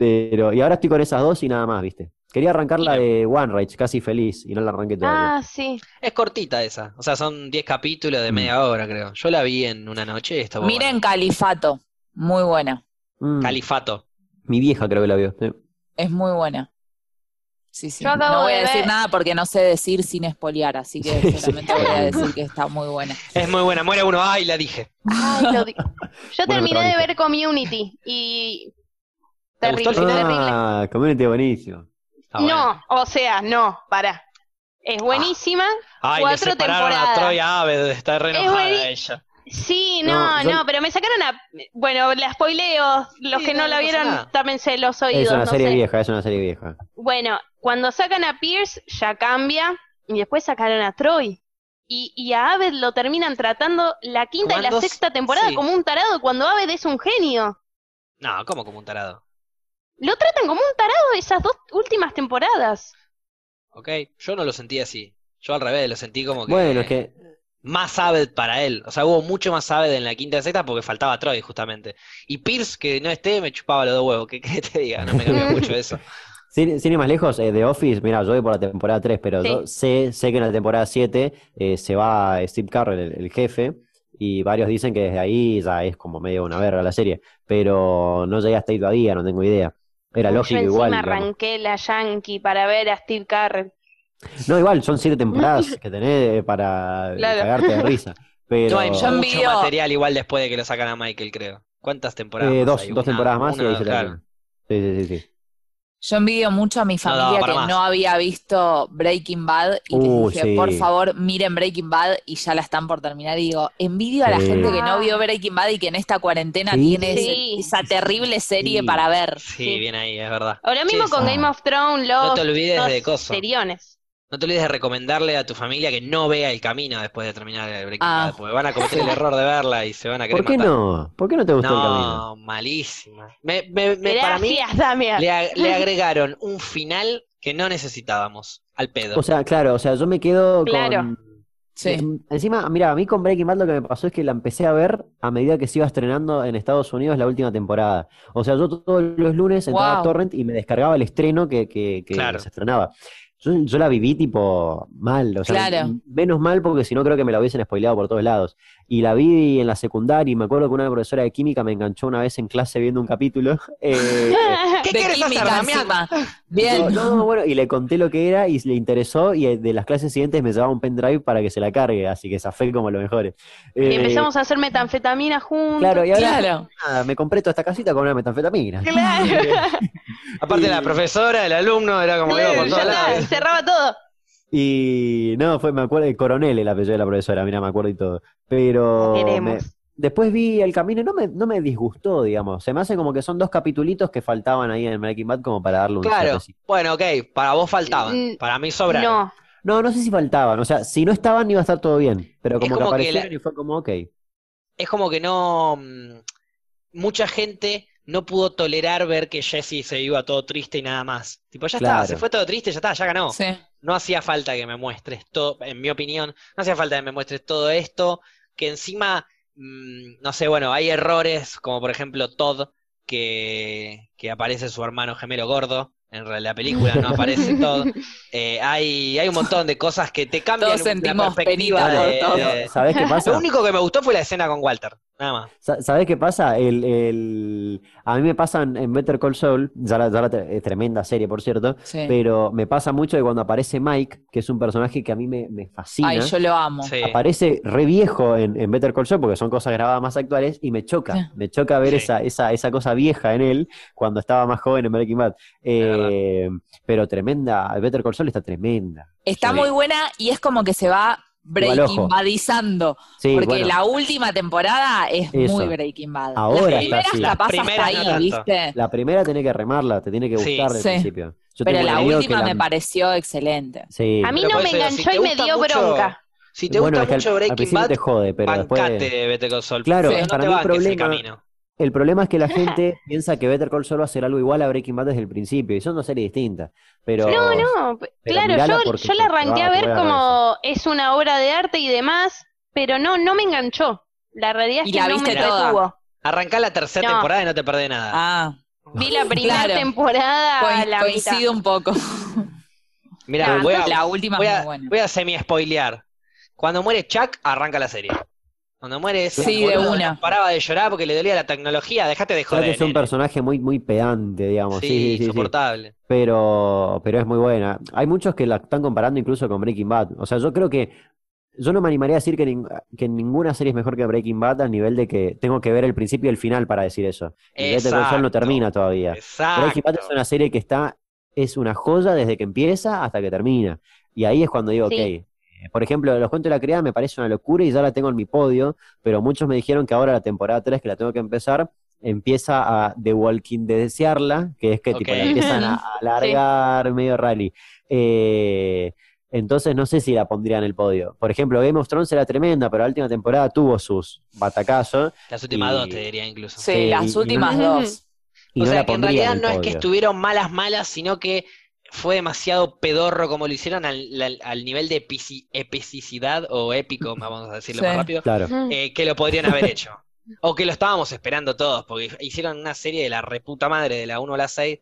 Speaker 4: Pero, y ahora estoy con esas dos y nada más, ¿viste? Quería arrancar la de One Rage, casi feliz, y no la arranqué todavía.
Speaker 5: Ah, sí.
Speaker 1: Es cortita esa. O sea, son 10 capítulos
Speaker 4: Mm.
Speaker 1: de media hora, creo. Yo la vi en una noche y estaba
Speaker 2: Miren
Speaker 1: buena.
Speaker 2: Califato, muy buena,
Speaker 4: Mm,
Speaker 1: Califato.
Speaker 4: mi vieja creo que la vio. sí.
Speaker 2: es muy buena. Sí, sí.
Speaker 5: Yo acabo
Speaker 2: no voy
Speaker 5: de
Speaker 2: a decir
Speaker 5: ver-
Speaker 2: nada porque no sé decir sin espolear, así
Speaker 4: (laughs) Sí,
Speaker 2: que
Speaker 4: sí.
Speaker 2: solamente voy a decir que está muy buena.
Speaker 1: Es muy buena. Muere uno. Ay, la dije. (laughs)
Speaker 5: Ay, lo di- Yo
Speaker 4: Bueno,
Speaker 5: terminé de
Speaker 4: protagonista.
Speaker 5: ver Community y...
Speaker 1: ¿Te gustó
Speaker 5: Terrible,
Speaker 1: el final?
Speaker 5: terrible.
Speaker 4: Ah, community buenísimo.
Speaker 1: Ah, bueno. Ah.
Speaker 5: No, o sea, no, pará. Es buenísima.
Speaker 1: Ay, le
Speaker 5: cuatro
Speaker 1: separaron a
Speaker 5: temporadas.
Speaker 1: Troy Aves. Está re
Speaker 5: Es
Speaker 1: enojada
Speaker 5: buení-
Speaker 1: ella.
Speaker 5: Sí,
Speaker 4: No,
Speaker 5: no, no,
Speaker 4: yo-
Speaker 5: pero me sacaron a... Bueno, las spoileo. Los
Speaker 1: Sí,
Speaker 5: que
Speaker 1: no,
Speaker 5: no,
Speaker 1: no
Speaker 5: la
Speaker 1: pasa
Speaker 5: vieron,
Speaker 1: nada.
Speaker 5: tápense los oídos.
Speaker 4: Es una
Speaker 5: no
Speaker 4: serie
Speaker 5: sé.
Speaker 4: vieja, es una serie vieja.
Speaker 5: Bueno, cuando sacan a Pierce ya cambia y después sacaron a Troy. Y, y a Aved lo terminan tratando la quinta y la
Speaker 1: Cuando s-
Speaker 5: sexta temporada
Speaker 1: sí.
Speaker 5: como un tarado cuando Aved es un genio.
Speaker 1: No, ¿cómo como un tarado?
Speaker 5: Lo tratan como un tarado esas dos últimas temporadas.
Speaker 1: ¿Ok? Yo no lo sentí así. Yo al revés, lo sentí como que.
Speaker 4: Bueno, es que
Speaker 1: más Abed para él. O sea, hubo mucho más Abed en la quinta y sexta porque faltaba Troy, justamente. Y Pierce, que no esté, me chupaba los dos huevos. ¿Qué querés que te diga? No me cambió mucho eso.
Speaker 4: Cine, cine más lejos, eh, The Office, mira, yo voy por la temporada 3, pero
Speaker 5: Sí.
Speaker 4: yo sé, sé que en la temporada 7 eh, se va Steve Carell, el, el jefe, y varios dicen que desde ahí ya es como medio una verga la serie, pero no llegué hasta ahí todavía, no tengo idea. Era
Speaker 5: Yo
Speaker 4: lógico
Speaker 5: encima
Speaker 4: igual. digamos.
Speaker 5: arranqué la Yankee para ver a Steve Carell.
Speaker 4: No, igual,
Speaker 5: (laughs)
Speaker 4: son siete temporadas que tenés eh, para eh,
Speaker 5: Claro.
Speaker 4: cagarte de risa. (laughs) Pero eh,
Speaker 1: No hay
Speaker 2: Yo
Speaker 1: mucho
Speaker 2: envidio-
Speaker 1: material igual después de que lo sacan a Michael, creo. ¿Cuántas temporadas
Speaker 4: eh,
Speaker 1: más
Speaker 4: dos,
Speaker 1: hay?
Speaker 4: dos
Speaker 1: Una-
Speaker 4: temporadas más y
Speaker 1: una,
Speaker 4: ahí se
Speaker 1: claro.
Speaker 4: termina. Sí, sí, sí, sí.
Speaker 2: Yo envidio mucho a mi familia
Speaker 1: daba para
Speaker 2: que
Speaker 1: más.
Speaker 2: no había visto Breaking Bad y les
Speaker 4: Uh,
Speaker 2: dije,
Speaker 4: sí.
Speaker 2: por favor, miren Breaking Bad y ya la están por terminar. Y digo, envidio a la
Speaker 4: Sí.
Speaker 2: gente que no vio Breaking Bad y que en esta cuarentena
Speaker 4: Sí.
Speaker 2: tiene ese-
Speaker 5: Sí.
Speaker 2: esa terrible serie
Speaker 4: Sí.
Speaker 2: para ver.
Speaker 1: Sí, bien ahí, es verdad.
Speaker 5: Ahora mismo
Speaker 1: Sí,
Speaker 5: con
Speaker 4: sí.
Speaker 5: Game of Thrones, los
Speaker 1: No te olvides de coso.
Speaker 5: seriones.
Speaker 1: No te olvides de recomendarle a tu familia que no vea el camino después de terminar el Breaking
Speaker 2: Ah.
Speaker 1: Bad, porque van a cometer el error de verla y se van a querer
Speaker 4: ¿Por qué
Speaker 1: matar.
Speaker 4: no? ¿Por qué no te gustó el camino?
Speaker 1: No, malísima. Me, me- me- para mí,
Speaker 5: Gracias, Damián.
Speaker 1: Le, ag-
Speaker 5: (laughs)
Speaker 1: le agregaron un final que no necesitábamos, al pedo.
Speaker 4: O sea, claro, o sea, yo me quedo
Speaker 5: Claro.
Speaker 4: con...
Speaker 2: Sí.
Speaker 4: Mm, Encima, mira, a mí con Breaking Bad lo que me pasó es que la empecé a ver a medida que se iba estrenando en Estados Unidos la última temporada. O sea, yo todos los lunes entraba a
Speaker 2: Wow.
Speaker 4: Torrent y me descargaba el estreno que, que- que
Speaker 1: Claro.
Speaker 4: se estrenaba. Yo, yo la viví tipo mal, o sea,
Speaker 2: Claro.
Speaker 4: menos mal porque si no creo que me la hubiesen spoileado por todos lados. Y la vi en la secundaria y me acuerdo que una profesora de química me enganchó una vez en clase viendo un capítulo. (laughs) Eh,
Speaker 1: ¿Qué
Speaker 2: De
Speaker 1: quieres hacer,
Speaker 2: química
Speaker 1: Damián?
Speaker 2: encima.
Speaker 1: (laughs)
Speaker 2: Bien.
Speaker 4: no, no, bueno, y le conté lo que era y le interesó y eh, de las clases siguientes me llevaba un pendrive para que se la cargue, así que esa fue como lo mejor.
Speaker 5: Y empezamos a hacer metanfetamina juntos.
Speaker 4: Eh, Claro, y ahora
Speaker 2: Claro.
Speaker 4: nada, me compré toda esta casita con una metanfetamina.
Speaker 5: Claro.
Speaker 1: Aparte la profesora, el alumno, era como que iba por
Speaker 5: (laughs) Ya
Speaker 1: todos
Speaker 5: está,
Speaker 1: lados.
Speaker 5: cerraba todo.
Speaker 4: Y no, fue, me acuerdo, el coronel el apellido de la profesora, mira, me acuerdo y todo. Pero me-
Speaker 5: Queremos.
Speaker 4: después vi el camino y no me, no me disgustó, digamos. Se me hace como que son dos capitulitos que faltaban ahí en Breaking Bad como para darle un
Speaker 1: Claro,
Speaker 4: toquecito.
Speaker 1: bueno, ok, para vos faltaban,
Speaker 5: Mm,
Speaker 1: para mí sobraron.
Speaker 5: No,
Speaker 4: No, no sé si faltaban, o sea, si no estaban iba a estar todo bien, pero
Speaker 1: Es
Speaker 4: como,
Speaker 1: como
Speaker 4: que
Speaker 1: que
Speaker 4: aparecieron y fue como, ok.
Speaker 1: Es como que no... mm, Mucha gente no pudo tolerar ver que Jesse se iba todo triste y nada más. Tipo, ya
Speaker 4: Claro.
Speaker 1: está, se fue todo triste, ya está, ya ganó.
Speaker 2: Sí.
Speaker 1: No hacía falta que me muestres todo, en mi opinión, no hacía falta que me muestres todo esto, que encima, mm, no sé, bueno, hay errores, como por ejemplo Todd, que, que aparece su hermano gemelo gordo, en re- la película no
Speaker 5: (laughs)
Speaker 1: aparece Todd. Eh, hay, hay un montón de cosas que te cambian
Speaker 2: Todos
Speaker 1: la
Speaker 2: sentimos
Speaker 1: perspectiva
Speaker 2: pena por
Speaker 1: de-
Speaker 2: Todd.
Speaker 1: de-
Speaker 4: ¿Sabés qué pasa?
Speaker 1: Lo único que me gustó fue la escena con Walter, nada más.
Speaker 4: Sa- ¿Sabés qué pasa? El, el- A mí me pasa en, en Better Call Saul, ya la, ya la tre- eh, tremenda serie, por cierto,
Speaker 2: Sí.
Speaker 4: pero me pasa mucho que cuando aparece Mike, que es un personaje que a mí me, me fascina,
Speaker 2: Ay, yo lo amo.
Speaker 1: Sí.
Speaker 4: aparece re viejo en, en Better Call Saul porque son cosas grabadas más actuales y me choca,
Speaker 2: Sí.
Speaker 4: me choca ver
Speaker 1: Sí.
Speaker 4: esa, esa, esa cosa vieja en él cuando estaba más joven en Breaking Bad. Eh, pero tremenda, Better Call Saul está tremenda.
Speaker 2: Está
Speaker 4: Sí.
Speaker 2: muy buena y es como que se va
Speaker 4: Igual, ojo.
Speaker 2: Breaking Badizando.
Speaker 4: Sí,
Speaker 2: porque
Speaker 4: bueno,
Speaker 2: la última temporada es
Speaker 4: Eso.
Speaker 2: muy Breaking Bad.
Speaker 4: Ahora está
Speaker 2: Las primeras capaz
Speaker 4: así.
Speaker 1: Las
Speaker 2: hasta
Speaker 1: primeras no
Speaker 2: ahí,
Speaker 1: tanto.
Speaker 2: ¿viste?
Speaker 4: la primera tiene que remarla, te tiene que
Speaker 1: Sí.
Speaker 4: gustar al
Speaker 2: Sí.
Speaker 4: principio. Yo
Speaker 2: Pero
Speaker 4: tengo un
Speaker 2: la
Speaker 4: amigo que
Speaker 2: última
Speaker 4: la-
Speaker 2: me pareció excelente.
Speaker 4: Sí.
Speaker 5: a mí
Speaker 1: Pero
Speaker 5: no
Speaker 1: por
Speaker 5: me
Speaker 1: eso digo, si
Speaker 5: enganchó
Speaker 1: te
Speaker 5: y me
Speaker 1: gusta
Speaker 5: dio
Speaker 1: mucho-
Speaker 5: bronca.
Speaker 1: Si te
Speaker 4: Bueno,
Speaker 1: gusta
Speaker 4: es que al-
Speaker 1: mucho
Speaker 4: al
Speaker 1: Breaking
Speaker 4: principio
Speaker 1: Bad,
Speaker 4: te jode, pero después.
Speaker 1: bancate Vete con Sol.
Speaker 4: Claro,
Speaker 1: pero no
Speaker 4: para
Speaker 1: te
Speaker 4: mí el
Speaker 1: banques el
Speaker 4: problema-
Speaker 1: camino.
Speaker 4: El problema es
Speaker 1: (laughs)
Speaker 4: que la gente piensa que Better Call Saul va a ser algo igual a Breaking Bad desde el principio, y son dos series distintas. Pero
Speaker 5: No, no, p-
Speaker 4: pero
Speaker 5: claro,
Speaker 4: mirala
Speaker 5: yo,
Speaker 4: porque
Speaker 5: yo la
Speaker 4: te va-
Speaker 5: arranqué a
Speaker 4: te
Speaker 5: ver
Speaker 4: va a
Speaker 5: como es una obra de arte y demás, pero no, no me enganchó. La realidad
Speaker 2: Y
Speaker 5: es que
Speaker 2: la
Speaker 5: no me
Speaker 2: viste toda.
Speaker 5: detuvo.
Speaker 1: Arrancá la tercera
Speaker 5: No.
Speaker 1: temporada y no te perdés nada.
Speaker 2: Ah,
Speaker 5: Vi la primera
Speaker 2: Claro.
Speaker 5: temporada a
Speaker 2: coin-
Speaker 5: la mitad.
Speaker 2: coincido un poco.
Speaker 1: Mira,
Speaker 5: no,
Speaker 1: voy a,
Speaker 2: la última
Speaker 1: voy
Speaker 2: es
Speaker 1: a,
Speaker 2: muy buena.
Speaker 1: voy a semi-spoilear. Cuando muere Chuck, arranca la serie. Cuando muere ese
Speaker 2: Sí, de
Speaker 1: boludo,
Speaker 2: una.
Speaker 1: no paraba de llorar porque le dolía la tecnología. Dejate de
Speaker 4: Creo
Speaker 1: joder.
Speaker 4: que es un
Speaker 1: nene.
Speaker 4: personaje muy, muy pedante, digamos. Sí, sí, sí, sí.
Speaker 1: insoportable.
Speaker 4: Pero, pero es muy buena. Hay muchos que la están comparando incluso con Breaking Bad. O sea, yo creo que. Yo no me animaría a decir que, nin- que ninguna serie es mejor que Breaking Bad al nivel de que tengo que ver el principio y el final para decir eso. Y Better Call Saul no
Speaker 1: Exacto.
Speaker 4: termina todavía. Breaking Bad es
Speaker 1: Exacto.
Speaker 4: una serie que está, es una joya desde que empieza hasta que termina. Y ahí es cuando digo,
Speaker 5: Sí.
Speaker 4: ok, eh, por ejemplo, Los Cuentos de la Criada me parece una locura y ya la tengo en mi podio, pero muchos me dijeron que ahora la temporada 3, que la tengo que empezar, empieza a The Walking Desearla, que es que tipo,
Speaker 1: Ok.
Speaker 4: la empiezan
Speaker 1: (laughs)
Speaker 4: a alargar medio rally. Eh, entonces no sé si la pondría en el podio. Por ejemplo, Game of Thrones era tremenda, pero la última temporada tuvo sus batacazos.
Speaker 1: Las últimas
Speaker 4: Y-
Speaker 1: dos te diría incluso.
Speaker 2: Sí,
Speaker 4: Sí, y-
Speaker 2: las
Speaker 4: y-
Speaker 2: últimas dos.
Speaker 4: Y
Speaker 1: o
Speaker 4: no
Speaker 1: sea
Speaker 4: la
Speaker 1: que en
Speaker 4: pondría
Speaker 1: realidad
Speaker 4: el
Speaker 1: no es que
Speaker 4: podio.
Speaker 1: estuvieron malas malas, sino que fue demasiado pedorro como lo hicieron al, al- al nivel de epici- epicidad o épico, (laughs) vamos a decirlo
Speaker 2: Sí.
Speaker 1: más rápido,
Speaker 4: Claro.
Speaker 1: eh, que lo podrían haber hecho. O que lo estábamos esperando todos, porque hicieron una serie de la reputa madre, de la 1 a la 6,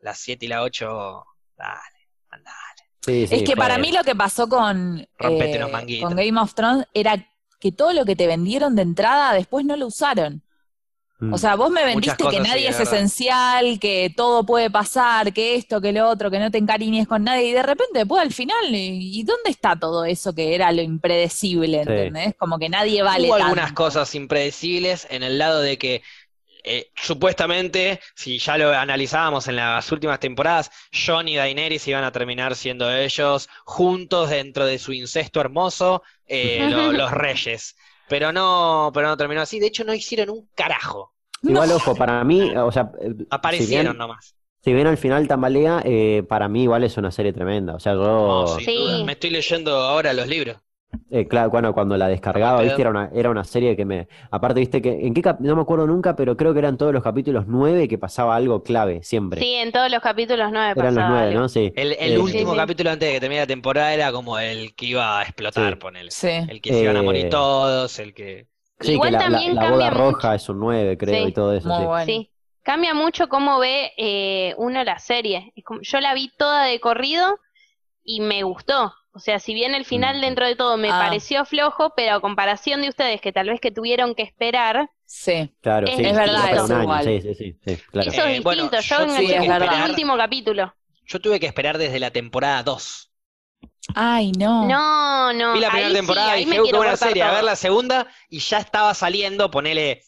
Speaker 1: la 7 y la 8. Dale, andá.
Speaker 4: Sí, sí,
Speaker 2: es que para
Speaker 4: fue-
Speaker 2: mí lo que pasó con,
Speaker 1: Rompete
Speaker 2: eh,
Speaker 1: los manguitos.
Speaker 2: con Game of Thrones era que todo lo que te vendieron de entrada después no lo usaron.
Speaker 4: Mm.
Speaker 2: O sea, vos me
Speaker 1: Muchas
Speaker 2: vendiste que
Speaker 1: cosas, sí,
Speaker 2: nadie
Speaker 1: de
Speaker 2: es
Speaker 1: verdad.
Speaker 2: esencial, que todo puede pasar, que esto, que lo otro, que no te encariñes con nadie, y de repente después al final, ¿y y dónde está todo eso que era lo impredecible,
Speaker 4: Sí.
Speaker 2: entendés? Como que nadie vale
Speaker 1: Hubo algunas
Speaker 2: tanto.
Speaker 1: cosas impredecibles en el lado de que eh, supuestamente, si ya lo analizábamos en las últimas temporadas, John y Daenerys iban a terminar siendo ellos juntos dentro de su incesto hermoso, eh,
Speaker 2: (laughs)
Speaker 1: lo- los reyes. Pero no, pero no terminó así. De hecho, no hicieron un carajo.
Speaker 4: Igual, ojo, para mí, o sea, eh,
Speaker 1: Aparecieron
Speaker 4: Si bien,
Speaker 1: nomás.
Speaker 4: si bien al final tambalea, eh, para mí igual es una serie tremenda. O sea, yo,
Speaker 1: No, sin
Speaker 5: Sí.
Speaker 1: duda. Me estoy leyendo ahora los libros.
Speaker 4: eh, claro, bueno, cuando la descargaba,
Speaker 1: Capaz
Speaker 4: viste,
Speaker 1: peor.
Speaker 4: era una, era una serie que me... Aparte, viste que, ¿en qué cap- No me acuerdo nunca, pero creo que eran todos los capítulos nueve que pasaba algo clave, siempre.
Speaker 5: Sí, en todos los capítulos nueve
Speaker 4: eran los
Speaker 5: pasaba
Speaker 4: nueve,
Speaker 5: algo.
Speaker 4: ¿no? Sí.
Speaker 1: El, el
Speaker 4: Sí,
Speaker 1: último
Speaker 5: sí.
Speaker 1: capítulo antes de que termine la temporada era como el que iba a explotar,
Speaker 4: Sí.
Speaker 1: ponele.
Speaker 2: Sí.
Speaker 1: El que se iban a morir
Speaker 4: Eh,
Speaker 1: todos, el que...
Speaker 4: Sí,
Speaker 5: Igual
Speaker 4: que la, la-
Speaker 5: también
Speaker 4: la boda
Speaker 5: cambia mucho.
Speaker 4: roja es un nueve, creo,
Speaker 5: Sí.
Speaker 4: y todo eso.
Speaker 2: Muy
Speaker 4: sí.
Speaker 2: bueno.
Speaker 5: Sí. Cambia mucho cómo ve eh, uno la serie. Es como- yo la vi toda de corrido y me gustó. O sea, si bien el final
Speaker 4: Mm.
Speaker 5: dentro de todo me
Speaker 2: Ah.
Speaker 5: pareció flojo, pero a comparación de ustedes que tal vez que tuvieron que esperar,
Speaker 2: Sí.
Speaker 4: Claro,
Speaker 5: Es-
Speaker 4: sí,
Speaker 5: es
Speaker 4: sí,
Speaker 5: verdad
Speaker 4: dura
Speaker 5: eso
Speaker 4: un año,
Speaker 2: igual.
Speaker 4: sí, sí, sí, sí, claro.
Speaker 5: eso es
Speaker 1: Eh,
Speaker 5: distinto.
Speaker 1: bueno,
Speaker 5: yo
Speaker 1: yo
Speaker 5: enganché
Speaker 2: tuve que
Speaker 5: hasta
Speaker 1: esperar-
Speaker 5: el último capítulo.
Speaker 1: Yo tuve que esperar desde la temporada 2.
Speaker 2: Ay, no.
Speaker 5: No, no.
Speaker 1: Vi la
Speaker 5: Ah, ahí
Speaker 1: primera
Speaker 5: sí,
Speaker 1: temporada
Speaker 5: ahí
Speaker 1: y
Speaker 5: me
Speaker 1: dije, "Uh, qué
Speaker 5: quiero
Speaker 1: buena
Speaker 5: cortar
Speaker 1: serie, a
Speaker 5: todo.
Speaker 1: ver la segunda, y ya estaba saliendo, ponele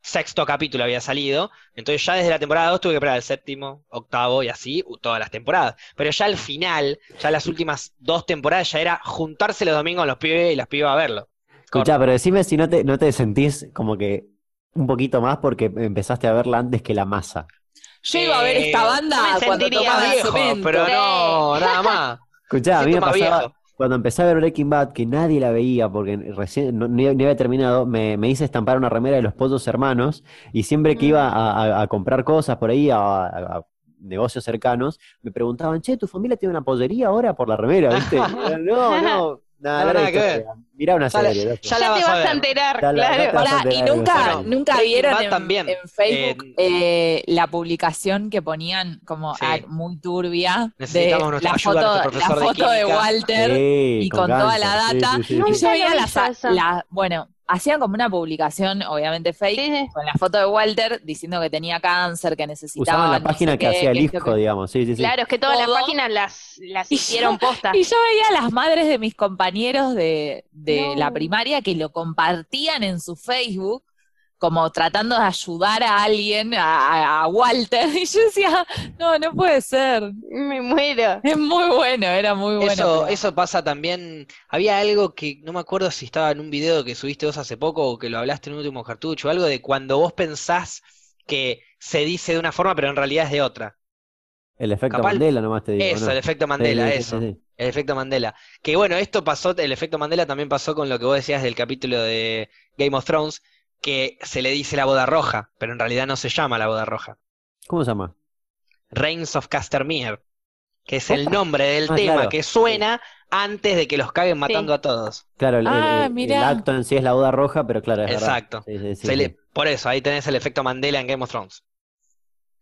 Speaker 1: sexto capítulo había salido. Entonces ya desde la temporada 2 tuve que esperar el séptimo, octavo y así u- todas las temporadas. Pero ya al final, ya las últimas dos temporadas ya era juntarse los domingos los pibes y las pibas a verlo.
Speaker 4: Escuchá, pero decime si no te, no te sentís como que un poquito más porque empezaste a verla antes que la masa.
Speaker 2: Yo iba a ver esta
Speaker 1: Eh,
Speaker 2: banda
Speaker 5: no me
Speaker 2: cuando
Speaker 5: sentiría
Speaker 2: tomaba
Speaker 1: viejo,
Speaker 2: cemento.
Speaker 1: pero no, nada
Speaker 2: (laughs)
Speaker 1: más.
Speaker 4: Escuchá, a mí
Speaker 1: Siento
Speaker 4: me
Speaker 1: más
Speaker 4: pasaba
Speaker 1: viejo.
Speaker 4: cuando empecé a ver Breaking Bad que nadie la veía porque recién no, ni, ni había terminado, me, me hice estampar una remera de los Pozos Hermanos y siempre que
Speaker 5: Mm.
Speaker 4: iba a, a- a comprar cosas por ahí, a, a- a negocios cercanos, me preguntaban, che, ¿tu familia tiene una pollería ahora por la remera? ¿Viste? no, no, nada,
Speaker 1: No,
Speaker 4: era
Speaker 1: nada que
Speaker 4: historia.
Speaker 1: ver.
Speaker 4: Mirá una
Speaker 1: Ya la-
Speaker 4: serie. loco.
Speaker 1: Ya
Speaker 5: Ya,
Speaker 1: la
Speaker 5: te
Speaker 1: vas a
Speaker 5: vas a,
Speaker 1: ver.
Speaker 5: enterar,
Speaker 4: Ya la- ya te
Speaker 5: claro.
Speaker 4: vas
Speaker 2: Pará,
Speaker 4: a
Speaker 2: y
Speaker 4: enterar de
Speaker 2: nunca,
Speaker 4: eso.
Speaker 2: nunca
Speaker 1: Breaking
Speaker 2: vieron
Speaker 1: Bad
Speaker 2: en,
Speaker 1: también.
Speaker 2: en Facebook eh, la publicación que ponían como
Speaker 1: Sí.
Speaker 2: ah, muy turbia de
Speaker 1: Necesitamos nuestra
Speaker 2: la
Speaker 1: ayuda,
Speaker 2: foto,
Speaker 1: nuestro
Speaker 2: la
Speaker 1: profesor de
Speaker 2: foto de,
Speaker 1: química. Eh,
Speaker 2: Walter
Speaker 4: Sí,
Speaker 2: y con toda la
Speaker 4: cáncer, sí,
Speaker 2: data.
Speaker 4: sí, sí,
Speaker 5: No,
Speaker 4: sí.
Speaker 2: Y yo veía
Speaker 5: había
Speaker 2: las,
Speaker 5: visto eso.
Speaker 2: la- bueno, hacían como una publicación, obviamente fake,
Speaker 5: Sí, sí.
Speaker 2: con la foto de Walter diciendo que tenía cáncer, que necesitaba.
Speaker 4: Usaban la
Speaker 2: no
Speaker 4: página
Speaker 2: sé
Speaker 4: que
Speaker 2: qué,
Speaker 4: hacía el
Speaker 2: que esto,
Speaker 4: hijo,
Speaker 2: que-
Speaker 4: digamos. Sí, sí, sí.
Speaker 5: Claro, es que todas las
Speaker 2: Todo.
Speaker 5: páginas las, las
Speaker 2: Y yo-
Speaker 5: hicieron posta.
Speaker 2: (laughs) Y yo veía a las madres de mis compañeros de, de
Speaker 5: No.
Speaker 2: la primaria que lo compartían en su Facebook, como tratando de ayudar a alguien, a, a- a Walter. (laughs) Y yo decía, no, no puede ser.
Speaker 5: Me muero.
Speaker 2: Es muy bueno, era muy bueno.
Speaker 1: Eso,
Speaker 2: pero-
Speaker 1: eso pasa también. Había algo que no me acuerdo si estaba en un video que subiste vos hace poco o que lo hablaste en un último cartucho, algo de cuando vos pensás que se dice de una forma, pero en realidad es de otra.
Speaker 4: El efecto
Speaker 1: Capaz-
Speaker 4: Mandela nomás te digo.
Speaker 1: Eso,
Speaker 4: ¿no?
Speaker 1: el efecto Mandela,
Speaker 4: Sí, sí,
Speaker 1: eso.
Speaker 4: sí, sí.
Speaker 1: El efecto Mandela. Que bueno, esto pasó, el efecto Mandela también pasó con lo que vos decías del capítulo de Game of Thrones, que se le dice la boda roja, pero en realidad no se llama la boda roja.
Speaker 4: ¿Cómo se llama?
Speaker 1: Reigns of Castermere, que es el nombre del
Speaker 4: Ah,
Speaker 1: tema
Speaker 4: claro.
Speaker 1: que suena antes de que los caguen matando a todos.
Speaker 4: Claro, el, el-
Speaker 2: Ah,
Speaker 4: el
Speaker 2: mirá.
Speaker 4: acto en sí es la boda roja, pero claro, es verdad.
Speaker 1: Exacto.
Speaker 4: Sí, sí, sí,
Speaker 1: Se le-
Speaker 4: sí.
Speaker 1: por eso, ahí tenés el efecto Mandela en Game of Thrones.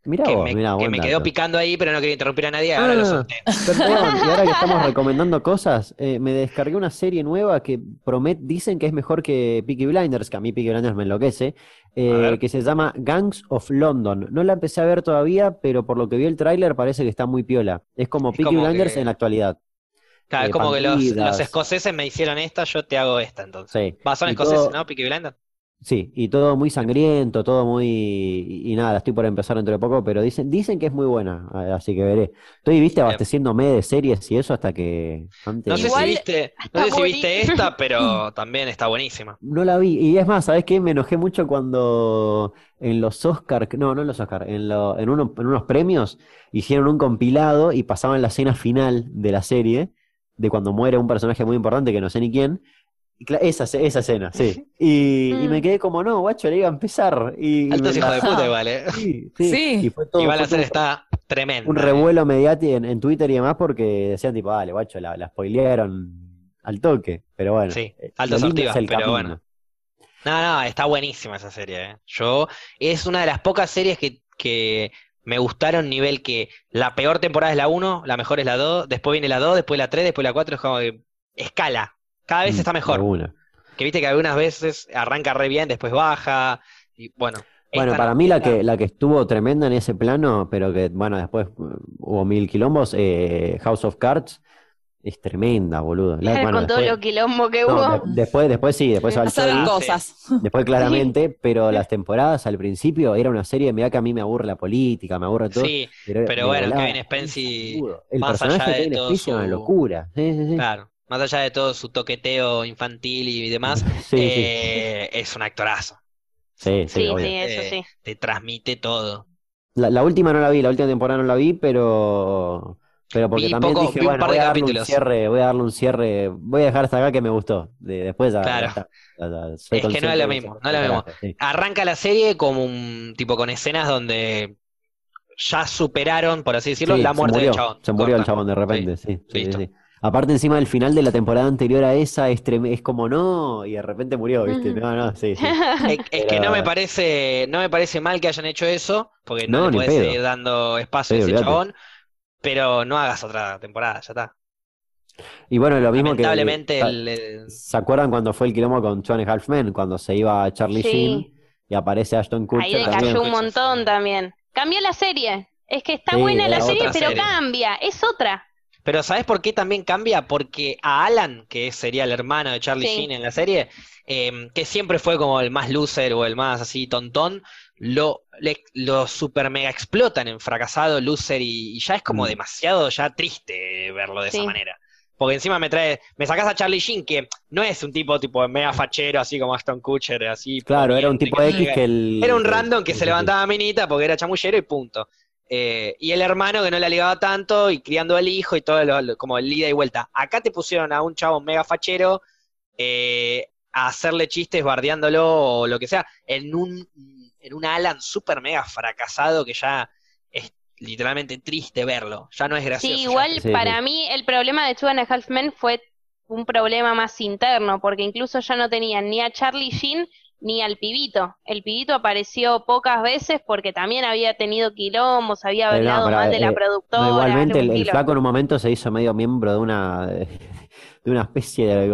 Speaker 4: Mirá
Speaker 1: que
Speaker 4: vos,
Speaker 1: me,
Speaker 4: mirá,
Speaker 1: que
Speaker 4: buen
Speaker 1: me
Speaker 4: dato.
Speaker 1: quedó picando ahí, pero no quería interrumpir a nadie. Ahora
Speaker 4: Ah.
Speaker 1: lo solté.
Speaker 6: (laughs)
Speaker 4: Perdón, y ahora
Speaker 1: (laughs)
Speaker 4: que estamos recomendando cosas, eh, me descargué una serie nueva que promet, dicen que es mejor que Peaky Blinders, que a mí Peaky Blinders me enloquece, eh,
Speaker 1: A ver.
Speaker 4: que se llama Gangs of London. No la empecé a ver todavía, pero por lo que vi el tráiler parece que está muy piola. Es como
Speaker 1: Es
Speaker 4: Peaky
Speaker 1: como
Speaker 4: Blinders
Speaker 1: que-
Speaker 4: en la actualidad.
Speaker 1: Claro,
Speaker 4: Eh,
Speaker 1: es como que los,
Speaker 4: bandidas.
Speaker 1: los escoceses me hicieron esta, yo te hago esta entonces.
Speaker 4: Sí.
Speaker 1: Va, son
Speaker 4: Y
Speaker 1: escoceses,
Speaker 4: todo-
Speaker 1: ¿no? Peaky Blinders.
Speaker 4: Sí, y todo muy sangriento, todo muy... Y, y nada, estoy por empezar dentro de poco, pero dicen, dicen que es muy buena, a- así que veré. Estoy, viste, abasteciéndome de series y eso hasta que... Antes...
Speaker 1: No sé
Speaker 5: Igual-
Speaker 1: si viste, no sé si
Speaker 5: morí.
Speaker 1: viste esta, pero también está buenísima.
Speaker 4: No la vi. Y es más, ¿sabes qué? Me enojé mucho cuando en los Oscar, no, no en los Oscar, en, lo- en, uno- en unos premios hicieron un compilado y pasaban la escena final de la serie, de cuando muere un personaje muy importante que no sé ni quién. Y cla- Esa, ce- esa
Speaker 1: (laughs)
Speaker 4: escena, sí. Y, y me quedé como, no, guacho, le iba a empezar. Y, y
Speaker 1: Mm. Altos
Speaker 4: me
Speaker 1: hijos de
Speaker 4: la-
Speaker 1: puta igual, ¿eh?
Speaker 5: (laughs)
Speaker 4: Sí,
Speaker 2: Sí.
Speaker 4: Y fue todo,
Speaker 1: Y van
Speaker 4: fue
Speaker 1: a ser
Speaker 4: todo
Speaker 1: está tremenda.
Speaker 4: un revuelo mediático en, en Twitter y demás porque decían tipo, dale, guacho, la, la spoilearon al toque. Pero bueno,
Speaker 1: Sí,
Speaker 4: eh,
Speaker 1: altas
Speaker 4: lo lindo
Speaker 1: ortigas,
Speaker 4: es el
Speaker 1: pero
Speaker 4: camino.
Speaker 1: bueno. No, no, está buenísima esa serie, ¿eh? Yo, es una de las pocas series que, que me gustaron nivel que la peor temporada es la 1, la mejor es la 2, después viene la 2, después la 3, después la 4, es como que escala. Cada vez
Speaker 4: Mm,
Speaker 1: está mejor.
Speaker 4: alguna.
Speaker 1: Que viste que algunas veces arranca re bien, después baja, y bueno.
Speaker 4: Bueno,
Speaker 1: esta
Speaker 4: para
Speaker 1: no.
Speaker 4: mí la que, la que estuvo tremenda en ese plano, pero que, bueno, después eh, hubo mil quilombos, eh, House of Cards, es tremenda, boludo. La-
Speaker 5: (laughs)
Speaker 4: bueno,
Speaker 5: con todo
Speaker 4: después,
Speaker 5: lo quilombo que
Speaker 4: no,
Speaker 5: hubo.
Speaker 4: de- después, después sí, después se va al
Speaker 2: Pasaron
Speaker 4: show,
Speaker 2: cosas.
Speaker 5: (laughs)
Speaker 4: después claramente, pero las temporadas al principio era una serie, mirá que a mí me aburre la política, me aburre todo.
Speaker 1: Ah, Sí,
Speaker 4: pero
Speaker 1: pero
Speaker 4: me
Speaker 1: bueno,
Speaker 4: volaba
Speaker 1: Kevin
Speaker 4: la
Speaker 1: Spacey,
Speaker 4: cabeza, boludo. El
Speaker 1: más allá
Speaker 4: personaje
Speaker 1: de
Speaker 4: de Kevin
Speaker 1: todo
Speaker 4: Spacey es una
Speaker 1: su-
Speaker 4: locura. Sí, sí, sí.
Speaker 1: claro. Más allá de todo su toqueteo infantil y demás,
Speaker 4: Sí, sí.
Speaker 1: eh, es un actorazo.
Speaker 4: Sí, sí,
Speaker 5: sí,
Speaker 4: obvio.
Speaker 5: sí,
Speaker 1: Eh,
Speaker 5: eso sí.
Speaker 1: Te transmite todo.
Speaker 4: La, la última no la vi, la última temporada no la vi, pero pero porque
Speaker 1: Vi
Speaker 4: también
Speaker 1: poco-
Speaker 4: dije,
Speaker 1: vi un
Speaker 4: bueno,
Speaker 1: par
Speaker 4: voy
Speaker 1: de
Speaker 4: a darle un
Speaker 1: capítulos.
Speaker 4: cierre, voy a darle un cierre, voy a dejar hasta acá que me gustó. De- después ya,
Speaker 1: Claro.
Speaker 4: ya está. Ya- ya
Speaker 1: Es que no es lo
Speaker 4: consciente de
Speaker 1: mismo,
Speaker 4: que
Speaker 1: no es lo mismo.
Speaker 4: carajo, sí.
Speaker 1: Arranca la serie como un tipo con escenas donde ya superaron, por así decirlo,
Speaker 4: Sí,
Speaker 1: la
Speaker 4: se
Speaker 1: muerte
Speaker 4: murió,
Speaker 1: del chabón.
Speaker 4: Se murió el
Speaker 1: Corta.
Speaker 4: chabón de repente, sí. sí, sí,
Speaker 1: listo.
Speaker 4: sí. Aparte encima del final de la temporada anterior a esa es, trem- es como no, y de repente murió, ¿viste?
Speaker 5: Ujú.
Speaker 4: No,
Speaker 5: (laughs)
Speaker 4: no, sí, sí.
Speaker 1: Es, es que no me parece, no me parece mal que hayan hecho eso, porque no,
Speaker 4: No,
Speaker 1: le
Speaker 4: ni
Speaker 1: puedes
Speaker 4: pedo.
Speaker 1: seguir dando espacio
Speaker 4: Sí,
Speaker 1: a ese
Speaker 4: olvídate.
Speaker 1: chabón, pero no hagas otra temporada, ya está.
Speaker 4: Y bueno, lo mismo que
Speaker 1: Lamentablemente el- el-
Speaker 4: ¿Se acuerdan cuando fue el quilombo con Two and a Half Men? Cuando se iba Charlie
Speaker 5: Sí.
Speaker 4: Sheen y aparece Ashton Kutcher
Speaker 5: Ahí
Speaker 4: también.
Speaker 5: decayó un
Speaker 1: Escucha,
Speaker 5: montón
Speaker 1: sí.
Speaker 5: también. Cambió la serie. Es que está
Speaker 4: Sí,
Speaker 5: buena la
Speaker 4: era
Speaker 5: serie,
Speaker 1: otra
Speaker 5: pero
Speaker 1: serie.
Speaker 5: cambia. Es otra.
Speaker 1: Pero ¿sabes por qué también cambia? Porque a Alan, que sería el hermano de Charlie
Speaker 5: Sí.
Speaker 1: Sheen en la serie, eh, que siempre fue como el más loser o el más así tontón, lo, le- lo super mega explotan en fracasado, loser y, y ya es como
Speaker 4: Mm.
Speaker 1: demasiado ya triste verlo de esa
Speaker 5: Sí.
Speaker 1: manera. Porque encima me trae, me sacas a Charlie Sheen, que no es un tipo tipo mega fachero, así como Aston Kutcher, así.
Speaker 4: Claro, era un
Speaker 1: pudiente,
Speaker 4: tipo X
Speaker 1: llega-
Speaker 4: que el.
Speaker 1: era un random que
Speaker 4: Sí,
Speaker 1: se
Speaker 4: sí,
Speaker 1: levantaba a minita porque era chamullero y punto. Eh, y el hermano que no la ligaba tanto y criando al hijo y todo lo- lo- como el ida y vuelta. Acá te pusieron a un chavo mega fachero eh, a hacerle chistes, bardeándolo o lo que sea, en un, en un Alan super mega fracasado que ya es literalmente triste verlo. Ya no es gracioso.
Speaker 5: Sí,
Speaker 1: ya.
Speaker 5: igual
Speaker 4: Sí,
Speaker 5: para
Speaker 4: sí.
Speaker 5: mí el problema de Two and a Half Men fue un problema más interno, porque incluso ya no tenían ni a Charlie Sheen ni al pibito. El pibito apareció pocas veces porque también había tenido quilombos, había
Speaker 4: Pero no,
Speaker 5: hablado
Speaker 4: pero,
Speaker 5: mal de la
Speaker 4: eh, no,
Speaker 5: productora.
Speaker 4: No, igualmente, el,
Speaker 5: algún
Speaker 4: el
Speaker 5: quilombo.
Speaker 4: flaco en un momento se hizo medio miembro de una de una especie de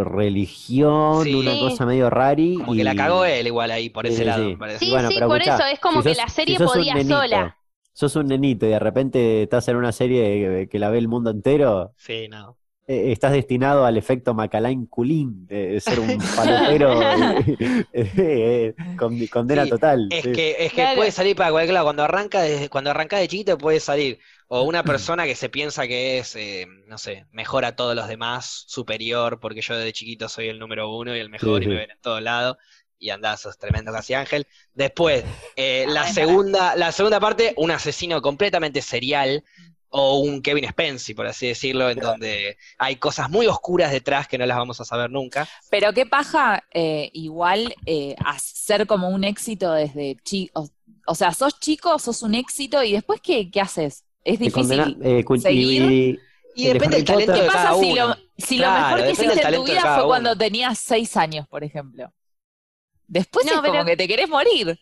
Speaker 4: religión,
Speaker 1: Sí.
Speaker 4: de una
Speaker 5: Sí.
Speaker 4: cosa medio rari.
Speaker 1: Como que
Speaker 4: y-
Speaker 1: la cagó él igual ahí por
Speaker 4: Sí,
Speaker 1: ese
Speaker 4: sí,
Speaker 1: lado,
Speaker 4: sí.
Speaker 1: me parece.
Speaker 5: Sí,
Speaker 4: Y bueno, pero
Speaker 5: por
Speaker 4: escuchá,
Speaker 5: eso es como
Speaker 4: si
Speaker 5: que
Speaker 4: sos-
Speaker 5: la
Speaker 4: si
Speaker 5: serie
Speaker 4: sos un
Speaker 5: podía
Speaker 4: nenito,
Speaker 5: sola.
Speaker 4: Sos un nenito y de repente estás en una serie que, que la ve el mundo entero.
Speaker 1: Sí, no.
Speaker 4: eh, estás destinado al efecto Macalain Culín, de ser
Speaker 5: (laughs)
Speaker 4: un palotero eh, eh, con- condena
Speaker 1: Sí,
Speaker 4: total.
Speaker 1: Es
Speaker 4: sí.
Speaker 1: que, es que
Speaker 5: Claro.
Speaker 1: puede salir para cualquier lado. Cuando arranca de, cuando arranca de chiquito puede salir. O
Speaker 4: (clears throat)
Speaker 1: una persona que se piensa que es, eh, no sé, mejor a todos los demás, superior, porque yo desde chiquito soy el número uno y el mejor
Speaker 4: Sí,
Speaker 1: y me
Speaker 4: sí.
Speaker 1: ven en todos lados. Y andás, sos tremendo casi ángel. Después, eh, la segunda, la segunda parte, un asesino completamente serial, o un Kevin Spacey, por así decirlo, en donde hay cosas muy oscuras detrás que no las vamos a saber nunca.
Speaker 2: Pero qué paja eh, igual eh, hacer como un éxito desde chico. O sea, sos chico, sos un éxito y después ¿qué, qué haces? Es
Speaker 4: Te
Speaker 2: difícil.
Speaker 4: condena- eh, cu- y-
Speaker 2: seguir.
Speaker 4: y-
Speaker 1: Y
Speaker 4: El de
Speaker 1: depende
Speaker 4: Harry
Speaker 1: del talento
Speaker 4: Potter.
Speaker 2: ¿Qué
Speaker 1: de
Speaker 2: pasa
Speaker 1: cada
Speaker 2: si
Speaker 1: uno.
Speaker 2: lo, si
Speaker 1: Claro,
Speaker 2: lo mejor que
Speaker 1: depende del
Speaker 2: hiciste en tu
Speaker 1: talento de
Speaker 2: vida
Speaker 1: cada
Speaker 2: fue
Speaker 1: uno.
Speaker 2: cuando tenías seis años, por ejemplo? Después
Speaker 5: No,
Speaker 2: es como
Speaker 5: pero-
Speaker 2: que te querés morir.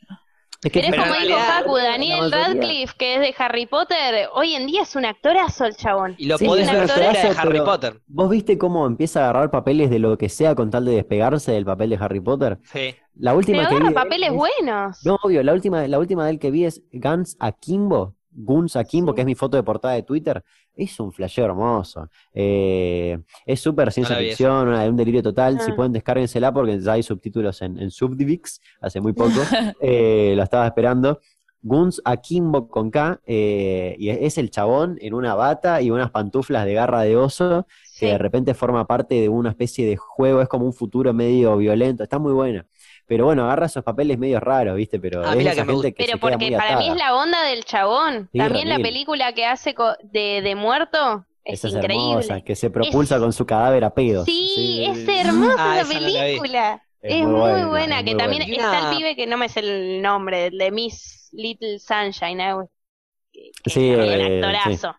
Speaker 4: es que-
Speaker 5: Pero es
Speaker 1: Pero
Speaker 5: como
Speaker 1: en
Speaker 5: dijo
Speaker 1: realidad,
Speaker 5: Facu,
Speaker 4: la
Speaker 5: Daniel
Speaker 4: mayoría-
Speaker 5: Radcliffe, que es de Harry Potter, hoy en día es un actorazo el chabón.
Speaker 1: Y lo
Speaker 4: Sí,
Speaker 1: podés
Speaker 5: es
Speaker 1: ver
Speaker 5: un
Speaker 1: fuera de
Speaker 4: actorazo,
Speaker 1: Harry
Speaker 4: pero-
Speaker 1: Potter.
Speaker 4: ¿Vos viste cómo empieza a agarrar papeles de lo que sea con tal de despegarse del papel de Harry Potter?
Speaker 1: Sí.
Speaker 4: La última
Speaker 5: Pero
Speaker 4: que vi
Speaker 5: agarra
Speaker 4: de él
Speaker 5: papeles
Speaker 4: es-
Speaker 5: buenos.
Speaker 4: No, obvio, la última, la última de él que vi es Guns Akimbo. Guns Akimbo, que es mi foto de portada de Twitter. Es un flasheo hermoso. Eh, es súper ciencia
Speaker 1: vi esa.
Speaker 4: ficción, una- un delirio total. Si
Speaker 5: Ah.
Speaker 4: pueden, descárguensela porque ya hay subtítulos en, en Subdivix hace muy poco. Eh, lo estaba esperando. Guns Akimbo con K. eh, y es, es el chabón en una bata y unas pantuflas de garra de oso
Speaker 5: Sí.
Speaker 4: que de repente forma parte de una especie de juego, es como un futuro medio violento, está muy buena. Pero bueno, agarra esos papeles medio raros, ¿viste? Pero
Speaker 1: Ah,
Speaker 4: es
Speaker 1: mirá
Speaker 4: esa
Speaker 1: que me
Speaker 4: gente que
Speaker 5: Pero
Speaker 4: se queda
Speaker 5: porque
Speaker 4: muy
Speaker 5: para mí
Speaker 4: atada.
Speaker 5: es la onda del chabón.
Speaker 4: Sí,
Speaker 5: También la
Speaker 4: remil.
Speaker 5: película que hace co- de, de muerto es
Speaker 4: Esa
Speaker 5: increíble.
Speaker 4: hermosa, que se propulsa
Speaker 5: Es-
Speaker 4: con su cadáver a pedos.
Speaker 5: sí, es
Speaker 4: es
Speaker 5: hermosa
Speaker 1: Ah,
Speaker 5: la
Speaker 1: esa no la vi.
Speaker 5: película. Es, muy buena, que también
Speaker 1: buena.
Speaker 5: está
Speaker 1: Mira.
Speaker 5: el pibe que no me es el nombre, el de Miss Little Sunshine, algo, que, que
Speaker 4: Sí,
Speaker 5: es también
Speaker 4: eh,
Speaker 5: un actorazo.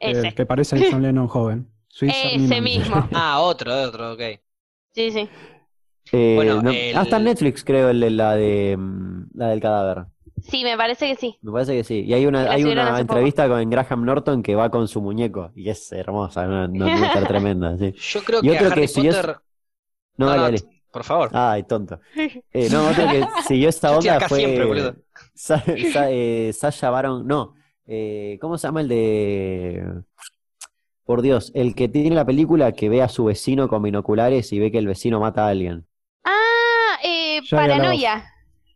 Speaker 5: Ese,
Speaker 6: El Eh, que parece a John Lennon joven. Swiss Army
Speaker 5: ese
Speaker 6: Man.
Speaker 5: mismo.
Speaker 4: (laughs)
Speaker 1: Ah, otro, otro, ok.
Speaker 5: Sí, sí.
Speaker 4: Eh,
Speaker 1: Bueno,
Speaker 4: no-
Speaker 1: el-
Speaker 4: Hasta en Netflix creo el de la de mm, la del cadáver.
Speaker 5: Sí, me parece que sí.
Speaker 4: Me parece que sí. Y hay una,
Speaker 5: La
Speaker 4: hay
Speaker 5: subieron
Speaker 4: una
Speaker 5: hace poco.
Speaker 4: entrevista con Graham Norton que va con su muñeco. Y es hermosa, una, una muñeca
Speaker 5: (laughs)
Speaker 4: tremenda. Sí.
Speaker 1: Yo creo que
Speaker 4: Y
Speaker 1: a
Speaker 4: otro que
Speaker 1: Harry
Speaker 4: si yo-
Speaker 1: Potter.
Speaker 4: No,
Speaker 1: No,
Speaker 4: dale,
Speaker 1: no,
Speaker 4: dale.
Speaker 1: Por favor.
Speaker 4: Ay, tonto. Eh, no, otro que siguió esta
Speaker 1: Yo estoy
Speaker 4: onda
Speaker 1: acá
Speaker 4: fue
Speaker 1: siempre, boludo.
Speaker 4: Sa- Sa- eh, Sasha Baron, no, eh, ¿cómo se llama el de... Por Dios, el que tiene la película que ve a su vecino con binoculares y ve que el vecino mata a alguien.
Speaker 5: Ah, eh,
Speaker 6: Shia
Speaker 5: Paranoia.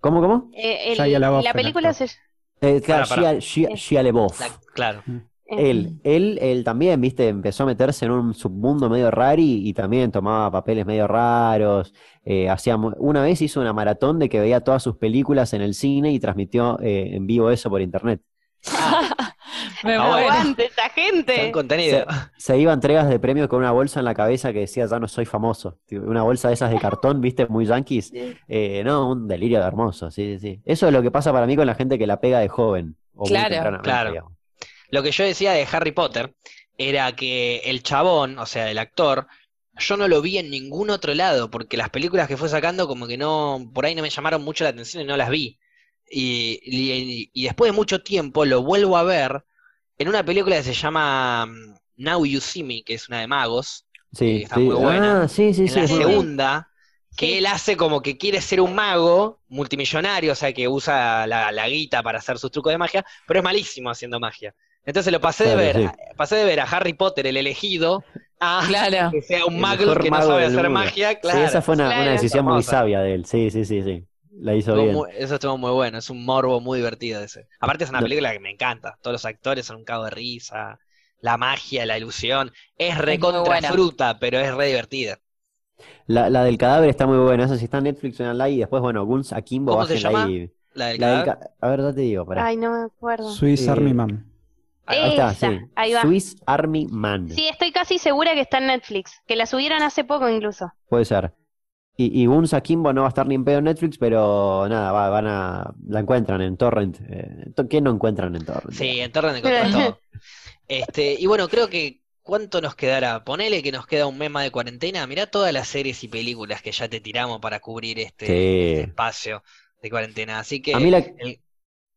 Speaker 4: ¿Cómo, cómo?
Speaker 5: Eh, el-
Speaker 6: Shia LaBeouf,
Speaker 5: la
Speaker 6: el
Speaker 5: película se...
Speaker 6: actor.
Speaker 4: Eh, claro,
Speaker 1: Pará, pará.
Speaker 4: Shia- Shia- Shia LaBeouf.
Speaker 1: La- claro.
Speaker 4: Él, él, él también, viste, empezó a meterse en un submundo medio rari y también tomaba papeles medio raros. eh, hacía mu- una vez hizo una maratón de que veía todas sus películas en el cine y transmitió eh, en vivo eso por internet.
Speaker 2: Me
Speaker 1: Ah,
Speaker 2: muero.
Speaker 5: Aguante esa gente.
Speaker 1: Son contenido.
Speaker 4: Se iba a entregas de premio con una bolsa en la cabeza que decía, ya no soy famoso. Tipo, Una bolsa de esas de cartón, ¿viste? Muy yanquis. Eh, no, un delirio de hermoso, sí, sí, sí. Eso es lo que pasa para mí con la gente que la pega de joven. O muy
Speaker 2: Claro.
Speaker 4: tempranamente,
Speaker 1: Claro.
Speaker 4: digamos.
Speaker 1: (laughs) Lo que yo decía de Harry Potter era que el chabón, o sea, el actor, yo no lo vi en ningún otro lado, porque las películas que fue sacando como que no, por ahí no me llamaron mucho la atención y no las vi. Y, y- y después de mucho tiempo lo vuelvo a ver en una película que se llama mm, Now You See Me, que es una de magos,
Speaker 4: Sí,
Speaker 1: está
Speaker 4: sí.
Speaker 1: muy buena.
Speaker 4: Ah, sí, sí,
Speaker 1: en
Speaker 4: sí.
Speaker 1: la
Speaker 4: es muy buena.
Speaker 1: segunda, que él hace como que quiere ser un mago multimillonario, o sea, que usa la, la guita para hacer sus trucos de magia, pero es malísimo haciendo magia. Entonces lo pasé de ver,
Speaker 4: Claro,
Speaker 1: pasé de ver a Harry Potter, el elegido, a
Speaker 2: Claro.
Speaker 1: que sea un
Speaker 4: El
Speaker 1: mago
Speaker 4: mejor
Speaker 1: que no
Speaker 4: mago
Speaker 1: sabe
Speaker 4: del
Speaker 1: hacer
Speaker 4: mundo.
Speaker 1: magia,
Speaker 4: Sí,
Speaker 1: claro.
Speaker 4: esa fue una, una
Speaker 5: Claro.
Speaker 4: decisión muy
Speaker 1: Hermosa.
Speaker 4: sabia de él. Sí, sí, sí, sí. La hizo
Speaker 1: Estuvo
Speaker 4: bien.
Speaker 1: muy- eso estuvo muy bueno, es un morbo muy divertido ese. Aparte es una
Speaker 4: No.
Speaker 1: película que me encanta, todos los actores son un cago de risa, la magia, la ilusión, es
Speaker 2: muy
Speaker 1: recontra
Speaker 2: buena.
Speaker 1: fruta, pero es re divertida.
Speaker 4: La, la del cadáver está muy buena. Esa sí está en Netflix, en y después, bueno, Guns Akimbo,
Speaker 1: ¿Cómo se
Speaker 4: bájenla
Speaker 1: llama?
Speaker 4: ahí.
Speaker 1: La del
Speaker 4: La del
Speaker 1: cadáver.
Speaker 4: ca- A ver, ya te digo, pará.
Speaker 5: Ay, no me acuerdo.
Speaker 6: Swiss
Speaker 4: Eh,
Speaker 6: Army Man.
Speaker 4: Ahí está,
Speaker 5: Esa,
Speaker 4: sí.
Speaker 5: ahí va.
Speaker 4: Swiss Army Man.
Speaker 5: Sí, estoy casi segura que está en Netflix, que la subieron hace poco incluso.
Speaker 4: Puede ser. Y, y Guns Akimbo no va a estar ni en pedo en Netflix, pero nada, va- van a. La encuentran en Torrent. Eh, to- ¿Quién no encuentran en Torrent?
Speaker 1: Sí, en torno todo.
Speaker 5: (laughs)
Speaker 1: Este, y bueno, creo que ¿cuánto nos quedará? Ponele que nos queda un mema de cuarentena. Mirá todas las series y películas que ya te tiramos para cubrir este,
Speaker 4: Sí.
Speaker 1: este espacio de cuarentena. Así que
Speaker 4: A mí la,
Speaker 1: el-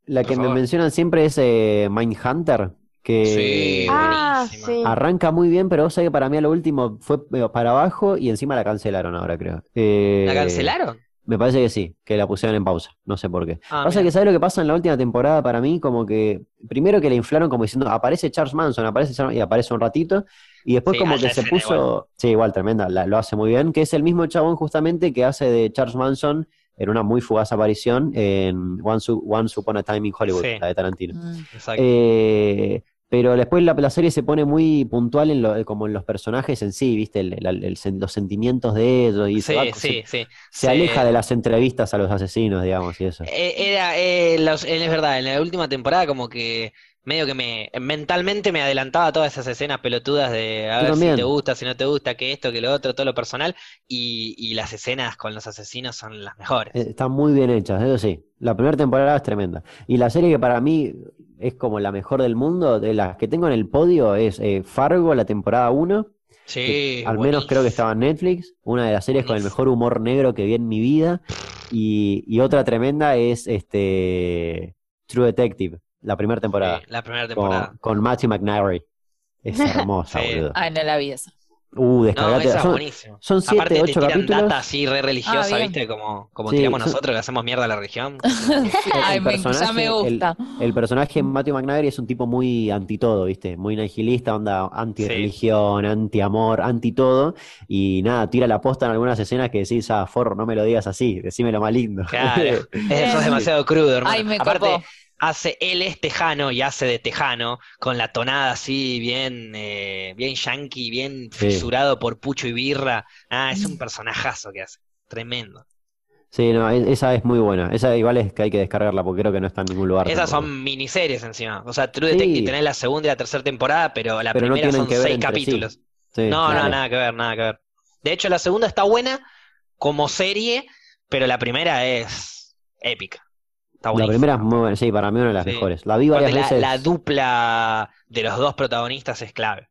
Speaker 4: la
Speaker 1: por
Speaker 4: que me
Speaker 1: favor.
Speaker 4: mencionan siempre es eh, Mindhunter, que
Speaker 1: Sí,
Speaker 5: Ah,
Speaker 1: buenísima.
Speaker 5: sí.
Speaker 4: arranca muy bien, pero vos sabés que para mí a lo último fue eh, para abajo y encima la cancelaron ahora, creo. Eh,
Speaker 1: ¿La cancelaron?
Speaker 4: Me parece que sí, que la pusieron en pausa, no sé por qué.
Speaker 1: Ah,
Speaker 4: Pasa
Speaker 1: mirá.
Speaker 4: que, ¿sabes lo que pasa en la última temporada para mí? Como que, primero que le inflaron como diciendo, aparece Charles Manson, aparece Charles Manson", y aparece un ratito, y después
Speaker 1: Sí,
Speaker 4: como
Speaker 1: alta
Speaker 4: que se
Speaker 1: escena
Speaker 4: puso, sí, igual tremenda, la- lo hace muy bien, que es el mismo chabón justamente que hace de Charles Manson en una muy fugaz aparición en Once, Once Upon a Time in Hollywood,
Speaker 1: Sí.
Speaker 4: la de Tarantino.
Speaker 2: Mm.
Speaker 1: Exacto.
Speaker 4: Eh, pero después la, la serie se pone muy puntual en lo- como en los personajes en sí, ¿viste? El- el- el sen- los sentimientos de ellos y se
Speaker 1: Sí,
Speaker 4: va- se,
Speaker 1: sí, sí.
Speaker 4: se aleja de las entrevistas a los asesinos, digamos, y eso.
Speaker 1: Eh, Era, eh, los- eh, es verdad, en la última temporada como que medio que me mentalmente me adelantaba a todas esas escenas pelotudas de a
Speaker 4: Yo
Speaker 1: ver
Speaker 4: también.
Speaker 1: si te gusta, si no te gusta, que esto, que lo otro, todo lo personal, y, y las escenas con los asesinos son las mejores.
Speaker 4: Eh, Están muy bien hechas, eso sí. La primera temporada es tremenda. Y la serie que para mí es como la mejor del mundo, de las que tengo en el podio, es eh, Fargo, la temporada 1.
Speaker 1: Sí,
Speaker 4: eh, al menos creo que estaba en Netflix. Una de las series con el mejor humor negro que vi en mi vida. Y, y otra tremenda es este True Detective, la primera temporada.
Speaker 1: buenísimo. Sí, la primera temporada.
Speaker 4: con, con Matthew McNary.
Speaker 1: (laughs)
Speaker 4: Es hermosa,
Speaker 1: Sí. Ah.
Speaker 4: boludo.
Speaker 2: Ay, no la vi esa.
Speaker 4: Uh,
Speaker 1: No,
Speaker 4: descargate.
Speaker 1: esa es
Speaker 4: son,
Speaker 1: buenísima.
Speaker 4: son siete,
Speaker 1: Aparte te
Speaker 4: ocho
Speaker 1: tiran
Speaker 4: capítulos.
Speaker 1: data así re religiosa,
Speaker 2: Ah, bien.
Speaker 1: ¿viste? Como, como
Speaker 4: Sí,
Speaker 1: tiramos
Speaker 4: son-
Speaker 1: nosotros que hacemos mierda a la
Speaker 4: (laughs)
Speaker 1: religión.
Speaker 4: El
Speaker 2: (laughs) Ay, me- ya
Speaker 4: personaje,
Speaker 2: me
Speaker 4: el-
Speaker 2: gusta.
Speaker 4: El personaje Matthew McNair es un tipo muy anti todo, ¿viste? Muy nihilista, onda anti-religión, anti-amor, anti-todo. Y nada, tira la posta en algunas escenas que decís, ah, forro, no me lo digas así, decímelo más lindo.
Speaker 1: Claro, eso es demasiado crudo, hermano.
Speaker 2: Ay, me
Speaker 1: Aparte,
Speaker 2: copó.
Speaker 1: hace, él es tejano y hace de tejano, con la tonada así, bien, eh, bien yankee, bien
Speaker 4: Sí.
Speaker 1: fisurado por pucho y birra. Ah, es un personajazo que hace. Tremendo.
Speaker 4: (laughs) Sí, no, e- esa es muy buena. Esa igual es que hay que descargarla porque creo que no está en ningún lugar.
Speaker 1: Esas
Speaker 4: tampoco.
Speaker 1: son miniseries encima. O sea, True
Speaker 4: Sí.
Speaker 1: Detective tenés la segunda y la tercera temporada, pero la
Speaker 4: Pero no
Speaker 1: primera
Speaker 4: tienen
Speaker 1: son
Speaker 4: que ver
Speaker 1: seis
Speaker 4: entre sí.
Speaker 1: capítulos.
Speaker 4: Sí,
Speaker 1: No, no,
Speaker 4: dale.
Speaker 1: nada que ver, nada que ver. De hecho, la segunda está buena como serie, pero la primera es épica. Está
Speaker 4: La
Speaker 1: buenísima.
Speaker 4: primera es muy buena, sí, para mí una de las
Speaker 1: Sí.
Speaker 4: mejores. La vi varias
Speaker 1: Aparte, la,
Speaker 4: veces.
Speaker 1: la dupla de los dos protagonistas es clave.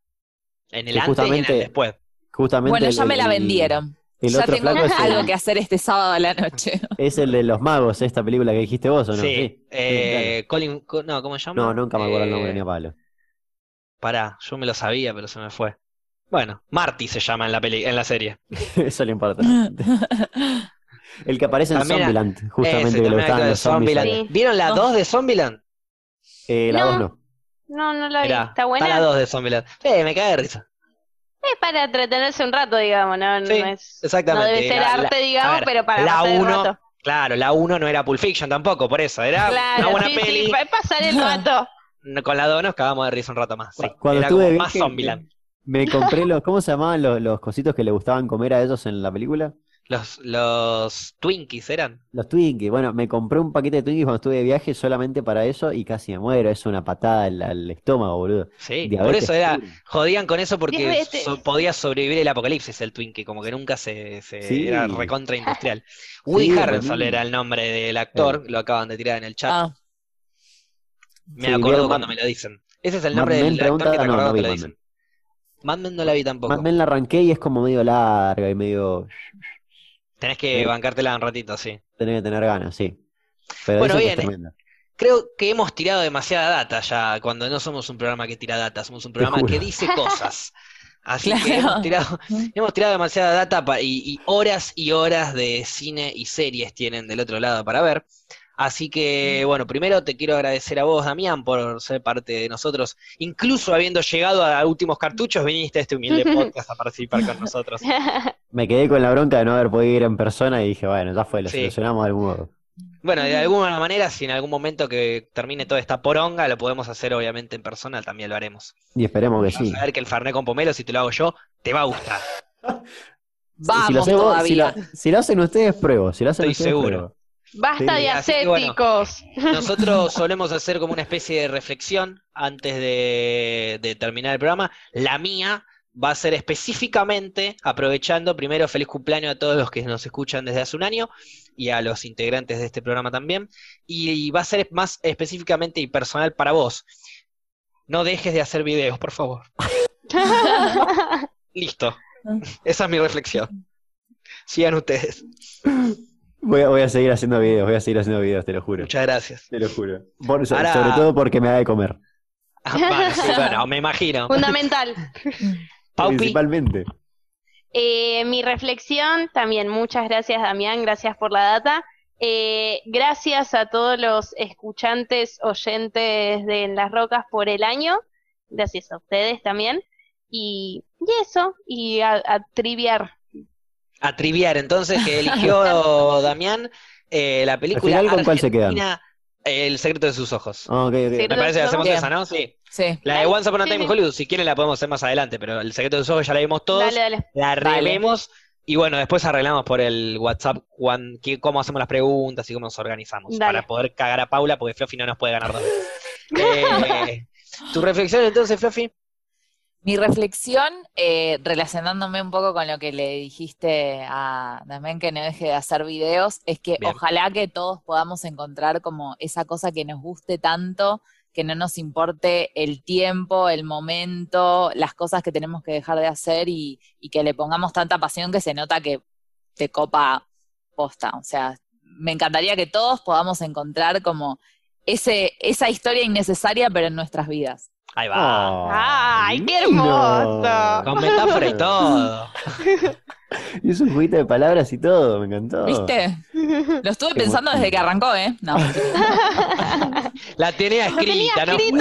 Speaker 1: En el
Speaker 4: Sí,
Speaker 1: antes y en el
Speaker 4: justamente-
Speaker 1: después.
Speaker 4: Justamente
Speaker 2: Bueno, ya
Speaker 4: el-
Speaker 2: me la
Speaker 4: el-
Speaker 2: vendieron.
Speaker 4: El
Speaker 2: ya
Speaker 4: otro
Speaker 2: tengo (laughs)
Speaker 4: flaco es
Speaker 2: algo
Speaker 4: el,
Speaker 2: que hacer este sábado a la noche.
Speaker 4: (laughs) es el de los magos, esta película que dijiste vos, ¿o no?
Speaker 1: Sí. eh, Colin, co- no, ¿cómo se llama?
Speaker 4: No, nunca me acuerdo el nombre
Speaker 1: Eh,
Speaker 4: ni a palo. (laughs)
Speaker 1: Pará, yo me lo sabía, pero se me fue. Bueno, Marty se llama en la peli, en la serie.
Speaker 4: Eso le importa. El que aparece en
Speaker 1: También a-
Speaker 4: Zombieland, justamente,
Speaker 1: Ese,
Speaker 4: que le
Speaker 1: también
Speaker 4: gustaban
Speaker 1: actúa de
Speaker 4: los zombies.
Speaker 1: Zombieland.
Speaker 5: Sí.
Speaker 1: ¿Vieron la
Speaker 2: No.
Speaker 1: 2 de Zombieland?
Speaker 4: Eh, la
Speaker 5: No.
Speaker 4: voz no.
Speaker 5: No, no la vi.
Speaker 1: Mirá,
Speaker 5: ¿Está buena?
Speaker 1: la 2 de Zombieland. Eh, me cae de risa.
Speaker 5: Es para entretenerse un rato, digamos. No, no
Speaker 1: Sí,
Speaker 5: es- no
Speaker 1: Exactamente.
Speaker 5: debe ser
Speaker 1: La- la-
Speaker 5: arte, digamos,
Speaker 1: a ver,
Speaker 5: pero para
Speaker 1: la
Speaker 5: pasar el
Speaker 1: uno-
Speaker 5: rato.
Speaker 1: Claro, la 1 no era Pulp Fiction tampoco, por eso. Era una
Speaker 5: Claro,
Speaker 1: buena
Speaker 5: sí,
Speaker 1: peli.
Speaker 5: sí, pa- pasar
Speaker 4: (laughs)
Speaker 5: el rato. (laughs)
Speaker 1: Con la 2 nos cagamos de risa un rato más. sí.
Speaker 4: Cuando
Speaker 1: era
Speaker 4: estuve
Speaker 1: como
Speaker 4: de
Speaker 1: más
Speaker 4: viaje,
Speaker 1: Zombieland.
Speaker 4: Me compré los. ¿Cómo se llamaban los, los cositos que le gustaban comer a ellos en la película?
Speaker 1: Los, los Twinkies eran.
Speaker 4: Los Twinkies. Bueno, me compré un paquete de Twinkies cuando estuve de viaje solamente para eso y casi me muero. Es una patada al, al estómago, boludo.
Speaker 1: Sí, por
Speaker 4: Diabetes
Speaker 1: eso era,
Speaker 4: pura.
Speaker 1: jodían con eso porque
Speaker 5: Diabetes.
Speaker 1: so- podía sobrevivir el apocalipsis el Twinkie, como que nunca se, se
Speaker 4: Sí.
Speaker 1: era recontra industrial.
Speaker 4: (laughs)
Speaker 1: Woody
Speaker 4: Sí, Eh.
Speaker 1: Harrelson
Speaker 4: buenísimo.
Speaker 1: era el nombre del actor, lo acaban de tirar en el chat.
Speaker 2: Ah,
Speaker 1: me
Speaker 4: Sí,
Speaker 1: acuerdo
Speaker 4: vieron
Speaker 1: cuando
Speaker 4: Mad-
Speaker 1: me lo dicen. Ese es el
Speaker 4: Mad
Speaker 1: nombre
Speaker 4: Men
Speaker 1: del actor que
Speaker 4: pregunta-
Speaker 1: te
Speaker 4: no,
Speaker 1: acordás
Speaker 4: no
Speaker 1: que
Speaker 4: vi
Speaker 1: lo
Speaker 4: Mad
Speaker 1: dicen. Mad Men no la vi tampoco.
Speaker 4: Más bien la arranqué y es como medio larga y medio.
Speaker 1: Tenés que
Speaker 4: Sí.
Speaker 1: bancártela un ratito, sí.
Speaker 4: Tenés que tener ganas, sí. Pero
Speaker 1: Bueno,
Speaker 4: dicen que
Speaker 1: bien,
Speaker 4: es tremenda.
Speaker 1: Creo que hemos tirado demasiada data ya, cuando no somos un programa que tira data, somos un programa
Speaker 4: juro.
Speaker 1: que dice cosas. Así que
Speaker 2: Claro.
Speaker 1: hemos tirado, hemos tirado demasiada data pa- y, y horas y horas de cine y series tienen del otro lado para ver. Así que, bueno, primero te quiero agradecer a vos, Damián, por ser parte de nosotros. Incluso habiendo llegado a últimos cartuchos, viniste a este humilde podcast a participar con nosotros.
Speaker 4: Me quedé con la bronca de no haber podido ir en persona y dije, bueno, ya fue, lo
Speaker 1: Sí.
Speaker 4: solucionamos de algún modo.
Speaker 1: Bueno, de alguna manera, si en algún momento que termine toda esta poronga, lo podemos hacer obviamente en persona, también lo haremos.
Speaker 4: Y esperemos que sí.
Speaker 1: Vas a ver que el Fernet con pomelo, si te lo hago yo, te va a gustar.
Speaker 2: vamos
Speaker 4: si lo, hacen vos- si,
Speaker 2: todavía.
Speaker 4: (laughs) lo, si lo hacen ustedes, pruebo. Si lo hacen
Speaker 1: Estoy
Speaker 4: ustedes,
Speaker 1: seguro.
Speaker 4: pruebo.
Speaker 5: Basta
Speaker 4: Sí,
Speaker 5: de
Speaker 1: así que bueno.
Speaker 5: ascéticos.
Speaker 1: (laughs) Nosotros solemos hacer como una especie de reflexión antes de, de terminar el programa. La mía va a ser específicamente, aprovechando primero feliz cumpleaños a todos los que nos escuchan desde hace un año y a los integrantes de este programa también. Y va a ser más específicamente y personal para vos. No dejes de hacer videos, por favor. Listo. Esa es mi reflexión. Sigan ustedes.
Speaker 4: Voy a, voy a seguir haciendo videos, voy a seguir haciendo videos, te lo juro.
Speaker 1: Muchas gracias.
Speaker 4: Te lo juro. Por- so-
Speaker 1: Ahora-
Speaker 4: Sobre todo porque me da de comer.
Speaker 1: Bueno, Ah, sí, bueno, me imagino.
Speaker 5: Fundamental.
Speaker 1: Paupi,
Speaker 4: Principalmente.
Speaker 5: Eh, mi reflexión, también muchas gracias Damián, gracias por la data. Eh, gracias a todos los escuchantes, oyentes de En las Rocas por el año. Gracias a ustedes también. Y, y eso, y a, a triviar.
Speaker 1: a triviar entonces que
Speaker 4: (laughs)
Speaker 1: eligió Damián eh, la película
Speaker 4: Al final, ¿con cuál se
Speaker 1: Argentina, El secreto de sus ojos.
Speaker 4: Ah, ok, ok.
Speaker 5: Sí,
Speaker 1: Me parece que hacemos
Speaker 2: Bien.
Speaker 1: esa, ¿no? Sí.
Speaker 2: Sí.
Speaker 1: La de Once Upon a
Speaker 5: Sí,
Speaker 1: Time in
Speaker 5: sí.
Speaker 1: Hollywood, si quieren la podemos hacer más adelante, pero el secreto de sus ojos ya la vimos todos,
Speaker 5: Dale, dale.
Speaker 1: la
Speaker 2: Dale.
Speaker 1: revemos y bueno, después arreglamos por el WhatsApp cuán- qué- cómo hacemos las preguntas y cómo nos organizamos
Speaker 5: Dale. (laughs)
Speaker 1: para poder cagar a Paula porque Flofi no nos puede ganar dos veces. Eh, tu reflexión entonces, Fluffy.
Speaker 2: Mi reflexión, eh, relacionándome un poco con lo que le dijiste a Damián que no deje de hacer videos, es que
Speaker 1: Bien.
Speaker 2: ojalá que todos podamos encontrar como esa cosa que nos guste tanto, que no nos importe el tiempo, el momento, las cosas que tenemos que dejar de hacer y, y que le pongamos tanta pasión que se nota que te copa posta. O sea, me encantaría que todos podamos encontrar como ese, esa historia innecesaria, pero en nuestras vidas.
Speaker 1: Ahí va.
Speaker 4: Ah.
Speaker 3: ¡Ay, qué
Speaker 4: divino.
Speaker 3: hermoso!
Speaker 1: Con metáfora y todo.
Speaker 4: Hizo un juguito de palabras y todo, me encantó.
Speaker 2: ¿Viste?
Speaker 1: (laughs)
Speaker 2: Lo estuve
Speaker 4: Qué
Speaker 2: pensando
Speaker 4: emotivo.
Speaker 2: desde que arrancó, ¿eh? No.
Speaker 1: La tenía escrita, ¿no?
Speaker 3: escrito,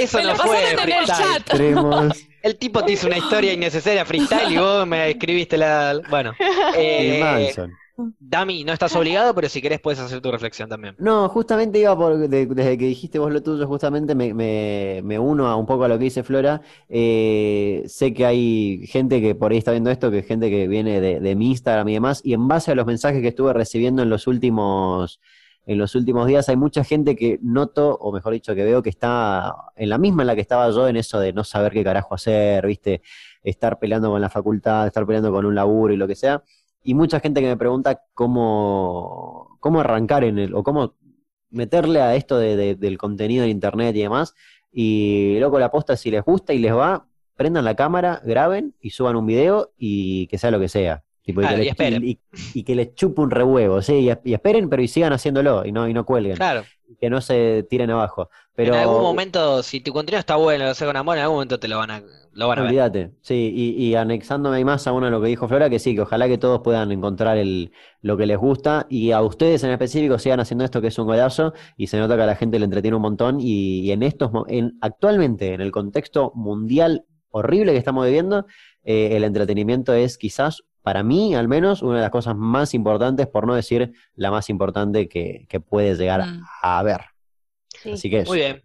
Speaker 1: Eso
Speaker 2: Me
Speaker 1: no
Speaker 2: lo
Speaker 1: fue
Speaker 2: pasaron en el
Speaker 1: freestyle.
Speaker 2: chat.
Speaker 4: Extremos.
Speaker 1: El tipo te hizo una historia innecesaria freestyle y vos me escribiste la.
Speaker 4: (laughs)
Speaker 1: Bueno.
Speaker 4: y
Speaker 1: (laughs) Eh,
Speaker 4: Manson.
Speaker 1: Dami, no estás obligado, pero si querés puedes hacer tu reflexión también.
Speaker 4: No, justamente iba por, de- desde que dijiste vos lo tuyo, justamente me, me- me uno a un poco a lo que dice Flora. Eh, sé que hay gente que por ahí está viendo esto, que es gente que viene de, de mi Instagram y demás, y en base a los mensajes que estuve recibiendo en los últimos, en los últimos días, hay mucha gente que noto, o mejor dicho, que veo que está en la misma en la que estaba yo, en eso de no saber qué carajo hacer, ¿viste? Estar peleando con la facultad, estar peleando con un laburo y lo que sea y mucha gente que me pregunta cómo, cómo arrancar en el, o cómo meterle a esto de- de- del contenido en internet y demás. Y loco, la posta, si les gusta y les va, prendan la cámara, graben y suban un video y que sea lo que sea. Tipo, y,
Speaker 1: Claro,
Speaker 4: que
Speaker 1: y
Speaker 4: les,
Speaker 1: esperen.
Speaker 4: y- y que les chupe un rehuevo, sí, y, y esperen, pero y sigan haciéndolo y no, y no cuelguen,
Speaker 1: Claro.
Speaker 4: que no se tiren abajo. Pero
Speaker 1: En algún momento, si tu contenido está bueno, lo haces con amor, en algún momento te lo van a, lo van a ver.
Speaker 4: Olvídate, sí, y, y anexándome ahí más a uno de lo que dijo Flora, que sí, que ojalá que todos puedan encontrar el, lo que les gusta y a ustedes en específico sigan haciendo esto que es un golazo y se nota que a la gente le entretiene un montón y, y en estos, mo- en, actualmente, en el contexto mundial horrible que estamos viviendo, eh, el entretenimiento es quizás, para mí al menos, una de las cosas más importantes, por no decir la más importante que, que puede llegar
Speaker 2: Mm.
Speaker 4: a haber.
Speaker 5: Sí.
Speaker 4: Así que eso.
Speaker 1: Muy bien.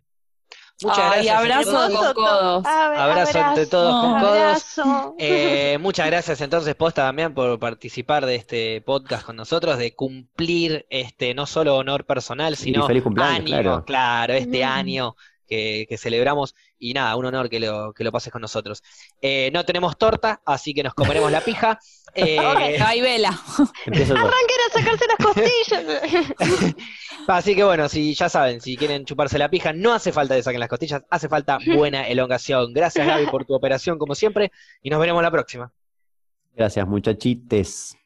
Speaker 1: Muchas
Speaker 2: Ay,
Speaker 1: gracias.
Speaker 2: abrazo
Speaker 1: entonces.
Speaker 2: con codos.
Speaker 1: Abrazo entre todos con codos.
Speaker 5: Abrazo.
Speaker 1: Eh, muchas gracias entonces, Posta también, por participar de este podcast con nosotros, de cumplir este no solo honor personal,
Speaker 4: Y
Speaker 1: sino
Speaker 4: feliz cumpleaños,
Speaker 1: ánimo,
Speaker 4: claro.
Speaker 1: este
Speaker 5: Mm.
Speaker 1: año que, que celebramos. Y nada, un honor que lo, que lo pases con nosotros. Eh, no tenemos torta, así que nos comeremos la pija. Eh,
Speaker 2: No hay vela.
Speaker 4: Empiezo
Speaker 5: (laughs)
Speaker 4: yo.
Speaker 5: Arranquen a sacarse las
Speaker 1: (laughs)
Speaker 5: costillas.
Speaker 1: Así que bueno, si ya saben, si quieren chuparse la pija, no hace falta que saquen las costillas, hace falta buena elongación. Gracias, Gaby, por tu operación, como siempre, y nos veremos la próxima.
Speaker 4: Gracias, muchachites.